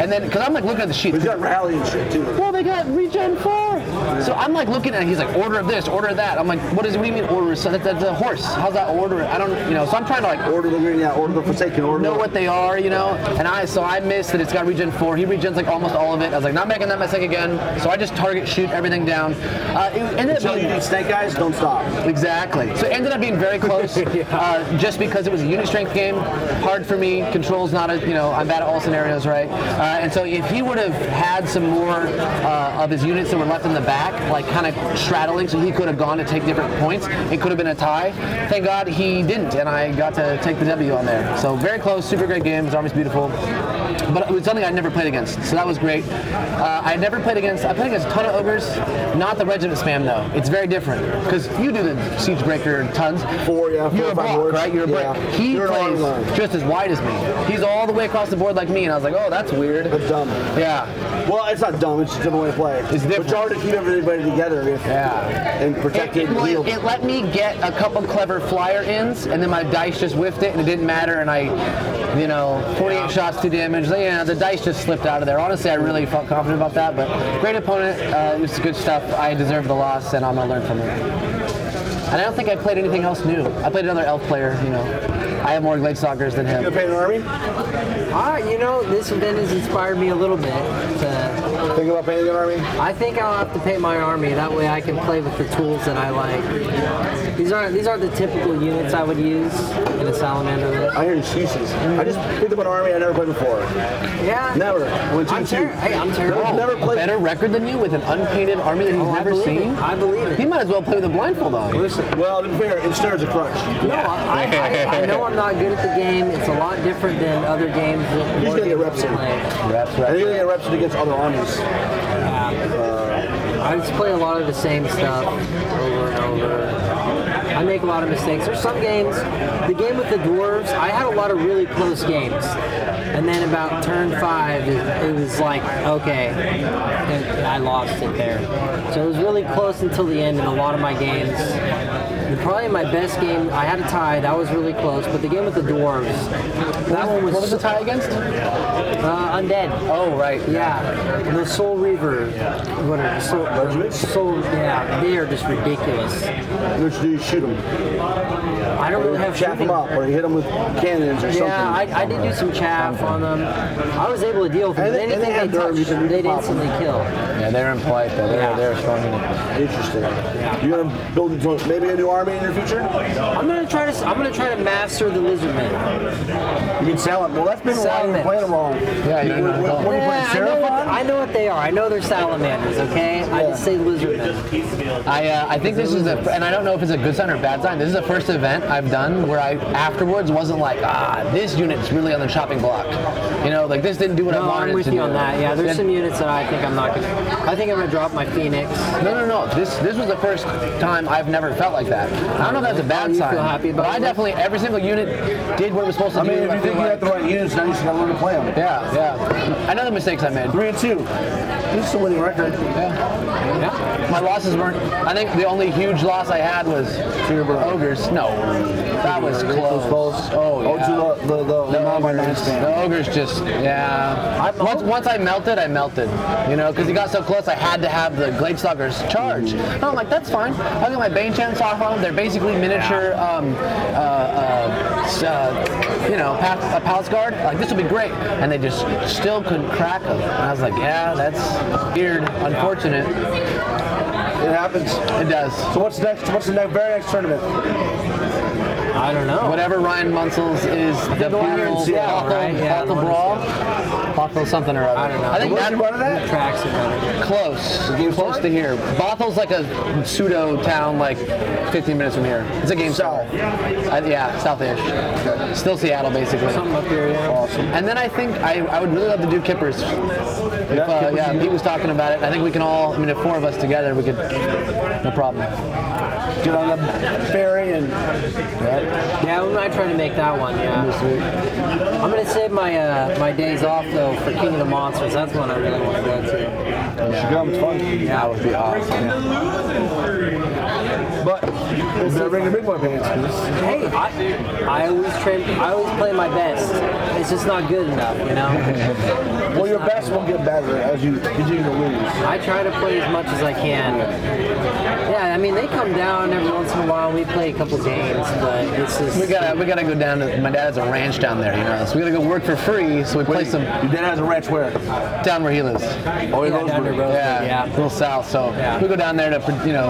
Speaker 13: And then, cause I'm like looking at the sheets. He's
Speaker 1: got rally and shit too.
Speaker 13: Well, they got regen four. So I'm like looking at. it, He's like, order of this, order of that. I'm like, what is? What do you mean order? So that, that's a horse. How's that order? I don't. You know. So I'm trying to like
Speaker 1: order the green, yeah, order the forsaken, order.
Speaker 13: Know what they are, you know. And I so I missed that it's got regen four. He regens like almost all of it. I was like, not making that mistake again. So I just target shoot everything down. Uh, it ended
Speaker 1: Until
Speaker 13: up being,
Speaker 1: you need snake eyes, don't stop.
Speaker 13: Exactly. So it ended up being very close, uh, just because it was a unit strength game. Hard for me. Control's not a, you know, I'm bad at all scenarios, right? Uh, and so if he would have had some more uh, of his units that were left in the back, like kind of straddling, so he could have gone to take different points, it could have been a tie. Thank God he didn't, and I got to take the W on there. So very close, super great game. His army's beautiful. But it was something I never played against, so that was great. Uh, I never played against. I played against a ton of ogres, not the regiment spam though. It's very different because you do the siege breaker tons.
Speaker 1: Four, yeah, four
Speaker 13: You're a
Speaker 1: or five
Speaker 13: block,
Speaker 1: words.
Speaker 13: right? You're a break.
Speaker 1: Yeah.
Speaker 13: He
Speaker 1: You're an arm
Speaker 13: plays
Speaker 1: line.
Speaker 13: just as wide as me. He's all the way across the board like me, and I was like, oh, that's weird. That's
Speaker 1: dumb.
Speaker 13: Yeah.
Speaker 1: Well, it's not dumb. It's just a different way to play. It's different. But you already keep everybody together. If, yeah. And protect
Speaker 13: It,
Speaker 1: it. and
Speaker 13: it,
Speaker 1: heal.
Speaker 13: it let me get a couple clever flyer ins, and then my dice just whiffed it, and it didn't matter. And I, you know, 48 shots, two damage. Yeah, the dice just slipped out of there. Honestly, I really felt confident about that. But great opponent. Uh, it was good stuff. I deserved the loss, and I'm gonna learn from it. And I don't think I played anything else new. I played another elf player. You know, I have more leg stalkers than him.
Speaker 1: an army?
Speaker 14: All right, you know, this event has inspired me a little bit. To
Speaker 1: think about painting an army?
Speaker 14: I think I'll have to paint my army. That way I can play with the tools that I like. These aren't these aren't the typical units I would use in a salamander list.
Speaker 1: I hear excuses. I just picked up an army I never played before.
Speaker 14: Yeah.
Speaker 1: Never. Went two
Speaker 14: I'm
Speaker 1: two.
Speaker 14: ter- hey, I'm terrible.
Speaker 1: Never, never played.
Speaker 13: Better record than you with an unpainted army that he's
Speaker 14: Oh, I
Speaker 13: never
Speaker 14: believe it.
Speaker 13: seen.
Speaker 14: I believe it.
Speaker 13: He might as well play with a blindfold on.
Speaker 1: Listen, well, to be fair, it stirs a crutch.
Speaker 14: No, I, I, I know I'm not good at the game. It's a lot different than other games. that
Speaker 1: He's
Speaker 14: more
Speaker 1: gonna get
Speaker 14: people
Speaker 1: reps in.
Speaker 14: play.
Speaker 13: Reps,
Speaker 1: I think they reps against other armies.
Speaker 14: I just play a lot of the same stuff over and over. I make a lot of mistakes. There's some games, the game with the dwarves, I had a lot of really close games. And then about turn five, it, it was like, okay, it- I lost it there. So it was really close until the end in a lot of my games. And probably my best game, I had a tie, that was really close, but the game with the dwarves, that one was.
Speaker 13: What was the tie against?
Speaker 14: Uh, undead.
Speaker 13: Oh, right.
Speaker 14: Yeah. The Soul Reaver. What are Soul Regiments? Soul, yeah. They are just ridiculous.
Speaker 1: Which do you shoot them?
Speaker 14: I don't really have
Speaker 1: Chap them
Speaker 14: shooting.
Speaker 1: up or hit them with cannons or something.
Speaker 14: Yeah, I, I did do some chaff on them. I was able to deal with them.
Speaker 1: And they- and
Speaker 14: Anything
Speaker 1: they
Speaker 14: they,
Speaker 1: had nerve, you
Speaker 14: touched,
Speaker 1: can
Speaker 14: they'd
Speaker 1: pop
Speaker 14: instantly kill.
Speaker 13: Yeah, they're in plight though. They're they're strong.
Speaker 1: Interesting. You're gonna build so maybe a new army in your future.
Speaker 14: I'm gonna try to. I'm gonna try to master the lizard man.
Speaker 1: You can sell it. Well, that's been why you're playing them wrong. Yeah, you know. When, when you play
Speaker 14: I, know
Speaker 1: Seraphon,
Speaker 14: what, I know what they are. I know they're salamanders. Okay, I just say lizard
Speaker 13: I, uh, I think this is a, and I don't know if it's a good sign or a bad sign. This is the first event I've done where I afterwards wasn't like, ah, this unit's really on the chopping block. You know, like this didn't do what I
Speaker 14: No,
Speaker 13: wanted
Speaker 14: I'm with
Speaker 13: it to
Speaker 14: you
Speaker 13: do.
Speaker 14: on that. Yeah, there's
Speaker 13: And-
Speaker 14: some units that I think I'm not gonna. I think I'm gonna drop my phoenix.
Speaker 13: No, no, no. This this was the first time I've never felt like that. I don't know if that's a bad sign.
Speaker 14: feel happy about
Speaker 13: but I
Speaker 14: it?
Speaker 13: definitely every single unit did what it was supposed to
Speaker 1: I mean,
Speaker 13: do.
Speaker 1: if you think you have the right units, now you just got to learn to play them.
Speaker 13: Yeah, yeah. I know the mistakes I made.
Speaker 1: Three and two. This is a winning record.
Speaker 13: Yeah. My losses weren't. I think the only huge loss I had was ogres. No, that was close. Oh yeah.
Speaker 1: Oh, to the the the, the mom by nine stand.
Speaker 13: The ogres just, yeah. Once, once I melted, I melted. You know, because he got so close, I had to have the Gladestalkers charge. And I'm like, that's fine. I got my Bane Chance off on them. They're basically miniature, um, uh, uh, s- uh, you know, path, a palace guard. Like, this will be great. And they just still couldn't crack them. And I was like, yeah, that's weird, unfortunate.
Speaker 1: It happens.
Speaker 13: It does.
Speaker 1: So what's next? What's the next, very next tournament?
Speaker 13: I don't know. Whatever Ryan Munsell's is the
Speaker 1: The one here in
Speaker 13: Bothell
Speaker 1: Seattle, right? Yeah,
Speaker 13: Bothell
Speaker 1: the one in
Speaker 13: Brawl. Bothell something or other.
Speaker 14: I don't know.
Speaker 13: I think
Speaker 1: What's
Speaker 13: that
Speaker 1: the part of that?
Speaker 14: Tracks it better.
Speaker 13: Close. Close to here. Bothell's like a pseudo town, like 15 minutes from here. It's a game south. yeah, southish. Still Seattle, basically.
Speaker 14: Something up here, yeah.
Speaker 13: And then I think I, I would really love to do Kippers. If, uh, yeah, Pete was talking about it. I think we can all, I mean, the four of us together, we could, no problem.
Speaker 1: Get on the ferry and
Speaker 14: Yeah, we might try to make that one. Yeah. I'm gonna save my uh, my days off though for King of the Monsters. That's one I really want to go to.
Speaker 1: Chicago's fun.
Speaker 14: That would be awesome.
Speaker 1: But you better bring the big boy pants. 'cause
Speaker 14: Hey, I, I always train. I always play my best. It's just not good enough, you know.
Speaker 1: Well, your best will get better as you continue to lose.
Speaker 14: I try to play as much as I can. Yeah, I mean they come down every once in a while. We play a couple games, but it's just
Speaker 13: We gotta, we gotta go down to, my dad has a ranch down there, you know, so we gotta go work for free, so we play some
Speaker 1: Your dad has a ranch where?
Speaker 13: down where he lives.
Speaker 1: Oh, he
Speaker 14: Yeah,
Speaker 1: goes
Speaker 14: down
Speaker 1: with
Speaker 14: to Rosewood,
Speaker 13: Yeah,
Speaker 14: yeah.
Speaker 13: a little south. So
Speaker 14: Yeah.
Speaker 13: we go down there to, you know,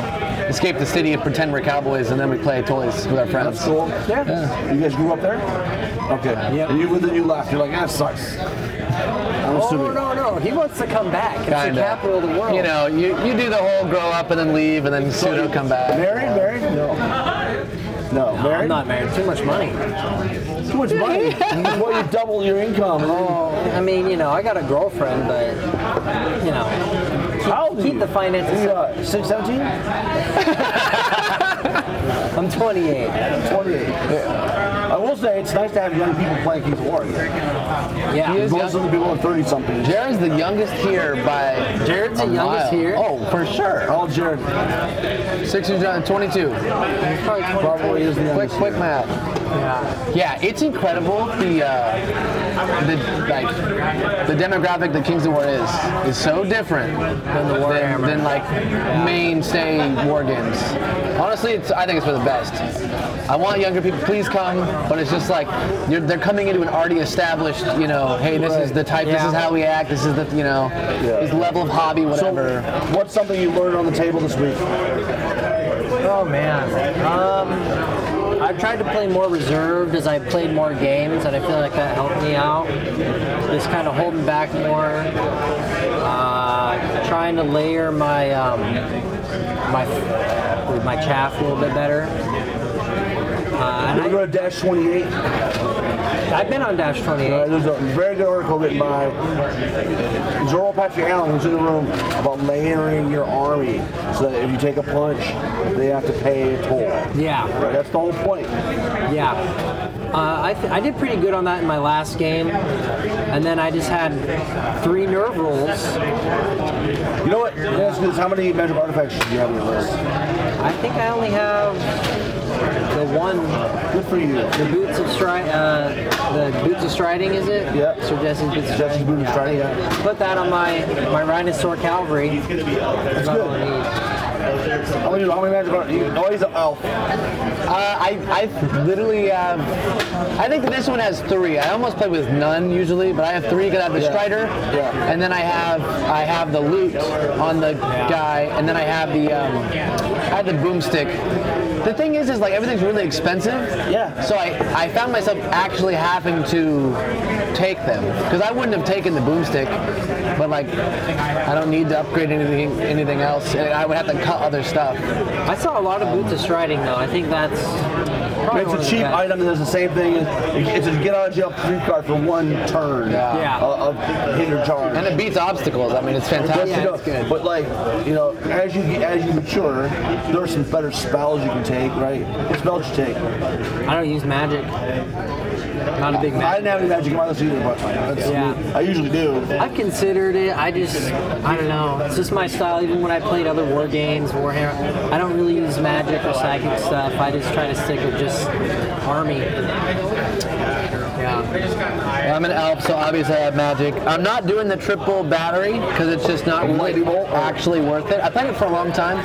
Speaker 13: escape the city and pretend we're cowboys, and then we play toys with our friends.
Speaker 1: That's cool.
Speaker 14: Yeah.
Speaker 1: You guys grew up there? Okay.
Speaker 14: Yep.
Speaker 1: And you with it, you left. You're like, that sucks. I'm
Speaker 14: Oh
Speaker 1: assuming.
Speaker 14: no, no, he wants to come back. It's
Speaker 13: Kinda.
Speaker 14: the capital of the world.
Speaker 13: You know, you, you do the whole grow up and then leave and then pseudo come back.
Speaker 1: Married? Married? No. No,
Speaker 14: No,
Speaker 1: married?
Speaker 14: I'm not married. Too much money.
Speaker 1: Too much money. well, you double your income.
Speaker 14: Oh, I mean, you know, I got a girlfriend, but you know, keep,
Speaker 1: How old are
Speaker 14: keep
Speaker 1: you?
Speaker 14: the finances.
Speaker 1: You,
Speaker 14: separate.
Speaker 1: uh, six, 17?
Speaker 14: I'm 28.
Speaker 1: 28. I will say, it's nice to have young people playing Kings of War.
Speaker 14: Yeah.
Speaker 13: He is
Speaker 1: Most of the people are 30 something.
Speaker 13: Jared's the youngest here by.
Speaker 14: Jared's the
Speaker 13: a mile.
Speaker 14: youngest here?
Speaker 13: Oh, for sure.
Speaker 1: All Jared
Speaker 13: Six years young, 22.
Speaker 1: probably is the
Speaker 13: Quick,
Speaker 1: youngest.
Speaker 13: quick math. Yeah, it's incredible the uh, the like the demographic that Kings of War is is so different than the war than, than like mainstay war games. Honestly, it's I think it's for the best. I want younger people, please come, but it's just like you're, they're coming into an already established, you know, hey, this is the type, this is how we act, this is the, you know, this level of hobby, whatever.
Speaker 1: So, what's something you learned on the table this week?
Speaker 14: Oh man. Um, I've tried to play more reserved as I played more games, and I feel like that helped me out. Just kind of holding back more. Uh, trying to layer my um, my my chaff a little bit better. Uh, and
Speaker 1: You go to Dash 28. Uh,
Speaker 14: I, I've been on Dash 28.
Speaker 1: there's a very good article written by Zorro Patrick Allen, who's in the room, about layering your army so that if you take a punch, they have to pay a toll.
Speaker 14: Yeah.
Speaker 1: Right, that's the whole point.
Speaker 14: Yeah. Uh, I, th- I did pretty good on that in my last game, and then I just had three nerve rolls.
Speaker 1: You know what? Let me ask you this. How many magic artifacts do you have on your list?
Speaker 14: I think I only have the one,
Speaker 1: Good for you.
Speaker 14: the boots of stri- uh, the boots of striding, is it?
Speaker 1: Yeah.
Speaker 14: Sir Jesse's boots of
Speaker 1: Jesse's
Speaker 14: striding.
Speaker 1: Boots of Striding, yeah.
Speaker 14: Put that on my my rhinosaur cavalry. That's
Speaker 1: good.
Speaker 14: all I need.
Speaker 1: How many, how many magic artifacts? Oh, he's an elf.
Speaker 13: Uh, I, I literally have. I think this one has three. I almost play with none usually, but I have three because I have the Strider,
Speaker 1: Yeah.
Speaker 13: and then I have I have the loot on the guy, and then I have the um, I have the boomstick. The thing is, is like everything's really expensive.
Speaker 1: Yeah.
Speaker 13: So I, I found myself actually having to take them because I wouldn't have taken the boomstick, but like I don't need to upgrade anything anything else, and I would have to cut other stuff.
Speaker 14: I saw a lot of boots of striding though. I think that's probably
Speaker 1: It's
Speaker 14: one of
Speaker 1: a
Speaker 14: the
Speaker 1: cheap
Speaker 14: best.
Speaker 1: item that does the same thing. as- It's a get out of jail free card for one turn.
Speaker 14: Yeah.
Speaker 1: A, a of hinder charge.
Speaker 13: And it beats obstacles. I mean, it's
Speaker 1: But,
Speaker 13: fantastic.
Speaker 1: you know, But like, you know, as you get- as you mature, there are some better spells you can take, right? What spells you take? I
Speaker 14: don't use magic. Not a big
Speaker 1: I didn't have any magic in my list either, but that's,
Speaker 14: Yeah.
Speaker 1: I usually do.
Speaker 14: I've considered it. I just, I don't know. It's just my style. Even when I played other war games, Warhammer, I don't really use magic or psychic stuff. I just try to stick with just army. Yeah.
Speaker 13: I'm an elf, so obviously I have magic. I'm not doing the triple battery because it's just not really actually worth it. I played it for a long time,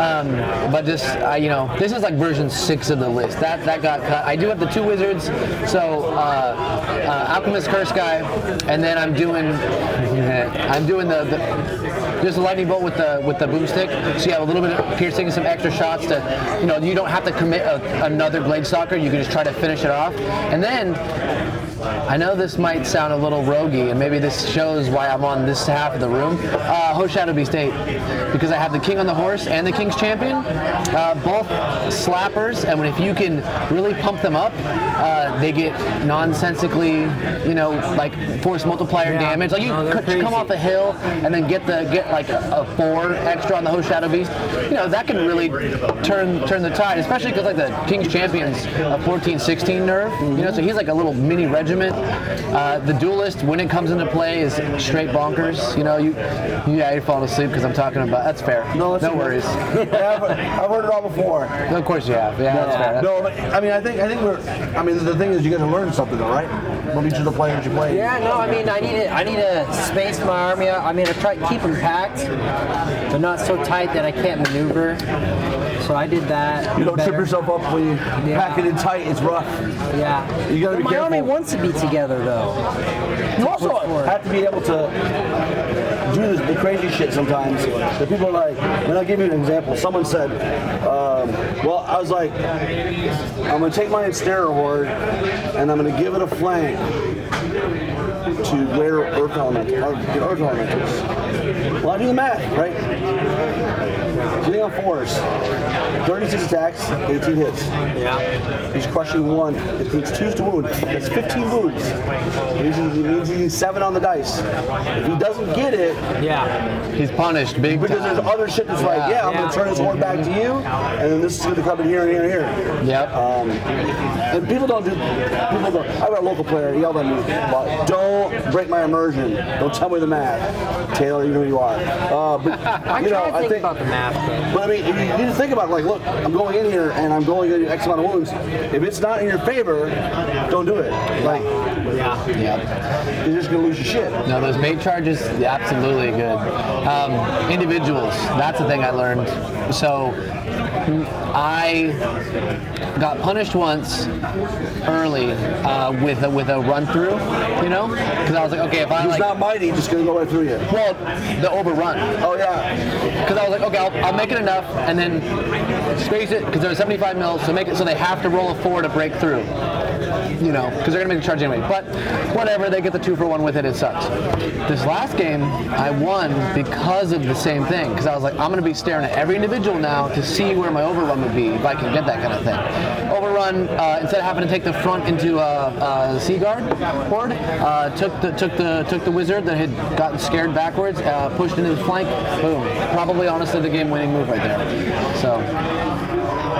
Speaker 13: um, but just I, you know, this is like version six of the list. That that got cut. I do have the two wizards, so uh, uh, alchemist curse guy, and then I'm doing I'm doing the, the just a lightning bolt with the with the boomstick. So you have a little bit of piercing, some extra shots to you know you don't have to commit a, another blade stalker. You can just try to finish it off, and then. I know this might sound a little roguey, and maybe this shows why I'm on this half of the room. Uh, host Shadowby State, because I have the King on the Horse and the King's Champion, uh, both slappers, and if you can really pump them up, uh, they get nonsensically, you know, like force multiplier damage. Like you
Speaker 14: No, they're
Speaker 13: c- come
Speaker 14: crazy.
Speaker 13: off a hill and then get the get like a, a four extra on the host Shadow Beast. You know that can really turn turn the tide, especially because like the King's Champions a 14-16 nerve. You know, so he's like a little mini regiment. Uh, the duelist when it comes into play is straight bonkers. You know, you yeah you're falling asleep because I'm talking about. That's fair. No, no worries.
Speaker 1: I've, I've heard it all before.
Speaker 13: No, of course you have. Yeah,
Speaker 1: no,
Speaker 13: that's fair. That's-
Speaker 1: no, but, I mean, I think I think we're. I mean, the thing is, you got to learn something, though, right? From each of the players you play.
Speaker 14: Yeah, no, I mean, I need to, I need to space my army out. I mean, I try to keep them packed, but not so tight that I can't maneuver. So I did that.
Speaker 1: You don't trip
Speaker 14: better.
Speaker 1: yourself up when you pack it in tight. It's rough.
Speaker 14: Yeah.
Speaker 1: You gotta
Speaker 14: But
Speaker 1: be
Speaker 14: my
Speaker 1: careful.
Speaker 14: army wants to be together, though.
Speaker 1: You also have to be able to do this, the crazy shit sometimes. The people are like, and I'll give you an example. Someone said, um, well, I was like, I'm going to take my Instera Horde and I'm going to give it a flank to Glare Earth Elemental, or the Earth Elementals. Well, I do the math, right? Getting on fours, 36 attacks, 18 hits. Yeah. He's crushing one. It means two's to wound. That's 15 wounds. It means he- it means he needs seven on the dice. If he doesn't get it,
Speaker 14: yeah,
Speaker 13: he's punished big
Speaker 1: because there's other shit that's like, yeah, I'm gonna turn this one back to you, and then this is gonna come in here and here and here.
Speaker 13: Yep.
Speaker 1: Um, and people don't do. People don't. I got a local player. He yelled at me, like, "Don't break my immersion. Don't tell me the math, Taylor. You know who you are." Uh, but
Speaker 14: I
Speaker 1: you know,
Speaker 14: try to
Speaker 1: I
Speaker 14: think
Speaker 1: think.
Speaker 14: about the math,
Speaker 1: But I mean, you need to think about it, like, look, I'm going in here and I'm going to do X amount of wounds. If it's not in your favor, don't do it. Like,
Speaker 14: yeah,
Speaker 13: yeah.
Speaker 1: You're just gonna lose your shit.
Speaker 13: No, those mate charges, yeah, absolutely good. Um, individuals, that's the thing I learned. So I got punished once early uh, with a, with a run through, you know, because I was like, okay, if I
Speaker 1: He's
Speaker 13: like
Speaker 1: not mighty, he's just gonna go right through you.
Speaker 13: Well, the overrun.
Speaker 1: Oh yeah.
Speaker 13: Because I was like, okay, I'll, I'll make it enough, and then space it because they're 75 mils, so make it so they have to roll a four to break through. You know, because they're gonna make a charge anyway. But whatever, they get the two for one with it. It sucks. This last game, I won because of the same thing. Because I was like, I'm gonna be staring at every individual now to see where my overrun would be if I can get that kind of thing. Overrun, uh, instead of having to take the front into a, uh sea guard horde, uh, took the took the took the wizard that had gotten scared backwards, uh, pushed into the flank. Boom. Probably honestly the game-winning move right there. So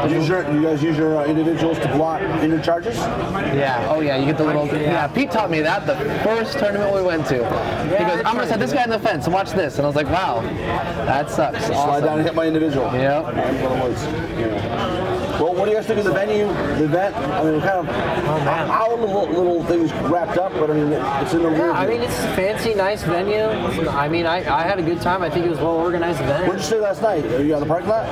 Speaker 1: Use your, you guys use your uh, individuals to block inner charges?
Speaker 13: yeah. Oh yeah. You get the little. Yeah. Pete taught me that the first tournament we went to. he goes, I'm gonna set this guy in the fence and watch this, and I was like, wow, that sucks.
Speaker 1: Slide down and hit my individual.
Speaker 13: Yep.
Speaker 1: Well, what do you guys think of the venue, the event? I mean, we're kind of our little, little things wrapped up, but I mean, it's in the
Speaker 14: Yeah,
Speaker 1: rear
Speaker 14: I
Speaker 1: view.
Speaker 14: mean, it's a fancy, nice venue. I mean, I, I had a good time. I think it was a well organized event. What
Speaker 1: did you say last night? Are you on the parking lot?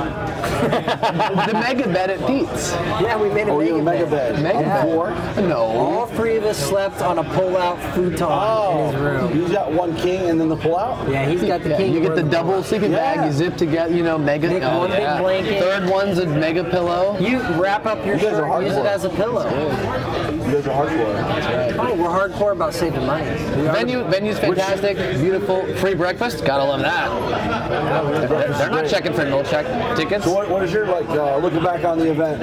Speaker 13: the mega bed at Pete's.
Speaker 14: Yeah, we made a
Speaker 1: Oh,
Speaker 14: mega,
Speaker 1: you had a mega bed.
Speaker 14: Mega
Speaker 1: On the
Speaker 14: bed.
Speaker 1: floor?
Speaker 13: No.
Speaker 14: All three of us slept on a pull-out futon
Speaker 13: Oh.
Speaker 14: in his room.
Speaker 1: He's got one king and then the pull-out.
Speaker 14: Yeah, he's got the
Speaker 13: Yeah,
Speaker 14: king.
Speaker 13: you get
Speaker 14: we're
Speaker 13: the double sleeping bag, you zip together, you know, mega.
Speaker 14: Make
Speaker 13: oh,
Speaker 14: one big
Speaker 13: yeah.
Speaker 14: blanket.
Speaker 13: Third one's a mega pillow.
Speaker 14: You wrap up your
Speaker 13: You guys
Speaker 14: shirt
Speaker 13: are
Speaker 14: and use it
Speaker 13: hardcore.
Speaker 14: as a pillow.
Speaker 1: You guys are hardcore. That's
Speaker 14: right. Oh, we're hardcore about saving money. We are-
Speaker 13: Venue, venue's fantastic, beautiful, free breakfast. Gotta love that. They're, they're not checking for no check tickets.
Speaker 1: So what, what is your like uh, looking back on the event?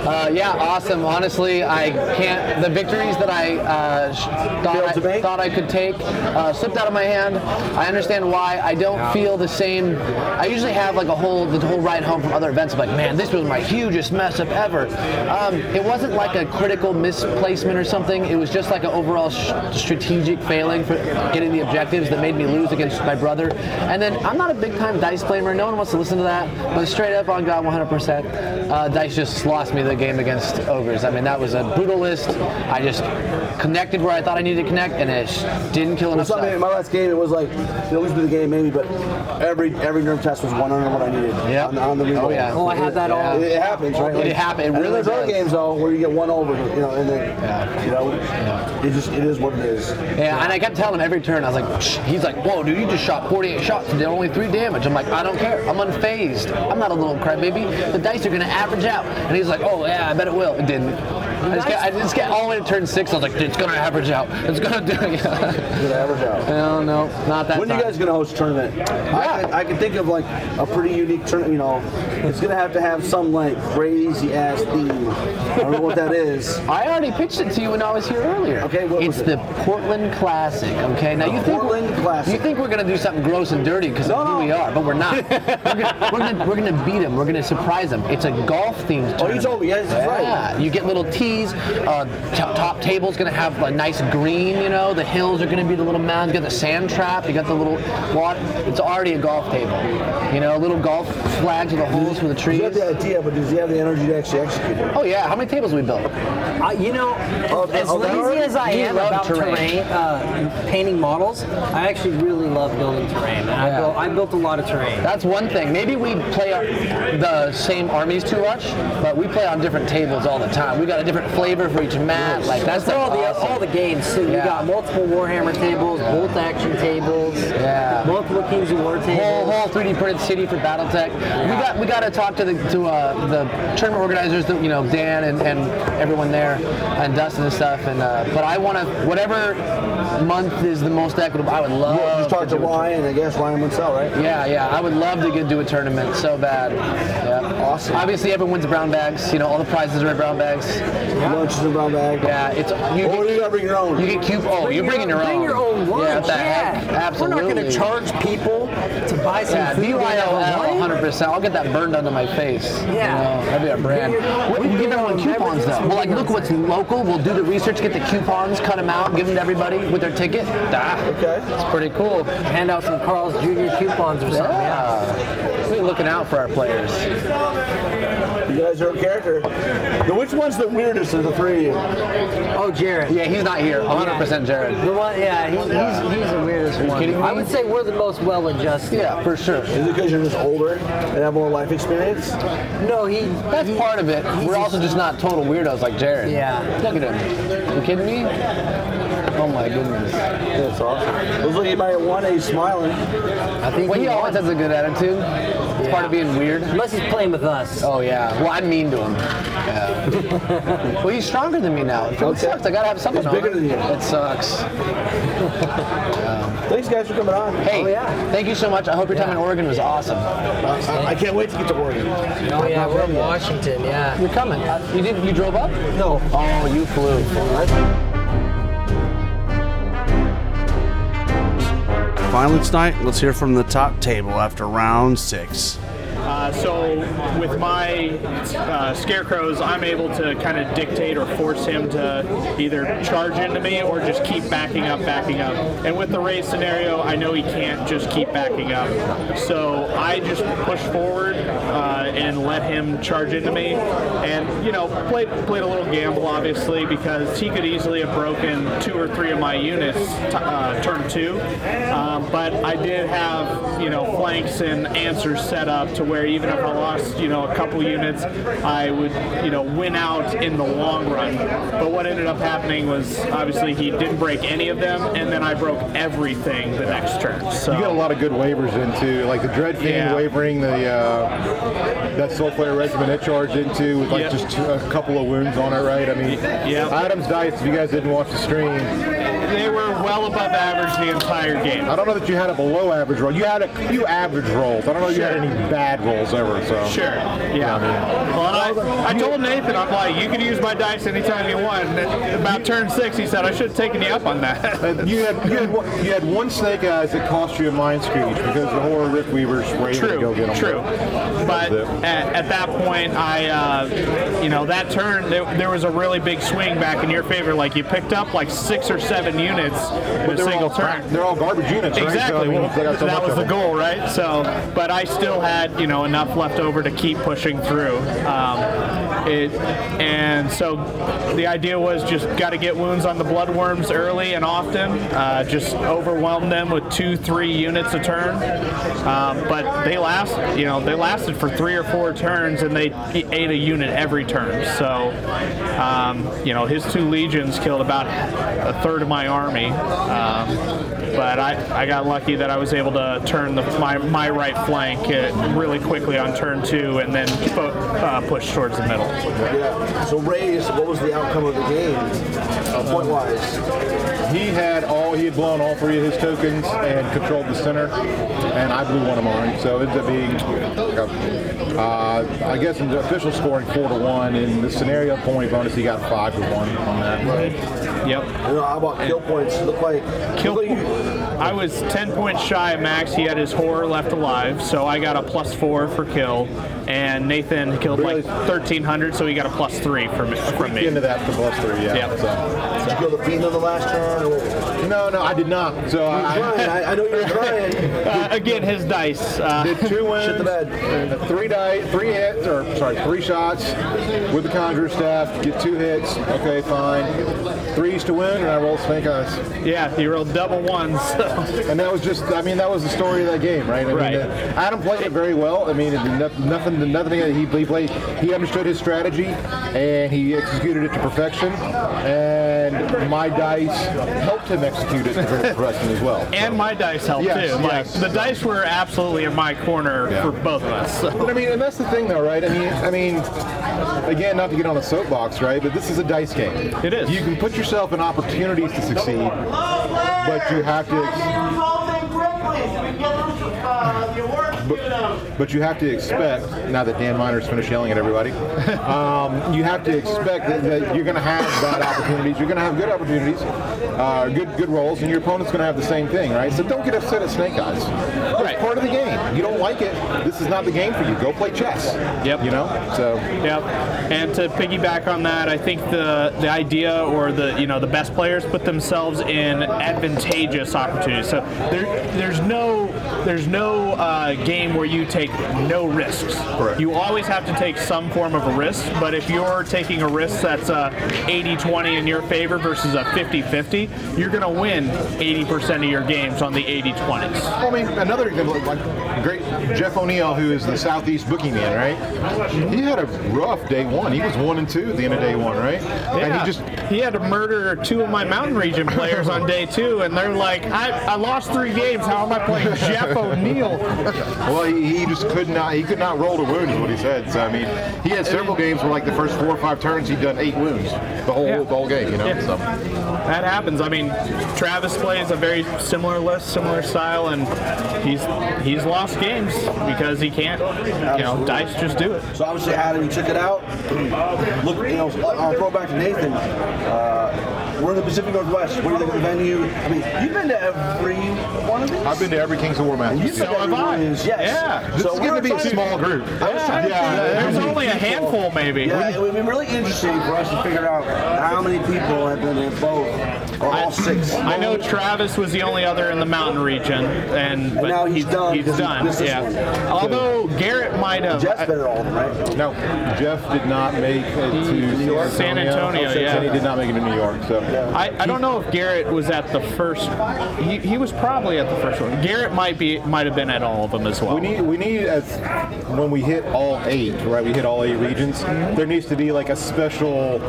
Speaker 13: Uh, yeah, awesome. Honestly, I can't. The victories that I uh, sh- thought, I thought I could take uh, slipped out of my hand. I understand why. I don't feel the same. I usually have like a whole the whole ride home from other events. Like, man, this was my hugest mess up ever. Um, it wasn't like a critical misplacement or something. It was just like an overall sh- strategic failing for getting the objectives that made me lose against my brother. And then I'm not a big time dice blamer. No one wants to listen to that. But straight up on God, 100%. Uh, dice just lost me the game against ogres. I mean, that was a brutal list. I just connected where I thought I needed to connect, and it sh- didn't kill
Speaker 6: Well,
Speaker 13: enough.
Speaker 6: something in my last game, it was like, you know, lose me the game maybe, but every every nerve test was one under what I needed. Yeah. On, on the reroll.
Speaker 13: Oh, yeah. Oh, I had that all-
Speaker 6: It, it happens, right?
Speaker 13: It happened, it
Speaker 6: and then
Speaker 13: really
Speaker 6: there's other
Speaker 13: does.
Speaker 6: games though where you get one over, you know, and then you know, it just it is what it is.
Speaker 13: Yeah, and I kept telling him every turn, I was like, Shh. he's like, whoa, dude, you just shot 48 shots and did only three damage. I'm like, I don't care. I'm unfazed. I'm not a little crybaby. The dice are going to average out. And he's like, oh, yeah, I bet it will. It didn't. I just, got, I just got all the way to turn six. I was like, it's going to average out. It's going to do it.
Speaker 6: average out.
Speaker 13: No, no, not that
Speaker 6: When are you guys gonna host a tournament? I, can, I can think of like a pretty unique tournament. You know, it's gonna have to have some like crazy ass theme. I don't know what that is.
Speaker 13: I already pitched it to you when I was here earlier.
Speaker 6: Okay, what
Speaker 13: It's
Speaker 6: was it?
Speaker 13: the Portland Classic, okay? Now you think Portland Classic. You think we're gonna do something gross and dirty because of who we are, but we're not. we're, gonna, we're, gonna, we're gonna beat them. We're gonna surprise them. It's a golf themed. Oh, you told
Speaker 6: me. Yes, that's right.
Speaker 13: Yeah, Uh, you get little tees. Uh, t- top table's gonna have a nice green. You know, the hills are gonna be the little mounds. You got the sand trap. You got the little water. It's already a golf table. You know, little golf flags with the holes for the trees. You got
Speaker 6: the idea, but does he have the energy to actually execute it?
Speaker 13: Oh yeah, how many tables we built?
Speaker 14: Uh, you know, as
Speaker 13: oh, that
Speaker 14: lazy
Speaker 13: already-
Speaker 14: as I
Speaker 13: You
Speaker 14: am
Speaker 13: love
Speaker 14: about terrain,
Speaker 13: terrain.
Speaker 14: uh, painting models, I actually really love building terrain. And I, built, I built a lot of terrain.
Speaker 13: That's one thing. Maybe we play our, the same armies too much, but we play on different tables all the time. We got a different flavor for each map. Like that's
Speaker 14: for all
Speaker 13: awesome.
Speaker 14: the all the games too. You
Speaker 13: Yeah.
Speaker 14: got multiple Warhammer tables, bolt action tables,
Speaker 13: Yeah.
Speaker 14: multiple Kings of War tables.
Speaker 13: Whole, whole 3D printed city for BattleTech. We got we got to talk to the to uh, the tournament organizers, that, you know Dan and, and everyone there, and Dustin and stuff. And uh, but I want to whatever month is the most equitable. I would love.
Speaker 6: You just talked to
Speaker 13: do a tour-
Speaker 6: Ryan. I guess Ryan Winsell, right?
Speaker 13: Yeah, yeah. I would love to get, do a tournament so bad. Yeah. Awesome. Obviously, everyone wins brown bags. You know, all the prizes are in brown bags.
Speaker 6: Lunch is in brown bag.
Speaker 13: Yeah, it's. You or
Speaker 6: you gotta bring your own.
Speaker 13: You get cube. Oh, you're bringing your own.
Speaker 14: Bring your own lunch.
Speaker 13: Yeah, what the heck? Absolutely.
Speaker 14: We're not going to charge people to buy some
Speaker 13: Yeah,
Speaker 14: food. they
Speaker 13: BYOL,
Speaker 14: don't want.
Speaker 13: 100%. I'll get that burned onto my face.
Speaker 14: Yeah.
Speaker 13: You know, that'd be a brand. We can give everyone coupons, though. We'll, like, look what's local. We'll do the research, get the coupons, cut them out, give them to everybody with their ticket. Okay. It's pretty cool.
Speaker 14: Hand out some Carl's Jr. coupons or something.
Speaker 13: Yeah. We're looking out for our players.
Speaker 6: You guys are a character. Now, which one's the weirdest of the three?
Speaker 14: Oh, Jared.
Speaker 13: Yeah, he's not here. 100% Jared.
Speaker 14: The one, yeah, he's, he's, he's the weirdest
Speaker 13: Are you
Speaker 14: one.
Speaker 13: kidding me?
Speaker 14: I would say we're the most well-adjusted.
Speaker 13: Yeah, for sure.
Speaker 6: Is it because you're just older and have more life experience?
Speaker 14: No, he.
Speaker 13: That's part of it. We're also just not total weirdos like Jared.
Speaker 14: Yeah.
Speaker 13: Look at him. You kidding me? Oh my goodness.
Speaker 6: That's awesome. Looks like you might have won a smiling.
Speaker 13: I think. Well, he, always has a good attitude. It's part of being weird.
Speaker 14: Unless he's playing with us.
Speaker 13: Oh yeah. Well, I'm mean to him. Yeah. well, he's stronger than me now. It fucking sucks. I gotta have something.
Speaker 6: He's bigger
Speaker 13: on.
Speaker 6: than you.
Speaker 13: It sucks.
Speaker 6: Thanks, guys, for coming on.
Speaker 14: Oh,
Speaker 13: Hey. Thank you so much. I hope your time in Oregon was awesome.
Speaker 6: I, I can't wait to get to Oregon.
Speaker 14: Oh yeah, we're in Washington. Yeah.
Speaker 13: You're coming. Uh, You did. You drove up?
Speaker 14: No.
Speaker 13: Oh, you flew.
Speaker 8: Finally tonight, let's hear from the top table after round six.
Speaker 15: Uh, so with my uh, scarecrows, I'm able to kind of dictate or force him to either charge into me or just keep backing up, backing up. And with the race scenario, I know he can't just keep backing up. So I just push forward uh, and let him charge into me. And you know, played played a little gamble obviously because he could easily have broken two or three of my units t- uh, turn two. Um, but I did have you know flanks and answers set up to where even if I lost you know a couple units, I would you know win out in the long run. But what ended up happening was obviously he didn't break any of them, and then I broke everything the next turn. So.
Speaker 16: You get a lot of good waivers into, like the Dread Fiend
Speaker 15: Yeah.
Speaker 16: wavering, the uh, that Soul Flare Regiment it charged into with like
Speaker 15: Yep.
Speaker 16: just two, a couple of wounds on it, right? I mean,
Speaker 15: yeah.
Speaker 16: Adam's dice. If you guys didn't watch the stream,
Speaker 15: They were well above average the entire game.
Speaker 16: I don't know that you had a below average roll. You had a few average rolls. I don't know if you had
Speaker 15: Sure.
Speaker 16: any bad rolls ever. So
Speaker 15: Sure. Yeah.
Speaker 16: You know what I mean?
Speaker 15: Well, and I, I told Nathan, I'm like, you can use my dice anytime you want. And at about turn six, he said, I should have taken you up on that.
Speaker 16: And you had you had, one, you had one snake eyes that cost you a mind screech because the horror Rick Weavers were able to
Speaker 15: True,
Speaker 16: go get them.
Speaker 15: true. But at, at that point, I, uh, you know, that turn, there, there was a really big swing back in your favor. Like, you picked up like six or seven units in a
Speaker 16: they're
Speaker 15: single
Speaker 16: all
Speaker 15: turn.
Speaker 16: crap- they're all garbage units, right? So, I
Speaker 15: Exactly.
Speaker 16: mean,
Speaker 15: well,
Speaker 16: they got so
Speaker 15: that
Speaker 16: much
Speaker 15: was
Speaker 16: of
Speaker 15: the
Speaker 16: them.
Speaker 15: goal, right? So, but I still had, you know, enough left over to keep pushing through. Um, it, and so the idea was just got to get wounds on the bloodworms early and often. Uh, just overwhelm them with two, three units a turn. Um, but they last, you know, they lasted for three or four turns, and they e- ate a unit every turn. So, um, you know, his two legions killed about a third of my army. Um, but I, I got lucky that I was able to turn the, my, my right flank uh, really quickly on turn two and then fo- uh, push towards the middle.
Speaker 1: Yeah. So Ray's, what was the outcome of the game, uh, point wise?
Speaker 16: He had all he had blown all three of his tokens and controlled the center, and I blew one of mine. So it ended up being, uh, I guess, in the official scoring four to one. In the scenario point bonus, he got five to one on that.
Speaker 15: Yep.
Speaker 1: You know, how about kill points? Look like
Speaker 15: Kill, I was 10 points shy of max. He had his horror left alive, so I got a plus four for kill. And Nathan killed like 1,300, so he got a plus three from, from me.
Speaker 16: Into that for plus three, yeah.
Speaker 15: Yep.
Speaker 1: Did you kill the fiend on the last turn?
Speaker 16: No, no, I did not. So I,
Speaker 1: I, I know you're trying.
Speaker 15: Uh, again, his dice. Uh,
Speaker 16: Did two wins, uh, three die, three hits, or sorry, three shots with the conjurer staff. Get two hits. Okay, fine. Threes to win, and I rolled snake eyes.
Speaker 15: Yeah, he rolled double ones.
Speaker 16: and that was just, I mean, that was the story of that game, right? I
Speaker 15: Right.
Speaker 16: Mean, uh, Adam played it very well. I mean, it did noth- nothing, nothing that he, he played. He understood his strategy, and he executed it to perfection. And my dice helped him execute it to perfection as well.
Speaker 15: And my dice helped
Speaker 16: Yes,
Speaker 15: too. Like
Speaker 16: yes.
Speaker 15: the dice were absolutely in my corner for both of us. So.
Speaker 16: But I mean, and that's the thing, though, right? I mean, I mean, again, not to get on a soapbox, right? But this is a dice game. It is. You can put yourself in opportunities to succeed, but you have to, but you have to expect. Now that Dan Miner's finished yelling at everybody, um, you have to expect that, that you're going to have bad opportunities. You're going to have good opportunities, uh, good good rolls, and your opponent's going to have the same thing, right? So don't get upset at Snake Eyes. That's part of the game. You don't like it. This is not the game for you. Go play chess.
Speaker 15: Yep.
Speaker 16: You know. So.
Speaker 15: Yep. And to piggyback on that, I think the the idea or the you know the best players put themselves in advantageous opportunities. So there, there's no there's no uh, game where you take no risks. Correct. You always have to take some form of a risk. But if you're taking a risk that's uh, 80-20 in your favor versus a 50-50, you're gonna win 80% of your games on the 80-20s.
Speaker 16: Well, I mean, another example, like great Jeff O'Neill, who is the Southeast bookie man, right? He had a rough day one. He was one and two at the end of day one, right? And
Speaker 15: Yeah.
Speaker 16: he just
Speaker 15: he had to murder two of my Mountain Region players on day two, and they're like, I, I lost three games. How am I playing Jeff O'Neill?
Speaker 16: well, he, he just could not. He could not roll to wound, is what he said. So I mean, he had several games where like the first four or five turns he'd done eight wounds the whole the whole game, you know.
Speaker 15: Yeah.
Speaker 16: So.
Speaker 15: That happens. I mean, Travis plays a very similar list, similar style, and he's he's lost games because he can't. You know, dice just do it.
Speaker 1: So obviously, Adam, you took it out. Look, you know, I'll throw it back to Nathan. Uh, we're in the Pacific Northwest. Where do they go to the venue? I mean, you've been to every one of these. I've
Speaker 16: been to every Kings of War match.
Speaker 1: You've been to every one of these, Yes.
Speaker 15: Yeah.
Speaker 16: This
Speaker 1: So
Speaker 16: is going
Speaker 1: we're
Speaker 16: to be a
Speaker 1: excited.
Speaker 16: small group.
Speaker 1: I was trying to figure out
Speaker 15: There's
Speaker 1: how many
Speaker 15: only a
Speaker 1: people-
Speaker 15: handful, maybe.
Speaker 1: Yeah, it would be really interesting for us to figure out how many people have been in both or all six.
Speaker 15: I know Travis was the only other in the mountain region, and but
Speaker 1: now he's
Speaker 15: he's,
Speaker 1: done
Speaker 15: He's
Speaker 1: because he
Speaker 15: done.
Speaker 1: missed this
Speaker 15: yeah.
Speaker 1: one.
Speaker 15: Although Garrett might have.
Speaker 1: Jeff's been at all of them, right?
Speaker 16: No, Jeff did not make it to New York.
Speaker 15: San Antonio, yeah.
Speaker 16: He did not make it to New York. So.
Speaker 15: I, I don't know if Garrett was at the first. He, he was probably at the first one. Garrett might be might have been at all of them as well.
Speaker 16: We need, we need as when we hit all eight, right? We hit all eight regions. There needs to be like a special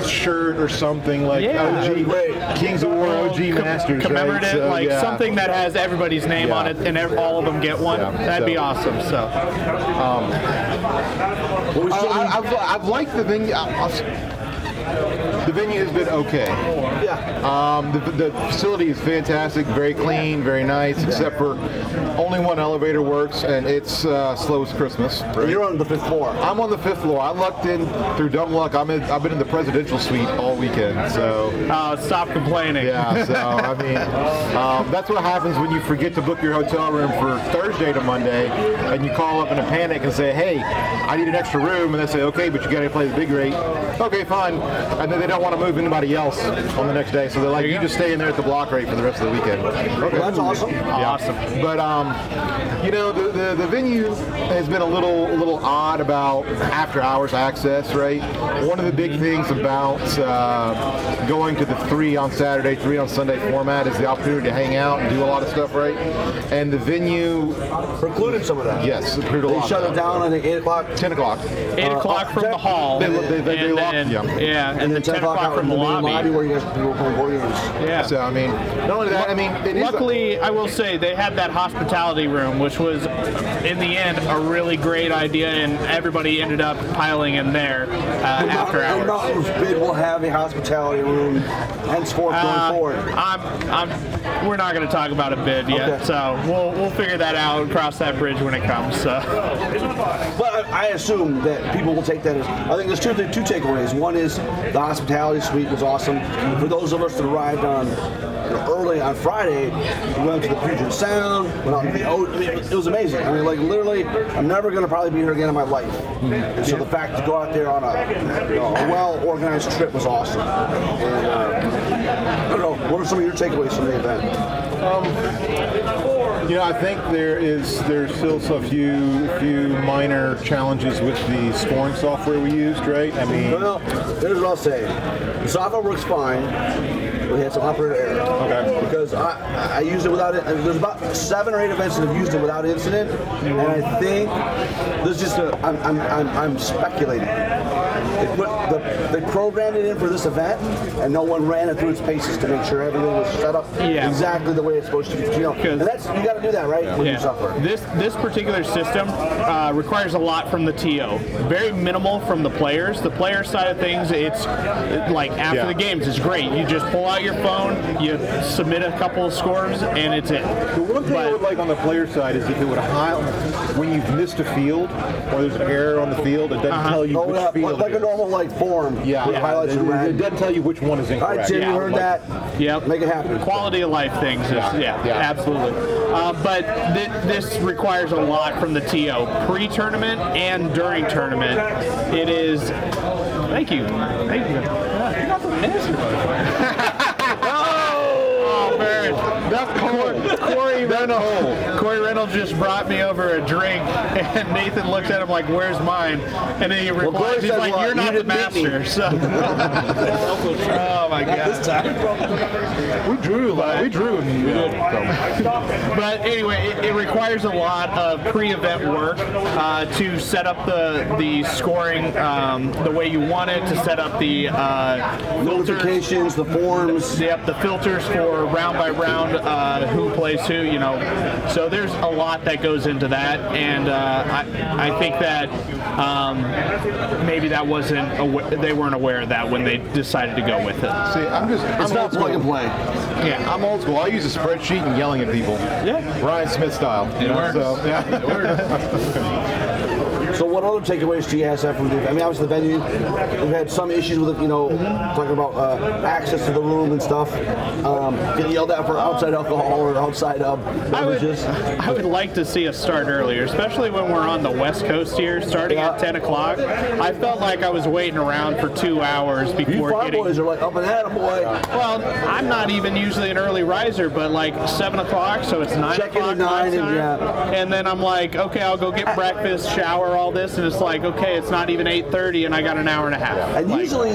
Speaker 16: shirt or something like
Speaker 15: Yeah.
Speaker 16: OG Kings of War OG Masters,
Speaker 15: commemorative,
Speaker 16: right? So,
Speaker 15: like
Speaker 16: uh, yeah.
Speaker 15: something that has everybody's name on it, and ev- all of them get one.
Speaker 16: Yeah,
Speaker 15: That'd be
Speaker 16: so-
Speaker 15: awesome. So,
Speaker 16: Um, I, I- I've, I've liked the thing. I, I, the venue has been okay. Yeah. Um, the, the facility is fantastic, very clean, very nice, except for only one elevator works, and it's uh, slow as Christmas. You're on the fifth floor. I'm on the fifth floor. I lucked in through dumb luck. I'm in, I've been in the presidential suite all weekend, so.
Speaker 15: Uh, stop complaining.
Speaker 16: Yeah, so I mean, um, that's what happens when you forget to book your hotel room for Thursday to Monday, and you call up in a panic and say, "Hey, I need an extra room," and they say, "Okay, but you got to pay the big rate." Okay, fine, and then they don't want to move anybody else on the next day, so they're like, "You, just stay in there at the block rate for the rest of the weekend." Okay. That's awesome. Awesome. But um, you know, the, the the venue has been a little a little odd about after hours access, right? One of the big things about uh, going to the three on Saturday, three on Sunday format is the opportunity to hang out and do a lot of stuff, right? And the venue precluded some of that. Yes, it precluded a
Speaker 6: They
Speaker 16: lot.
Speaker 6: shut
Speaker 16: of
Speaker 6: it
Speaker 16: that.
Speaker 6: down, I think, 8 o'clock?
Speaker 16: 10 o'clock. Uh,
Speaker 15: 8 o'clock from the hall.
Speaker 16: They, they, they, they
Speaker 15: and
Speaker 16: locked,
Speaker 15: then,
Speaker 16: yeah.
Speaker 15: and, then 10 o'clock,
Speaker 16: out
Speaker 15: from
Speaker 16: in
Speaker 15: the
Speaker 16: main
Speaker 15: lobby.
Speaker 16: where you guys people playing board games.
Speaker 15: Yeah.
Speaker 16: So, I mean, not only that, I mean, it is a-
Speaker 15: Luckily, I will say they had that hospitality room, which was, in the end, a really great idea, and everybody ended up piling in there uh, after
Speaker 1: And
Speaker 15: hours.
Speaker 1: Mountain Bid will have a hospitality room henceforth
Speaker 15: Uh,
Speaker 1: going forward.
Speaker 15: I'm, I'm, we're not going to talk about a bid yet, so we'll we'll figure that out and cross that bridge when it comes. So.
Speaker 1: But I I assume that people will take that as. I think there's two thi- two takeaways. One is the hospitality suite was awesome. For those of us that arrived on you know, early on Friday, we went to the Puget Sound, went out to the Oat. I mean, it was amazing. I mean, like literally, I'm never going to probably be here again in my life. And
Speaker 10: Mm-hmm.
Speaker 1: so the fact to go out there on a, you know, a well organized trip was awesome. And, uh, I don't know. What are some of your takeaways from the event?
Speaker 16: Um, You know, I think there is there's still a few few minor challenges with the scoring software we used, right? I mean,
Speaker 1: no, no. Here's what I'll say: the software works fine. We had some operator error. Okay. Because I, I- I used it without it. There's about seven or eight events that have used it without incident, and I think there's just a. I'm I'm I'm, I'm speculating. They, put the, they programmed it in for this event, and no one ran it through its paces to make sure everything was set up
Speaker 15: Yeah.
Speaker 1: exactly the way it's supposed to be. You know, and that's you got to do that right with your software.
Speaker 15: This this particular system uh, requires a lot from the TO. Very minimal from the players. The player side of things, it's uh, like after
Speaker 16: Yeah.
Speaker 15: the games, it's great. You just pull out your phone, you submit a couple of scores, and it's it.
Speaker 16: The one thing I would like on the player side is if it would highlight when you've missed a field or there's an error on the field, it doesn't tell you
Speaker 1: Oh,
Speaker 16: which
Speaker 1: yeah, like-
Speaker 16: field.
Speaker 1: like
Speaker 16: it
Speaker 1: a normal like form.
Speaker 16: is. Yeah,
Speaker 1: with highlights
Speaker 16: it,
Speaker 1: in red.
Speaker 16: it doesn't tell you which one is
Speaker 1: All
Speaker 16: incorrect.
Speaker 1: right, Jim,
Speaker 15: Yeah,
Speaker 1: you heard
Speaker 15: like-
Speaker 1: that.
Speaker 15: Yep.
Speaker 1: Make it happen.
Speaker 15: Quality of life things. Is, yeah.
Speaker 16: Yeah. Yeah.
Speaker 15: Absolutely. Uh, but thi- this requires a lot from the TO pre-tournament and during tournament. It is. Thank you. Thank you. You got the minister. Oh, man. That's Corey, Corey Reynolds. Corey Reynolds just brought me over a drink, and Nathan looks at him like, "Where's mine?" And then he replies,
Speaker 1: Corey
Speaker 15: "He's
Speaker 1: said,
Speaker 15: like,
Speaker 1: "Well,
Speaker 15: you're
Speaker 1: you
Speaker 15: not the
Speaker 1: didn't beat me."
Speaker 15: master." So. oh my god.
Speaker 16: We drew, like, we drew. in the uh, so.
Speaker 15: But anyway, it, it requires a lot of pre-event work uh, to set up the the scoring um, the way you want it, to set up the uh,
Speaker 1: Notifications, the forms.
Speaker 15: Yep, the filters for round by round, uh, who plays who, you know. So there's a lot that goes into that, and uh, I, I think that um, maybe that wasn't awa- they weren't aware of that when they decided to go with it.
Speaker 16: See, I'm just. I'm
Speaker 1: It's not
Speaker 16: old school.
Speaker 1: plug and play.
Speaker 15: Yeah.
Speaker 16: I'm old school. I use a spreadsheet and yelling at people.
Speaker 15: Yeah.
Speaker 16: Ryan Smith style. you know,
Speaker 15: works.
Speaker 16: so, yeah.
Speaker 1: So, what other takeaways do you guys have from the? I mean, obviously the venue. We've had some issues with it, you know, talking about uh, access to the room and stuff. Um, getting yelled at for outside alcohol or outside uh,
Speaker 15: I would,
Speaker 1: beverages.
Speaker 15: I would like to see us start earlier, especially when we're on the West Coast here, starting at 10 o'clock. I felt like I was waiting around for two hours
Speaker 1: You
Speaker 15: before
Speaker 1: farm
Speaker 15: getting.
Speaker 1: boys are like up and at 'em, boy.
Speaker 15: Well, I'm not even usually an early riser, but like 7 o'clock, so it's 9
Speaker 1: Check in
Speaker 15: o'clock.
Speaker 1: at nine
Speaker 15: my
Speaker 1: and,
Speaker 15: time.
Speaker 1: yeah.
Speaker 15: and then I'm like, okay, I'll go get breakfast, shower, all this, and it's like, okay, it's not even 8.30 and I got an hour and a half.
Speaker 1: And usually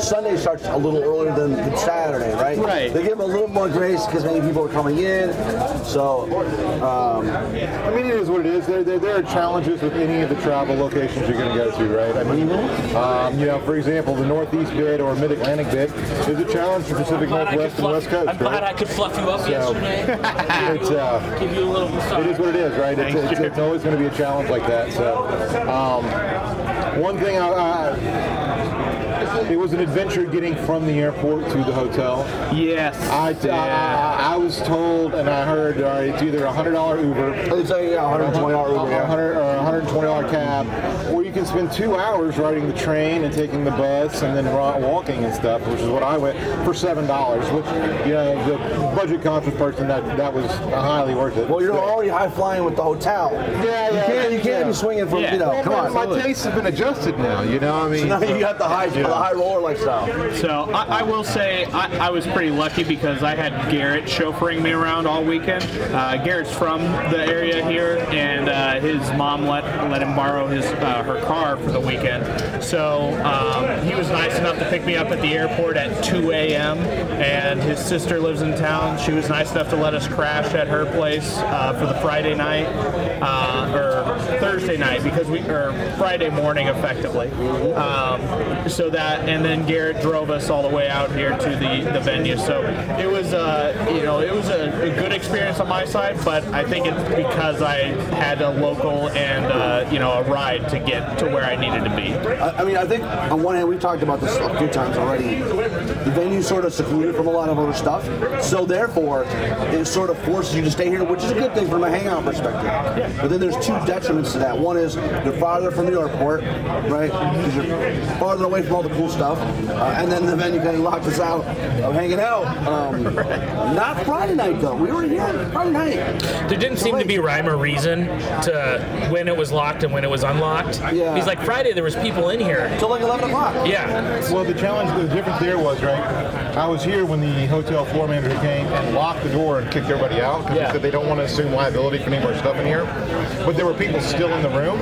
Speaker 1: Sunday starts a little earlier than than Saturday, right?
Speaker 15: Right.
Speaker 1: They give them a little more grace because many people are coming in. So, um,
Speaker 16: I mean, it is what it is. There, there, there are challenges with any of the travel locations you're going to go to, right? I mean,
Speaker 1: Mm-hmm.
Speaker 16: um, you know, for example, the Northeast bid or Mid Atlantic bid is a challenge for Pacific Northwest and West Coast,
Speaker 17: I'm glad
Speaker 16: right?
Speaker 17: I could fluff you up
Speaker 16: So-
Speaker 17: yesterday.
Speaker 16: It's, uh,
Speaker 17: give you a little.
Speaker 16: it is what it is, right? It's, it's, it's always going to be a challenge like that. So, um, one thing I, I It was an adventure getting from the airport to the hotel.
Speaker 15: Yes.
Speaker 16: I, I, I was told and I heard all right, it's either a hundred dollar Uber. It's a
Speaker 1: $120 Uber, yeah.
Speaker 16: hundred or a hundred twenty dollar cab, or you can spend two hours riding the train and taking the bus and then ro- walking and stuff, which is what I went for seven dollars. Which you know, the budget conscious person that that was highly worth it. Well,
Speaker 1: you're already high flying with the hotel.
Speaker 16: Yeah,
Speaker 1: you
Speaker 16: yeah,
Speaker 1: can't, you can't
Speaker 16: yeah.
Speaker 1: be swinging from, you know,
Speaker 16: Yeah,
Speaker 1: come
Speaker 16: my-
Speaker 1: on.
Speaker 16: My taste has been adjusted now. You know, I
Speaker 1: So
Speaker 16: mean,
Speaker 1: now you got the high,
Speaker 16: Yeah.
Speaker 1: the high roller lifestyle.
Speaker 15: So I, I will say I, I was pretty lucky because I had Garrett chauffeuring me around all weekend. Uh, Garrett's from the area here, and uh, his mom let let him borrow his uh, her car for the weekend. So um, he was nice enough to pick me up at the airport at 2 a.m. And his sister lives in town. She was nice enough to let us crash at her place uh, for the Friday night uh, or Thursday night because we or Friday morning effectively. Um, so that and then Garrett drove us all the way out here to the, the venue. So it was uh, you know it was a, a good experience on my side, but I think it's because I had a local and uh, you know a ride to get to where I needed to be.
Speaker 1: I, I mean, I think on one hand, we've talked about this a few times already. The venue's sort of secluded from a lot of other stuff, so therefore, it sort of forces you to stay here, which is a good thing from a hangout perspective. But then there's two detriments to that. One is you're farther from the airport, right? 'cause you're farther away from all the cool stuff, uh, and then the venue kind of locked us out of hanging out. Um, Not Friday night though. We were here Friday night.
Speaker 17: There didn't seem to be rhyme or reason to when it was locked and when it was unlocked.
Speaker 16: Yeah.
Speaker 17: He's like, Friday there was people in here.
Speaker 1: Till like 11 o'clock.
Speaker 17: Yeah.
Speaker 16: Well, the challenge, the difference there was, right? I was here when the hotel floor manager came and locked the door and kicked everybody out because
Speaker 17: Yeah.
Speaker 16: they said they don't want to assume liability for any of our stuff in here. But there were people still in the room.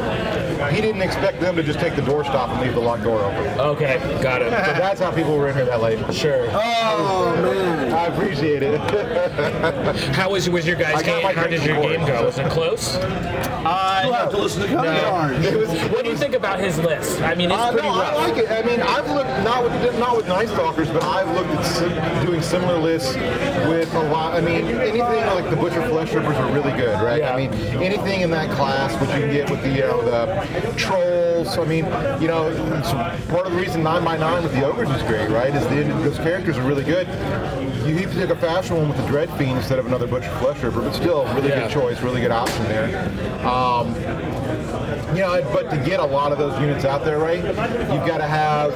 Speaker 16: He didn't expect them to just take the door stop and leave the locked door open.
Speaker 17: Okay, got it.
Speaker 16: So that's how people were in here that late.
Speaker 17: Sure.
Speaker 16: Oh, man. I appreciate it.
Speaker 17: How was was your guys' game? How did your game go? Was it close? Uh,
Speaker 1: have to listen to
Speaker 17: What do you think about his list? I mean, it's
Speaker 16: Uh,
Speaker 17: pretty
Speaker 16: no,
Speaker 17: rough.
Speaker 16: I like it. I mean, I've looked not with not with Nice Talkers, but I've looked at sim- doing similar lists with a lot. I mean, anything like the Butcher Flesh Rippers are really good, right? I mean, anything in that class which you can get with the you know the trolls. I mean, you know, it's part of the reason Nine by Nine with the ogres is great, right? Is the those characters are really good. You you took a fashion one with the Dread Fiend instead of another Butcher Flesh Ripper, but still, really good choice, really good option there. Um, you know, but to get a lot of those units out there, right, you've got to have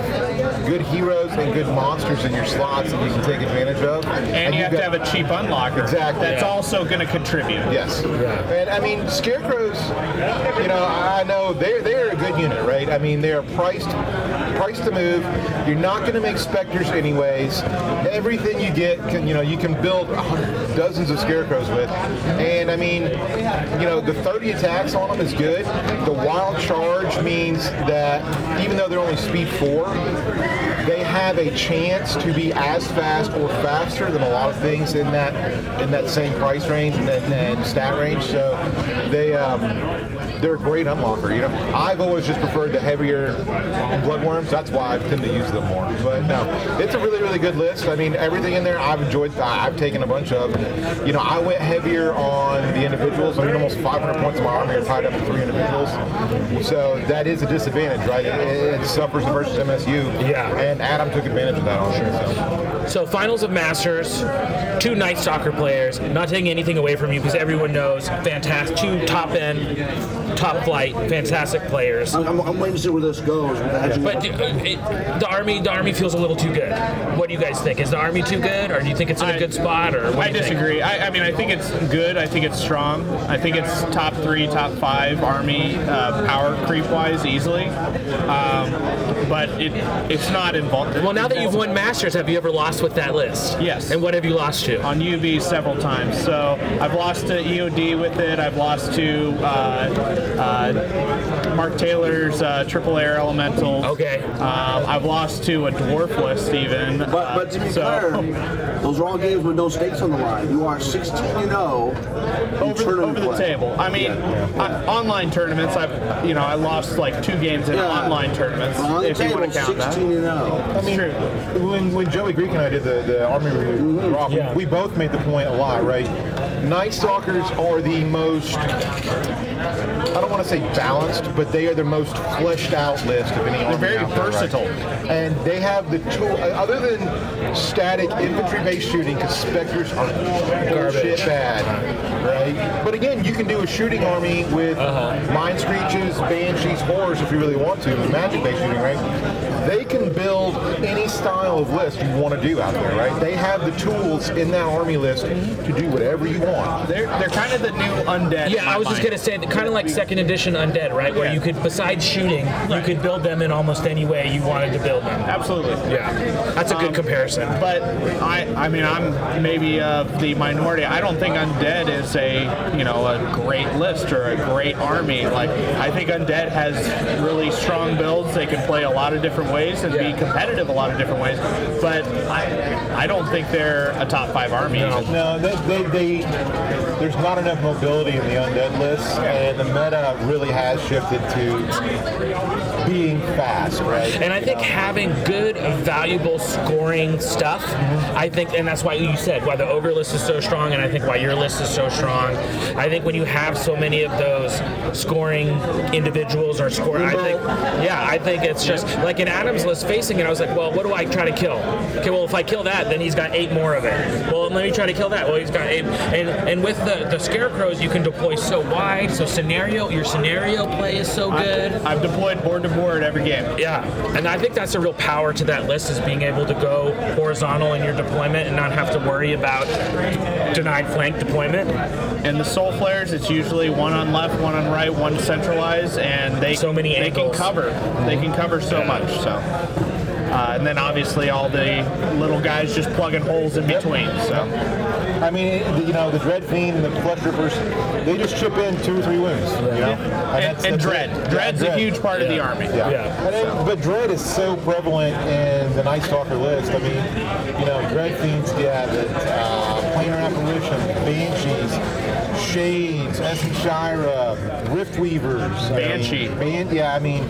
Speaker 16: good heroes and good monsters in your slots that you can take advantage of.
Speaker 15: And you
Speaker 16: you've
Speaker 15: have to
Speaker 16: got-
Speaker 15: have a cheap unlocker.
Speaker 16: Exactly.
Speaker 15: That's
Speaker 16: Yeah.
Speaker 15: also going to contribute.
Speaker 16: Yes. And I mean, scarecrows. You know, I know they're they're a good unit, right? I mean, they're priced priced to move. You're not going to make specters anyways. Everything you get, can you know, you can build a hundred- dozens of scarecrows with. And I mean, you know, the 30 attacks on them is good. The wild charge means that even though they're only speed four, they have a chance to be as fast or faster than a lot of things in that in that same price range and, and, and stat range. So they um, they're a great unlocker. You know, I've always just preferred the heavier bloodworms. That's why I tend to use them more. But no, it's a really really good list. I mean, everything in there I've enjoyed. I- I've taken a bunch of. You know, I went heavier on the individuals. I mean, almost 500 points of my army are tied up to three individuals. So that is a disadvantage, right? It, it, it suffers versus MSU. Yeah. And Adam took advantage of that on sure.
Speaker 17: So finals of Masters, two Night Stalker players. Not taking anything away from you because everyone knows fantastic. Two top end, top flight, fantastic players.
Speaker 1: I'm, I'm, I'm waiting to see where this goes.
Speaker 17: But do- uh, it, the army, the army feels a little too good. What do you guys think? Is the army too good, or do you think it's in a good spot? Or what
Speaker 15: I
Speaker 17: do you think?
Speaker 15: disagree. I, I mean, I think it's good. I think it's strong. I think it's top three, top five army uh, power creep wise easily. Um, but it it's not involved.
Speaker 17: Well, now that you've won Masters, have you ever lost with that list?
Speaker 15: Yes.
Speaker 17: And what have you lost to?
Speaker 15: On UB several times. So I've lost to EOD with it. I've lost to uh, uh, Mark Taylor's uh, Triple Air Elemental.
Speaker 17: Okay.
Speaker 15: Um, I've lost to a dwarf list even. Uh, But,
Speaker 1: but to be clear, those are all games with no stakes on the line. You are 16 and 0
Speaker 15: over, over the table. I mean, I- online tournaments. I've you know I lost like two games in online tournaments.
Speaker 1: On the
Speaker 15: if you
Speaker 1: table,
Speaker 15: want to count that.
Speaker 1: and oh. 0.
Speaker 16: I mean, when, when Joey Greek and and I did the, the army
Speaker 1: Mm-hmm.
Speaker 16: remove draw. We- We both made the point a lot, right? Night stalkers are the most I don't want to say balanced, but they are the most fleshed out list of any
Speaker 15: They're
Speaker 16: army
Speaker 15: very
Speaker 16: out there, right?
Speaker 15: versatile.
Speaker 16: And they have the tool, uh, other than static infantry based shooting, because specters are bullshit bad, right? But again, you can do a shooting army with mine screeches, banshees, horrors if you really want to, with magic based shooting, right? They can build any style of list you want to do out there, right? They have the tools in that army list to do whatever you want.
Speaker 15: They're, they're kind of the new undead. in
Speaker 9: Yeah,
Speaker 15: my
Speaker 9: I was just
Speaker 15: mind.
Speaker 9: gonna say, kind of like second edition undead, right? Where you could, besides shooting, you could build them in almost any way you wanted to build them.
Speaker 15: Absolutely.
Speaker 9: Yeah, that's a good
Speaker 15: Um,
Speaker 9: comparison.
Speaker 15: But I, I mean, I'm maybe of the minority. I don't think undead is a, you know, a great list or a great army. Like, I think undead has really strong builds. They can play a lot of different ways and be competitive a lot of different ways. But I, I don't think they're a top five army.
Speaker 16: No, they, they, they, there's not enough mobility in the undead list, and the meta really has shifted to being fast, right?
Speaker 9: And I think having good, valuable scoring stuff, I think, and that's why you said why the ogre list is so strong, and I think why your list is so strong. I think when you have so many of those scoring individuals or score, I think, yeah, I think it's just like in Adam's list facing it. I was like, well, what do I try to kill? Okay, well, if I kill that, then he's got eight more of it. Well, let me try to kill that. Well, he's got eight, and and with the the scarecrows, you can deploy so wide, so scenario, your scenario play is so good.
Speaker 15: I've deployed board to board every game.
Speaker 9: Yeah, and I think that's a real power to that list is being able to go horizontal in your deployment and not have to worry about denied flank deployment.
Speaker 15: And the soul flares, it's usually one on left, one on right, one centralized, and they so many they
Speaker 9: angles.
Speaker 15: can cover. They can cover so much. So, uh, and then obviously all the little guys just plugging holes in between. So,
Speaker 16: I mean, the- you know, the Dread Fiend and the Flesh Rippers, they just chip in two or three wounds, you know?
Speaker 15: And-
Speaker 16: that's-
Speaker 15: and
Speaker 16: that's
Speaker 15: Dread.
Speaker 16: it.
Speaker 15: Dread's a huge part of the
Speaker 16: Yeah.
Speaker 15: army.
Speaker 16: Yeah.
Speaker 15: Yeah.
Speaker 16: And then- but Dread is so prevalent in the Night Stalker list. I mean, you know, Dread Fiends, yeah, the uh, Planar Apparition, Banshees, Shades, Essence Shira, Rift Weavers. I mean,
Speaker 15: Banshee.
Speaker 16: Ban- yeah, I mean,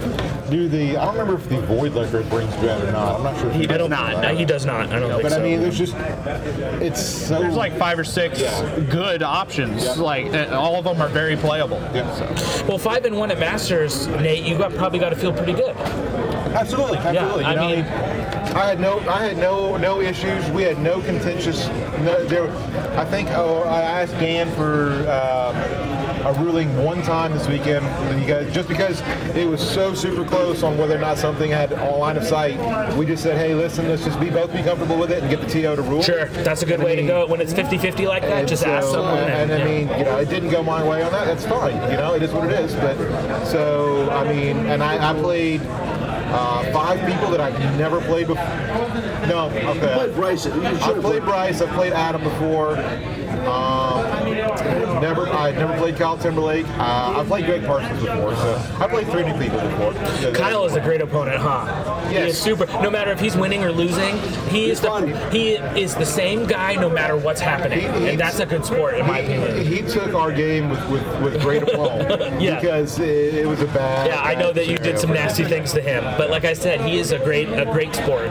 Speaker 16: do the, I don't remember if the Void Licker brings Dread or not. I'm not sure. if
Speaker 9: He does
Speaker 16: does
Speaker 9: not. No, he does not. I don't think
Speaker 16: But I
Speaker 9: so.
Speaker 16: mean, there's just, it's so.
Speaker 15: there's like five or six good options. Like and all of them are very playable.
Speaker 9: Well, five and one at Masters, Nate, you got probably got to feel pretty good.
Speaker 16: Absolutely, absolutely.
Speaker 9: I
Speaker 16: you know,
Speaker 9: mean-
Speaker 16: I had no, I had no, no issues. We had no contentious. No, there, I think. Oh, I asked Dan for uh, a ruling one time this weekend. and You guys, just because it was so super close on whether or not something had a line of sight, we just said, hey, listen, let's just be both be comfortable with it and get the TO to rule.
Speaker 9: Sure, that's a good way to go when it's 50-50 like that.
Speaker 16: And
Speaker 9: Just
Speaker 16: so, uh,
Speaker 9: ask someone.
Speaker 16: And, I
Speaker 9: yeah.
Speaker 16: mean, you know, it didn't go my way on that. That's fine. You know, it is what it is. But so I mean, and I, I played uh, five people that I've never played before. No, okay. I played Bryce. I played Bryce. I played Adam before. Um, never, I never played Kyle Timberlake. Uh, I played Greg Parsons before. So I played three new people before. So
Speaker 9: Kyle is a great opponent, huh? He is super. No matter if he's winning or losing, he is the he is the same guy no matter what's happening, and that's a good sport in my opinion.
Speaker 16: He took our game with, with, with great aplomb
Speaker 9: Yeah.
Speaker 16: because it, it was a bad.
Speaker 9: Yeah, I know that you did some nasty things to him, but like I said, he is a great a great sport.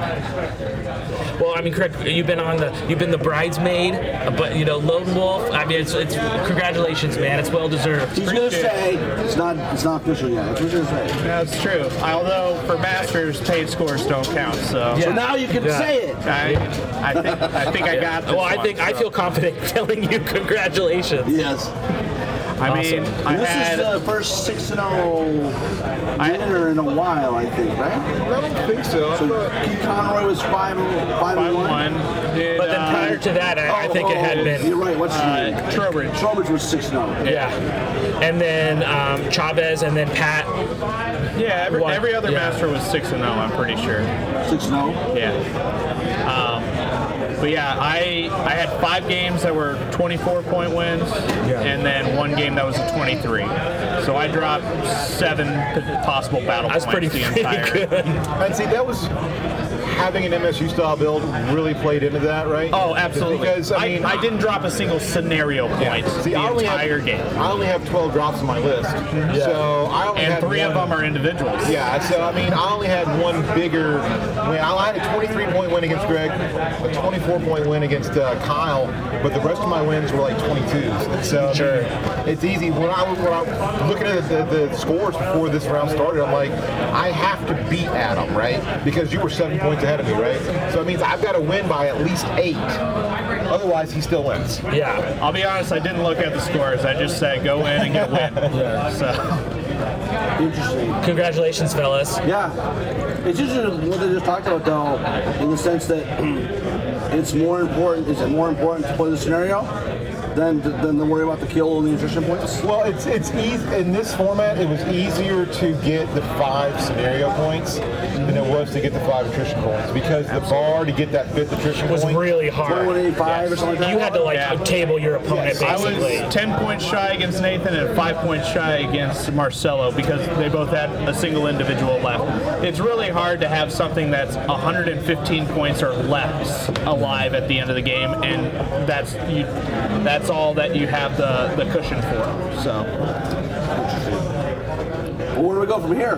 Speaker 9: Well, I mean, Craig, you've been on the you've been the bridesmaid, but you know, lone wolf. I mean, it's, it's congratulations, man. It's well deserved.
Speaker 1: He's gonna say it's not it's not official yet. That's what he's gonna say.
Speaker 15: That's true. Although for masters, paid scores don't count. So,
Speaker 1: So now you can say it.
Speaker 15: I, I think I think I got. This
Speaker 9: Well, I
Speaker 15: one,
Speaker 9: think I
Speaker 15: so.
Speaker 9: feel confident telling you congratulations.
Speaker 1: Yes.
Speaker 15: I mean, I
Speaker 1: this
Speaker 15: had.
Speaker 1: is the first six and zero winner in a while, I think, right? I
Speaker 16: don't think so.
Speaker 1: So Keith Conroy was five five and one.
Speaker 15: Did,
Speaker 9: But then prior to that, I, I think it had been.
Speaker 1: Oh,
Speaker 9: uh,
Speaker 1: You're right. What's the name?
Speaker 15: Trowbridge.
Speaker 1: Trowbridge was six and oh. zero.
Speaker 9: Yeah. And then um, Chavez, and then Pat.
Speaker 15: Yeah, every,
Speaker 9: One.
Speaker 15: every other master was six and zero. I'm pretty sure.
Speaker 1: Six and oh? zero.
Speaker 15: Yeah. Um, but yeah, I I had five games that were 24 point wins, and then one game that was a 23. So I dropped seven p- possible battle
Speaker 9: That's
Speaker 15: points
Speaker 9: pretty
Speaker 15: the entire.
Speaker 9: good.
Speaker 16: And see, that was having an MSU style build really played into that, right?
Speaker 15: Oh, absolutely.
Speaker 16: Because I
Speaker 15: I,
Speaker 16: mean,
Speaker 15: I, didn't drop a single scenario point
Speaker 16: See,
Speaker 15: the
Speaker 16: I only have-
Speaker 15: entire game.
Speaker 16: I only have 12 drops on my list. So I only
Speaker 15: and
Speaker 16: had
Speaker 15: three of
Speaker 16: one-
Speaker 15: them are individuals.
Speaker 16: Yeah, so I mean, I only had one bigger win. I had a 23 point win against Greg, a 24 point win against uh, Kyle, but the rest of my wins were like 22s. And so I mean, it's easy. When I, when I was looking at the, the scores before this round started, I'm like, I have to beat Adam, right? Because you were seven points ahead of me, right? So it means I've got to win by at least eight. Otherwise, he still wins.
Speaker 15: Yeah. I'll be honest, I didn't look at the scores. I just said go in and get win. So
Speaker 18: Interesting.
Speaker 9: Congratulations, fellas.
Speaker 1: Yeah. It's interesting what they just talked about, though, in the sense that it's more important. Is it more important to play the scenario than to, than to worry about the kill and the insertion points?
Speaker 16: Well, it's it's easy in this format. It was easier to get the five scenario points than it was to get the five attrition points because the bar to get that fifth attrition
Speaker 9: was
Speaker 16: point
Speaker 9: really hard. You had to like table your opponent basically.
Speaker 15: I was 10 points shy against Nathan and 5 points shy against Marcelo because they both had a single individual left. It's really hard to have something that's 115 points or less alive at the end of the game, and that's you, that's all that you have the, the cushion for. So
Speaker 1: Well, where do we go from here?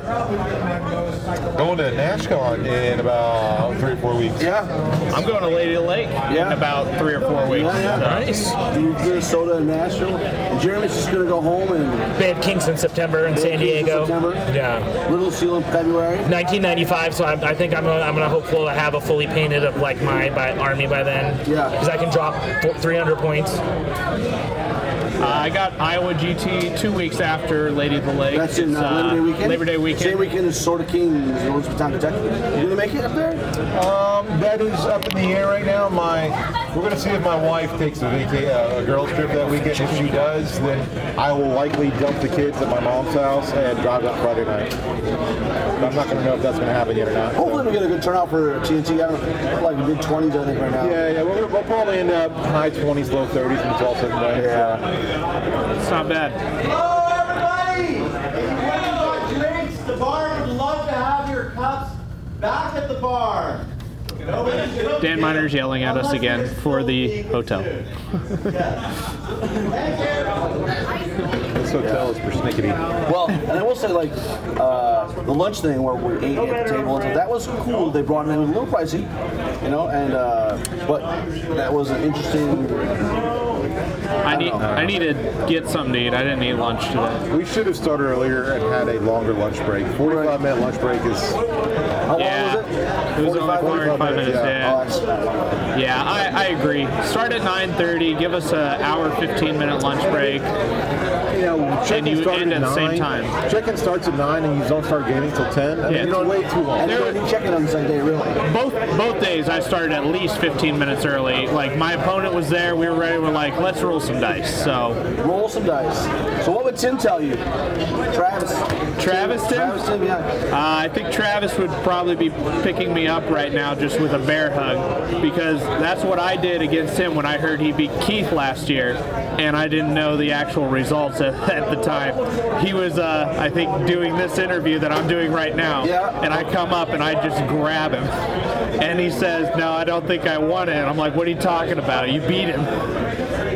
Speaker 16: Going to NashCon in about Uh, three or four weeks.
Speaker 1: Yeah.
Speaker 15: I'm going to Lady Lake in about three or four weeks.
Speaker 1: Yeah, yeah.
Speaker 15: Nice.
Speaker 1: Minnesota and Nashville. And Jeremy's just gonna go home and.
Speaker 9: They had Kings in September in San Diego. Yeah.
Speaker 1: Little Seal in February.
Speaker 9: 1995. So I'm, I think I'm gonna, I'm gonna hopeful to have a fully painted up like my by army by then. Yeah. Because I can drop four- 300 points.
Speaker 15: Uh, I got Iowa GT two weeks after Lady of the Lake.
Speaker 1: That's in uh, Labor Day
Speaker 15: It's, uh,
Speaker 1: weekend.
Speaker 15: Labor Day
Speaker 1: Same
Speaker 15: weekend.
Speaker 1: weekend as Sword of Kings in Elizabethtown, Kentucky. You gonna make it up there?
Speaker 16: Um, that is up in the air right now. My we're gonna see if my wife takes a vaca- uh, a girls trip that weekend. If she does, then I will likely dump the kids at my mom's house and drive out Friday night. But I'm not gonna know if that's gonna happen yet or not.
Speaker 1: Hopefully we get a good turnout for TNT. I don't like mid twenties I think right now.
Speaker 16: Yeah, yeah, we'll, we'll probably end up high 20s, low 30s when it's all said and done. Yeah.
Speaker 15: It's not bad.
Speaker 7: drinks. The bar would love to have your cups back at the bar. Nobody should-
Speaker 15: Dan Miner's yelling at us again for the hotel.
Speaker 16: This hotel is persnickety.
Speaker 1: Well, and I will say, like, uh, the lunch thing where we ate at the table, that was cool. They brought it in a little pricey, you know, and, uh, but that was an interesting.
Speaker 15: I need I need to get something to eat. I didn't eat lunch today.
Speaker 16: We should have started earlier and had a longer lunch break. 45 minute lunch break is. How
Speaker 15: yeah.
Speaker 16: long was it?
Speaker 15: It was only 45 minutes.
Speaker 16: yeah.
Speaker 15: Yeah, yeah I, I agree. Start at 9:30. Give us an hour 15 minute lunch break.
Speaker 16: Yeah, check
Speaker 15: and you
Speaker 16: started
Speaker 15: end at the
Speaker 16: nine.
Speaker 15: same time.
Speaker 16: Check-in starts at nine, and you don't start gaming till ten. I mean,
Speaker 15: Yeah.
Speaker 16: you don't wait too long.
Speaker 15: And you don't
Speaker 1: need check-in on the same day, really.
Speaker 15: Both both days, I started at least 15 minutes early. Like my opponent was there, we were ready. We're like, let's roll some dice. So
Speaker 1: roll some dice. So what would Tim tell you, Travis?
Speaker 15: Travis Tim?
Speaker 1: Travis Tim, yeah.
Speaker 15: Uh, I think Travis would probably be picking me up right now just with a bear hug because that's what I did against him when I heard he beat Keith last year, and I didn't know the actual results at, at the time. He was, uh, I think, doing this interview that I'm doing right now, and I come up and I just grab him, and he says, "No, I don't think I won it." And I'm like, "What are you talking about? You beat him."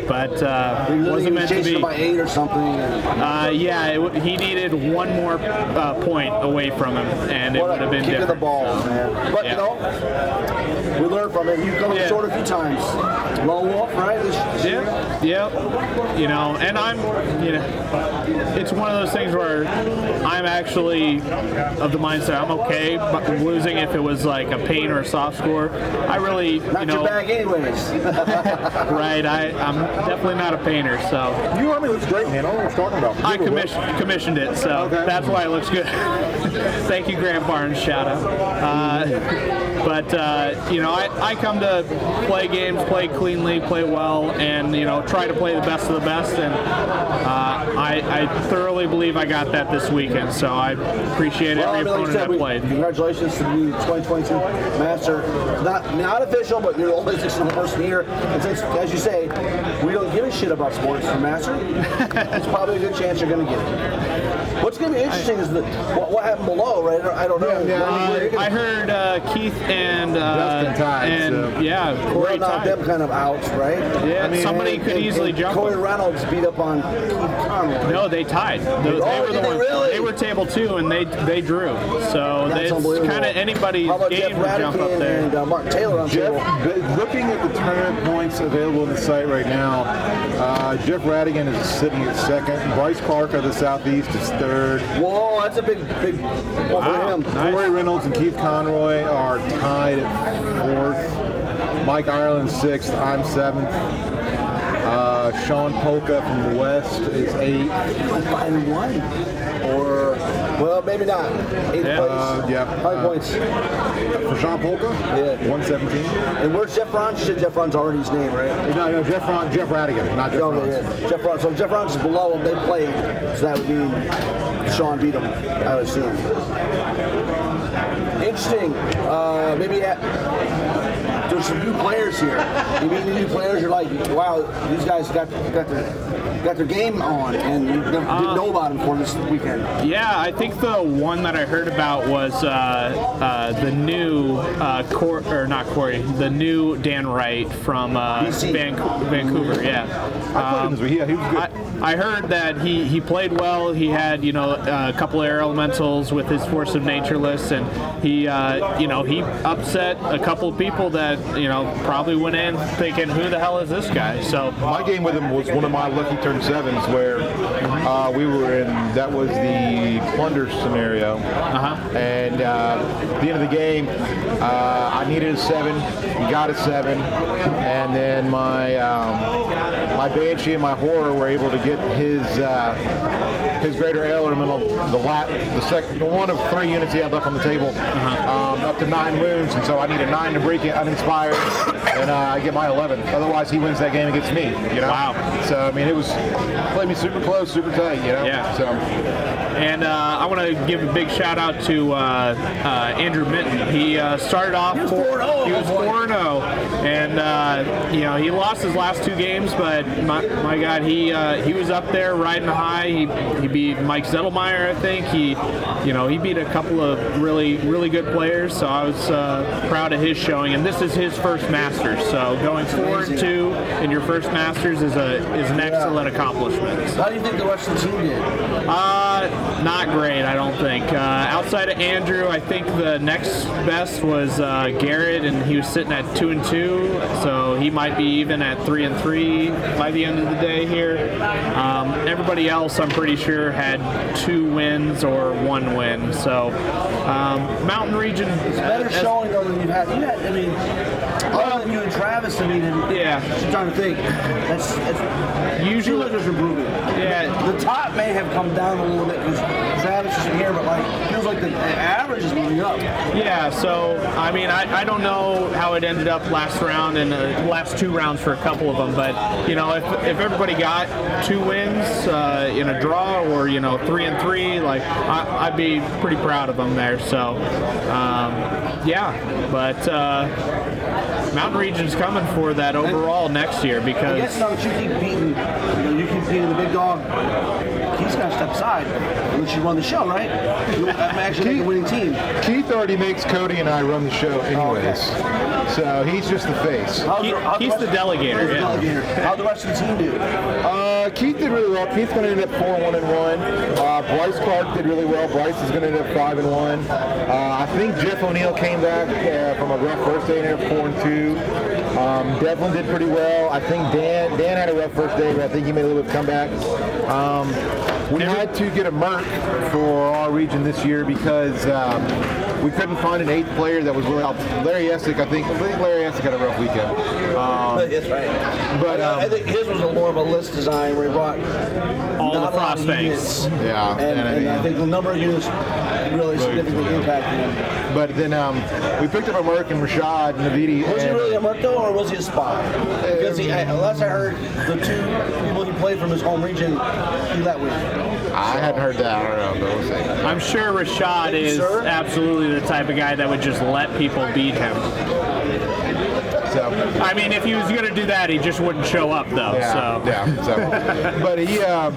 Speaker 15: But uh, wasn't
Speaker 1: He
Speaker 15: meant to
Speaker 1: chased
Speaker 15: be.
Speaker 1: him by eight or something. And
Speaker 15: Uh, yeah, it, w- he needed one more uh, point away from him, and it would have been
Speaker 1: kick of
Speaker 15: different.
Speaker 1: the balls, man. But
Speaker 15: Yeah.
Speaker 1: you know, we learned from it. You've come up short a few times. Lone wolf, right? This-
Speaker 15: Yeah, yeah, you know, and I'm, you know, it's one of those things where I'm actually of the mindset I'm okay but losing if it was like a pain or a soft score. I really, you
Speaker 1: Not
Speaker 15: know,
Speaker 1: your bag, anyways.
Speaker 15: right? I, I'm definitely not a painter, so
Speaker 16: You army looks great, man. I don't know what you're talking about.
Speaker 15: I commissioned commissioned it, so that's why it looks good. Thank you, Grant Barnes. Shout out. Uh, but uh, you know, I, I come to play games, play cleanly, play well, and you know, try to play the best of the best. And uh, I, I thoroughly believe I got that this weekend. So I appreciate
Speaker 1: Well, I
Speaker 15: every
Speaker 1: mean, like you
Speaker 15: opponent
Speaker 1: said,
Speaker 15: I
Speaker 1: we-
Speaker 15: played.
Speaker 1: Congratulations to the new 2022 Master. Not not official, but you're the only official person here. And since, as you say, we don't give a shit about sports for Master, it's probably a good chance you're going to get it. What's going to be interesting is the, what, what happened below, right? I don't know.
Speaker 15: Uh, I heard uh, Keith and uh,
Speaker 1: Justin tied,
Speaker 15: and
Speaker 1: so-
Speaker 15: yeah, Corey
Speaker 1: Corey knocked
Speaker 15: tied.
Speaker 1: them kind of out, right?
Speaker 15: Yeah, somebody could easily
Speaker 1: and
Speaker 15: jump
Speaker 1: Corey
Speaker 15: them.
Speaker 1: Reynolds beat up on Keith Conroy.
Speaker 15: No, they tied. Those-
Speaker 1: Oh,
Speaker 15: they were the
Speaker 1: did they
Speaker 15: ones.
Speaker 1: really?
Speaker 15: They were table two, and they they drew. So
Speaker 1: That's
Speaker 15: it's
Speaker 1: unbelievable.
Speaker 15: kind of anybody's
Speaker 1: How about Jeff
Speaker 15: game to jump up
Speaker 1: Radican
Speaker 15: there.
Speaker 1: and uh, Mark Taylor on
Speaker 16: Jeff,
Speaker 1: table?
Speaker 16: but looking at the tournament points available on the site right now, uh, Jeff Radigan is sitting at second. Bryce Parker of the Southeast is third.
Speaker 1: Whoa, that's a big, big one for him.
Speaker 16: Corey Reynolds and Keith Conroy are tied at fourth. Mike Ireland sixth. I'm seventh. Uh, Sean Polka from the West is eighth.
Speaker 1: By one. Or, well, maybe not. Eighth
Speaker 16: Yeah.
Speaker 1: place.
Speaker 16: Uh, yeah.
Speaker 1: Five
Speaker 16: Uh,
Speaker 1: points.
Speaker 16: For Sean Polka?
Speaker 1: Yeah.
Speaker 16: 117.
Speaker 1: And where's Jeff Ron? Shit, Jeff Ron's already his name, right?
Speaker 16: No, no, Jeff Ron, Jeff Radigan, not Jeff
Speaker 1: no,
Speaker 16: Ron.
Speaker 1: Yeah. Jeff Ron. So Jeff Ron's below him. They played, so that would mean Sean beat him, I would assume. Interesting. Uh, maybe at, there's some new players here. You meet the new players. You're like, wow, these guys got got their got their game on, and you never,
Speaker 16: Uh,
Speaker 1: didn't know about them for this weekend.
Speaker 15: Yeah, I think the one that I heard about was uh, uh, the new uh, Cor- or not Corey, the new Dan Wright from uh, Vanco- Vancouver. Yeah, Um, I, I heard that he, he played well. He had you know a couple of air elementals with his force of nature list, and he uh, you know he upset a couple of people that you know probably went in thinking who the hell is this guy. So
Speaker 16: my game with him was one of my lucky turn sevens where uh, we were in that was the plunder scenario
Speaker 15: Uh-huh.
Speaker 16: and uh, at the end of the game uh, i needed a seven got a seven and then my um, my banshee and my horror were able to get his uh, his greater elemental the lat the second the one of three units he had left on the table um, up to nine wounds and so i need a nine to break it uninspired and uh, i get my 11 otherwise he wins that game against me you know wow so i mean it was played me super close super tight you know yeah so
Speaker 15: And uh, I want to give a big shout out to uh, uh, Andrew Minton. He uh, started off four. oh He was four and zero, and uh, you know he lost his last two games, but my, my God, he uh, he was up there riding high. He, he beat Mike Zettelmeyer, I think. He you know he beat a couple of really really good players, so I was uh, proud of his showing. And this is his first Masters, so going four and two in your first Masters is a is an excellent accomplishment.
Speaker 1: How do you think the rest of the team did?
Speaker 15: Uh, not great, I don't think. Uh, outside of Andrew, I think the next best was uh, Garrett, and he was sitting at two and two, so he might be even at three and three by the end of the day here. Um, everybody else, I'm pretty sure, had two wins or one win. So um, Mountain Region is
Speaker 1: better showing though than you've had. You had, I mean, other than you and Travis, I mean, and
Speaker 15: yeah.
Speaker 1: I'm trying to think. That's, that's usually like there's improvement.
Speaker 15: Yeah,
Speaker 1: the top may have come down a little bit because Travis isn't here, but like feels like the average is moving up.
Speaker 15: Yeah, so I mean, I, I don't know how it ended up last round and uh, last two rounds for a couple of them, but you know, if, if everybody got two wins uh, in a draw or you know three and three, like I, I'd be pretty proud of them there. So um, yeah, but uh, Mountain Region's coming for that overall next year
Speaker 1: I guess
Speaker 15: because
Speaker 1: now that you keep beating, you, know, you keep beating the big dog, he's got to step aside unless you run the show, right? You I'm actually make a winning team.
Speaker 16: keith already makes cody and i run the show anyways
Speaker 1: Oh,
Speaker 16: so he's just the face
Speaker 15: he's the delegator. Yeah.
Speaker 1: How the rest of the team do?
Speaker 16: Uh, Keith did really well. Keith's going to end up four one and one. Uh, Bryce Clark did really well. Bryce is going to end up five and one. Uh, I think Jeff O'Neill came back uh, from a rough first day and ended up four and two. Um, Devlin did pretty well. I think Dan Dan had a rough first day, but I think he made a little bit of comeback. Um, we had to get a Merc for our region this year because. Um, we couldn't find an eighth player that was really out. Larry Essick, I think. I think Larry Essick had a rough weekend. Um,
Speaker 1: That's right.
Speaker 16: But
Speaker 1: I think his was a more of a list design where he brought
Speaker 15: all
Speaker 1: the
Speaker 15: prospects.
Speaker 16: Yeah,
Speaker 1: and, and,
Speaker 16: and I
Speaker 1: I,
Speaker 16: mean-
Speaker 1: think the number of units really significantly impacted him.
Speaker 16: But then um, we picked up American Rashad Navidi.
Speaker 1: Was he
Speaker 16: and- uh,
Speaker 1: really a Merco or was he a spy? Because he, I- unless I heard the two people he played from his home region, he let with.
Speaker 16: I hadn't heard that. I don't know, but we'll see.
Speaker 15: I'm sure Rashad is absolutely the type of guy that would just let people beat him.
Speaker 16: So,
Speaker 15: I mean, if he was going to do that, he just wouldn't show up, though.
Speaker 16: Yeah,
Speaker 15: so.
Speaker 16: yeah. So, but he, uh,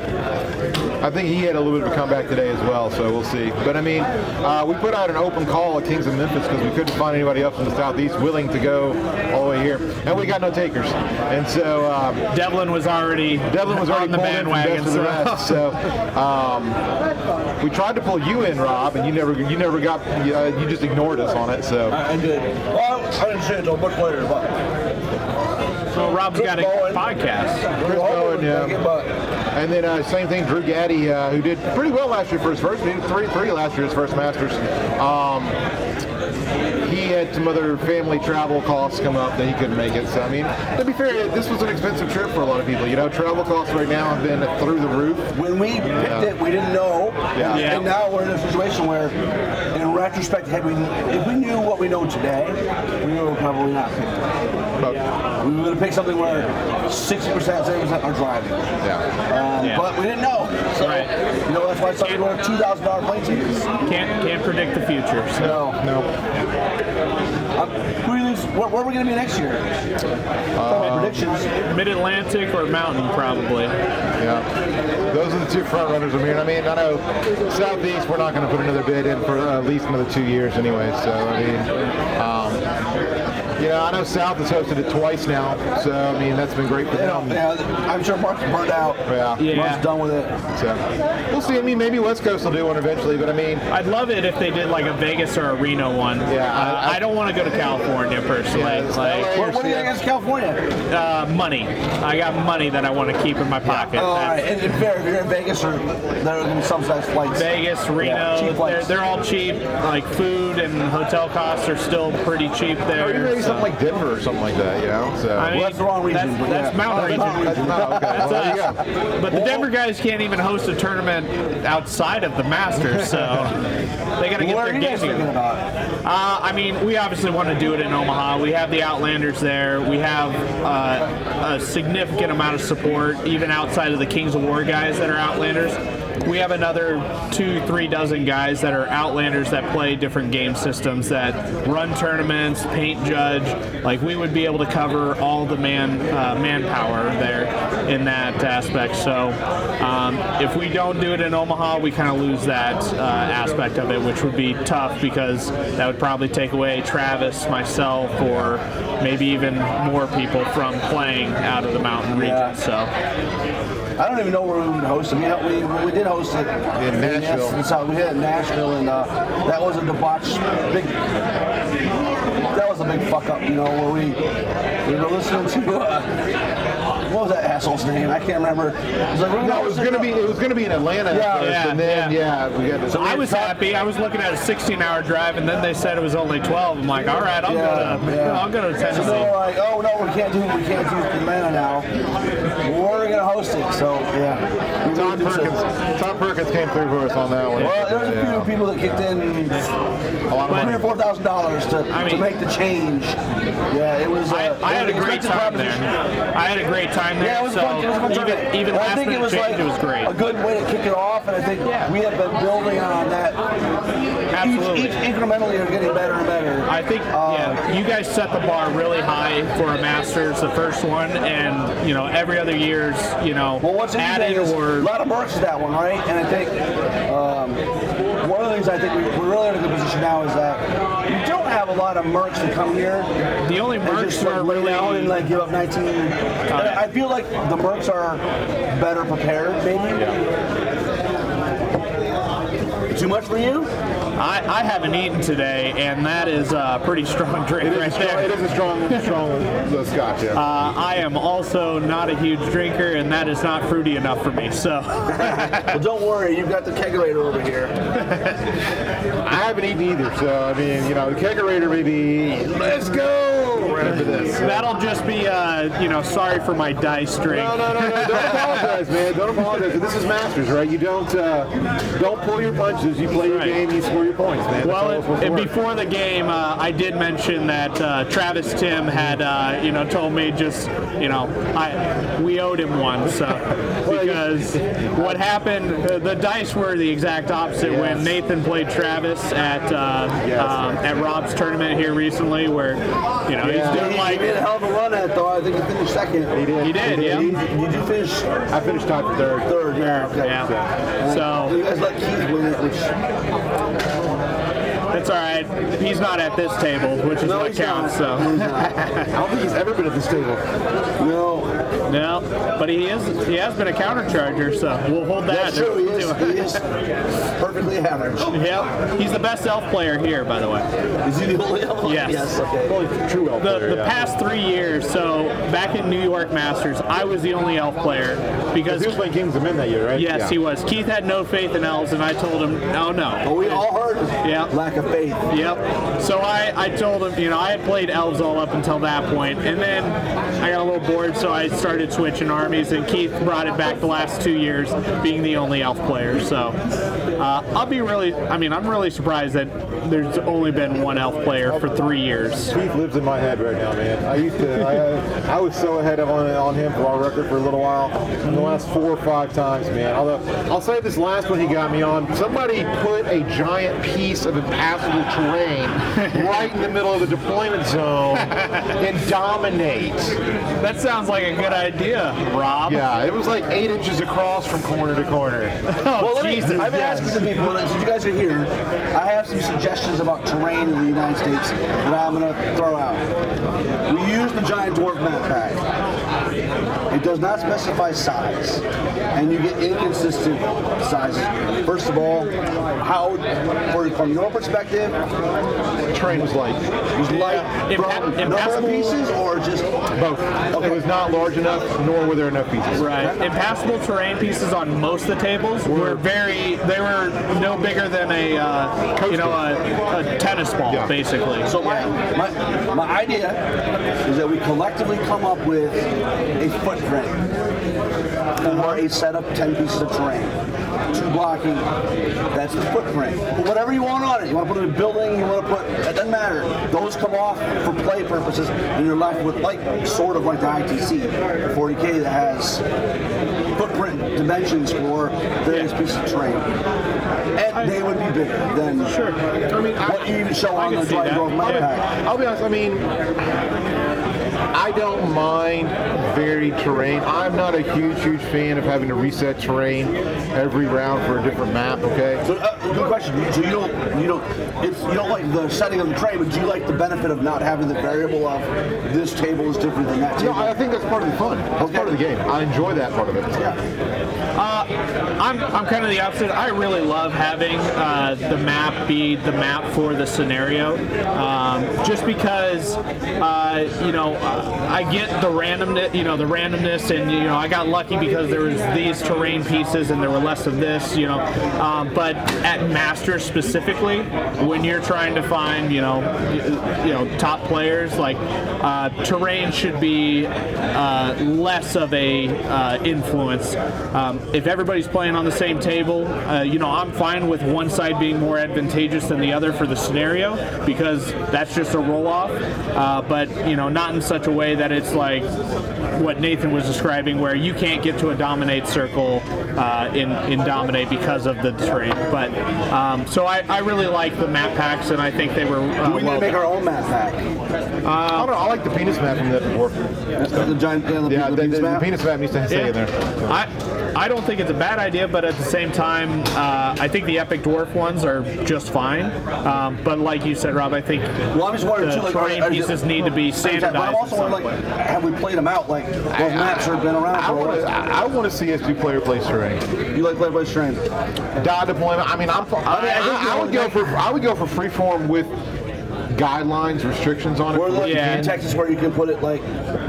Speaker 16: I think he had a little bit of a comeback today as well. So we'll see. But I mean, uh, we put out an open call at Kings of Memphis because we couldn't find anybody else from the southeast willing to go all the way here, and we got no takers. And so um,
Speaker 15: Devlin was already
Speaker 16: Devlin was already
Speaker 15: on the
Speaker 16: pulled in from
Speaker 15: bandwagon,
Speaker 16: best of the
Speaker 15: so-
Speaker 16: rest. So um, we tried to pull you in, Rob, and you never, you never got, you, uh, you just ignored us on it. So
Speaker 1: I, I did. Well, I didn't say until much later, but.
Speaker 15: So Rob's got a podcast.
Speaker 16: Chris Bowen, yeah. And then uh, same thing, Drew Gaddy, uh, who did pretty well last year for his first. He did three three last year his first Masters. Um, he had some other family travel costs come up that he couldn't make it. So I mean, to be fair, this was an expensive trip for a lot of people. You know, travel costs right now have been through the roof.
Speaker 1: When we picked it, we didn't know.
Speaker 16: Yeah.
Speaker 1: And now we're in a situation where, in retrospect, had we, if we knew what we know today, we would have probably not picked it. We would have picked something where 60%, 70% are driving. Yeah. Um,
Speaker 15: Yeah.
Speaker 1: But we didn't know. So, you know, that's why some people are $2,000 plane tickets.
Speaker 15: Can't, can't predict the future.
Speaker 1: So.
Speaker 16: No,
Speaker 1: Who do you lose- where, where are we going to be next year? predictions.
Speaker 15: Mid Atlantic Uh, or Mountain, probably.
Speaker 16: Yeah. Those are the two front runners I'm hearing. I mean, I know Southeast, we're not going to put another bid in for uh, at least another two years anyway. So, I mean, um, yeah, I know South has hosted it twice now. So, I mean, that's been great for them.
Speaker 1: Yeah, I'm sure Mark's burned out.
Speaker 16: Yeah.
Speaker 1: Yeah. Mark's done with it.
Speaker 16: So, we'll see. I mean, maybe West Coast will do one eventually, but I mean,
Speaker 15: I'd love it if they did like a Vegas or a Reno one. Yeah, I, don't want to go to California personally. like,
Speaker 1: what, what do you got against California?
Speaker 15: uh, money. I got money that I want to keep in my pocket.
Speaker 1: Oh, all right.
Speaker 15: That's-
Speaker 1: And if you're, if you're in Vegas, or there are going to be some size flights.
Speaker 15: Vegas,
Speaker 1: Yeah,
Speaker 15: Reno,
Speaker 1: cheap
Speaker 15: they're,
Speaker 1: flights.
Speaker 15: they're all cheap. Like food and hotel costs are still pretty cheap there.
Speaker 16: or even maybe
Speaker 15: so-
Speaker 16: something like Denver or something like that, you know? So,
Speaker 15: I mean, That's, that's mountain
Speaker 16: Oh, that's
Speaker 15: region.
Speaker 16: Mountain Oh, okay. Well,
Speaker 15: That's
Speaker 16: there you
Speaker 15: us. But the Denver guys can't even host a tournament outside of the Masters, so they got to get
Speaker 1: What are
Speaker 15: their
Speaker 1: you guys
Speaker 15: game.
Speaker 1: thinking about?
Speaker 15: Uh, I mean, we obviously want to do it in Omaha. We have the Outlanders there. We have uh, a significant amount of support, even outside of the Kings of War guys that are Outlanders. We have another two, three dozen guys that are Outlanders that play different game systems that run tournaments, paint judge. Like we would be able to cover all the man uh, manpower there in that aspect. So um, if we don't do it in Omaha, we kind of lose that uh, aspect of it, which would be tough because that would probably take away Travis, myself, or maybe even more people from playing out of the mountain region. So
Speaker 1: I don't even know where we would host them. Yeah, we, we did host it in
Speaker 16: Nashville.
Speaker 1: And so we did it in Nashville, and uh, that was a debauch. Big, that was a big fuck up, you know, where we we were listening to. Uh, what was that asshole's name? I can't remember. It was, like, we're
Speaker 16: No, it was
Speaker 1: listening
Speaker 16: gonna be- it was gonna be in Atlanta at
Speaker 1: Yeah,
Speaker 16: first, and then, yeah, we got-
Speaker 15: So I was happy. I was looking at a 16-hour drive, and then they said it was only 12. I'm like, all right, I'll go to I'll go to Tennessee.
Speaker 1: So they're like, oh no, we can't do we can't do Atlanta now. We're gonna host it. So yeah.
Speaker 16: Todd Perkins, Todd Perkins came through for us on that one.
Speaker 1: Well, there's a few people that kicked in three or four thousand dollars to, to
Speaker 15: mean-
Speaker 1: make the change. Yeah, it was. Uh,
Speaker 15: I had a great
Speaker 1: expensive
Speaker 15: time there.
Speaker 1: proposition.
Speaker 15: I had a great time there.
Speaker 1: Yeah, it was
Speaker 15: so
Speaker 1: fun. It was a fun
Speaker 15: even,
Speaker 1: tournament.
Speaker 15: even
Speaker 1: Well,
Speaker 15: last
Speaker 1: I think
Speaker 15: minute
Speaker 1: it was
Speaker 15: change,
Speaker 1: like
Speaker 15: it was great.
Speaker 1: a good way to kick it off, and I think we have been building on that. Absolutely. Each, each incrementally are getting better and better. Um,
Speaker 15: I think yeah, you guys set the bar really high for a Masters, the first one, and you know every other year's you know well,
Speaker 1: what's
Speaker 15: added
Speaker 1: interesting is
Speaker 15: or
Speaker 1: a lot of work to that one, right? And I think um, one of the things I think we, we're really in a good position now is that we don't have a lot of mercs that come here.
Speaker 15: The only
Speaker 1: mercs just, like,
Speaker 15: are
Speaker 1: lay
Speaker 15: really-
Speaker 1: down and like give up 19. I I feel like the mercs are better prepared, maybe. Too much for you?
Speaker 15: I, I haven't eaten today, and that is a pretty strong drink right there.
Speaker 16: It is a strong, strong uh, scotch. Yeah.
Speaker 15: Uh, I am also not a huge drinker, and that is not fruity enough for me. So
Speaker 1: well, don't worry, you've got the kegerator over here.
Speaker 16: I haven't eaten either, so I mean, you know, the kegerator may be. Let's go right after this.
Speaker 15: That'll just be, uh, you know, sorry for my dice drink.
Speaker 16: No, no, no, no! Don't apologize. apologize, man. Don't apologize. This is Masters, right? You don't uh, don't pull your punches. You play your game. You score your points, man. That's how it's
Speaker 15: Well,
Speaker 16: supposed
Speaker 15: and,
Speaker 16: to
Speaker 15: and
Speaker 16: work.
Speaker 15: before the game, uh, I did mention that uh, Travis Tim had, uh, you know, told me just, you know, I we owed him one. So because what happened, uh, the dice were the exact opposite when Nathan played Travis at uh, um, at Rob's tournament here recently, where you know he's doing like
Speaker 1: he did a hell of a run at it though. I think he finished second. He did.
Speaker 15: He did, yeah.
Speaker 1: He, did you finish? I
Speaker 16: finished tied for third.
Speaker 1: Third, yeah. Okay.
Speaker 15: Yeah. So
Speaker 1: you guys let Keith win it, which
Speaker 15: that's all right. He's not at this table, which is what counts. So.
Speaker 16: I don't think he's ever been at this table.
Speaker 1: No.
Speaker 15: No, but he is. He has been a countercharger, so we'll hold that.
Speaker 1: That's true. He is, he is perfectly average.
Speaker 15: Yep. He's the best elf player here, by the way.
Speaker 1: Is he the only elf? player?
Speaker 15: Yes.
Speaker 1: Yes. Okay.
Speaker 16: Only true elf
Speaker 15: the,
Speaker 1: player,
Speaker 15: The
Speaker 1: yeah.
Speaker 15: past three years, so back in New York Masters, I was the only elf player because
Speaker 16: He was playing Kings of Men that year, right?
Speaker 15: Yes,
Speaker 16: Yeah.
Speaker 15: he was. Keith had no faith in elves, and I told him, no, no. But
Speaker 1: we all heard
Speaker 15: yep.
Speaker 1: lack of faith.
Speaker 15: Yep. So I, I told him, you know, I had played elves all up until that point, and then I got a little bored, so I started switching armies, and Keith brought it back the last two years, being the only elf player. So uh, I'll be really, I mean, I'm really surprised that there's only been one elf player for three years.
Speaker 16: Keith lives in my head right now, man. I used to, I, I was so ahead of, on, on him for our record for a little while. In the last four or five times, man. Although I'll say this last one he got me on. Somebody put a giant piece of impassable terrain right in the middle of the deployment zone and dominate.
Speaker 15: That sounds like a good idea, Rob.
Speaker 16: Yeah, it was like eight inches across from corner to corner.
Speaker 15: Oh,
Speaker 1: well, let me- I've been asking some people, and since you guys are here, I have some suggestions about terrain in the United States that I'm going to throw out. We use the giant dwarf map pack. It does not specify size, and you get inconsistent sizes. First of all, how for, from your perspective,
Speaker 16: terrain was light.
Speaker 1: It was light. from number of pieces or just
Speaker 16: both? It was not large enough, nor were there enough pieces.
Speaker 15: Right. Impassable terrain pieces on most of the tables were very. They were no bigger than a, uh, you know, a, a tennis ball, basically.
Speaker 1: So my, my, my idea is that we collectively come up with a footprint for a set of 10 pieces of terrain. Two blocking, that's the footprint. Put whatever you want on it, you want to put in a building, you want to put, it doesn't matter. Those come off for play purposes, and you're left with like, sort of like the ITC, the 40K that has footprint dimensions for various pieces of terrain. And they would be bigger than what you even show on the Giant Grove map pack.
Speaker 16: I'll be honest. I mean, I don't mind varied terrain. I'm not a huge, huge fan of having to reset terrain every round for a different map. Okay.
Speaker 1: So, uh, good question. You- So you don't, you don't, it's, you don't like the setting of the tray, but do you like the benefit of not having the variable of this table is different than that table? No, I
Speaker 16: think that's part of the fun. That's part of the game. I enjoy that part of it.
Speaker 15: Uh, I'm, I'm kind of the opposite. I really love having uh, the map be the map for the scenario, um, just because uh, you know uh, I get the randomness, you know, the randomness, and you know I got lucky because there was these terrain pieces and there were less of this, you know. Um, but at Masters specifically, when you're trying to find you know y- you know top players, like uh, terrain should be uh, less of a uh, influence. Um, if everybody's playing on the same table, uh, you know, I'm fine with one side being more advantageous than the other for the scenario because that's just a roll off. Uh, but, you know, not in such a way that it's like what Nathan was describing where you can't get to a dominate circle uh, in, in dominate because of the terrain. But, um, so I, I really like the map packs and I think they were. Uh,
Speaker 1: Do we need to
Speaker 15: well
Speaker 1: make our
Speaker 15: done.
Speaker 1: own map pack?
Speaker 16: I don't know. I like the penis map from the dwarf.
Speaker 1: The giant, yeah, the,
Speaker 16: yeah, the,
Speaker 1: penis
Speaker 16: the- the
Speaker 1: map?
Speaker 16: penis map needs to stay
Speaker 15: Yeah.
Speaker 16: in there.
Speaker 15: I I don't think it's a bad idea, but at the same time, uh, I think the epic dwarf ones are just fine. Um, but like you said, Rob, I think
Speaker 1: Well, I'm just wondering
Speaker 15: the
Speaker 1: too, like,
Speaker 15: terrain
Speaker 1: are- are-
Speaker 15: pieces need to be standardized.
Speaker 1: But I'm also
Speaker 15: in some
Speaker 1: wondering, like,
Speaker 15: way.
Speaker 1: have we played them out? Like, those maps have been around
Speaker 16: I
Speaker 1: for a
Speaker 16: want
Speaker 1: while.
Speaker 16: to. I want to see us do player place terrain.
Speaker 1: You like player place terrain?
Speaker 16: Dot deployment. I mean, I'm. I, I, I would go for. I would go for freeform with guidelines, restrictions on it.
Speaker 1: Or
Speaker 16: for what
Speaker 1: like
Speaker 16: you
Speaker 1: in
Speaker 16: can-
Speaker 1: Texas, where you can put it like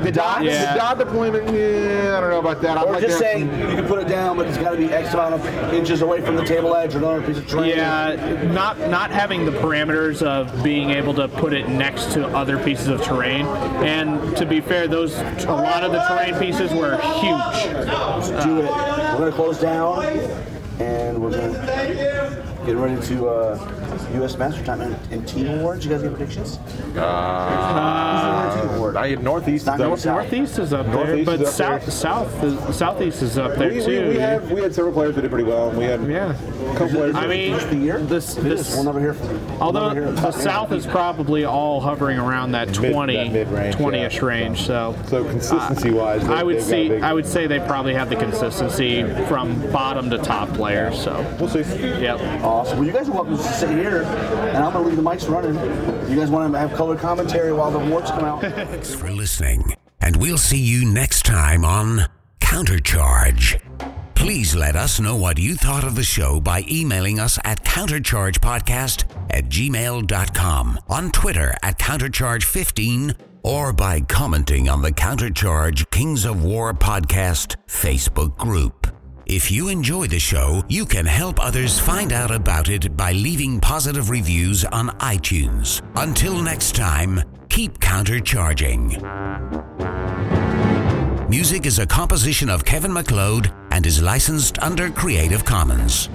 Speaker 16: The dot,
Speaker 1: Yeah.
Speaker 16: the dot deployment, yeah, I don't know about that. I'd
Speaker 1: Or
Speaker 16: like
Speaker 1: just
Speaker 16: to have
Speaker 1: say you can put it down, but it's got to be X amount of inches away from the table edge or another piece of tray.
Speaker 15: Yeah, not not having the parameters of being able to put it next to other pieces of terrain. And to be fair, those a lot of the terrain pieces were huge.
Speaker 1: do it. We're gonna close down, and we're gonna get ready to uh, U.S. Master Time and, and Team Awards. You guys get predictions?
Speaker 16: Uh, I northeast.
Speaker 1: Not gonna
Speaker 15: North-
Speaker 1: decide.
Speaker 15: northeast is up there,
Speaker 16: Northeast
Speaker 15: but
Speaker 16: is up
Speaker 15: south south is, southeast is up there
Speaker 16: we,
Speaker 15: too.
Speaker 16: We, we, had, we had several players that did pretty well. and We had yeah. a couple players.
Speaker 15: I
Speaker 16: that-
Speaker 15: mean, this, this
Speaker 16: We'll never
Speaker 1: hear from.
Speaker 15: Although the South is probably all hovering around that 20, 20-ish range. So, uh,
Speaker 16: so consistency-wise, they-
Speaker 15: I would
Speaker 16: they've got a
Speaker 15: see.
Speaker 16: big-
Speaker 15: I would say they probably have the consistency from bottom to top player. So
Speaker 16: we'll see.
Speaker 15: Yep.
Speaker 1: Awesome. Well, you guys are welcome to sit here, and I'm gonna leave the mics running. You guys want to have color commentary while the awards come out?
Speaker 19: Thanks for listening, and we'll see you next time on Countercharge. Please let us know what you thought of the show by emailing us at counterchargepodcast at gmail.com, on Twitter at countercharge15, or by commenting on the Countercharge Kings of War podcast Facebook group. If you enjoy the show, you can help others find out about it by leaving positive reviews on iTunes. Until next time, keep countercharging. Music is a composition of Kevin McLeod and is licensed under Creative Commons.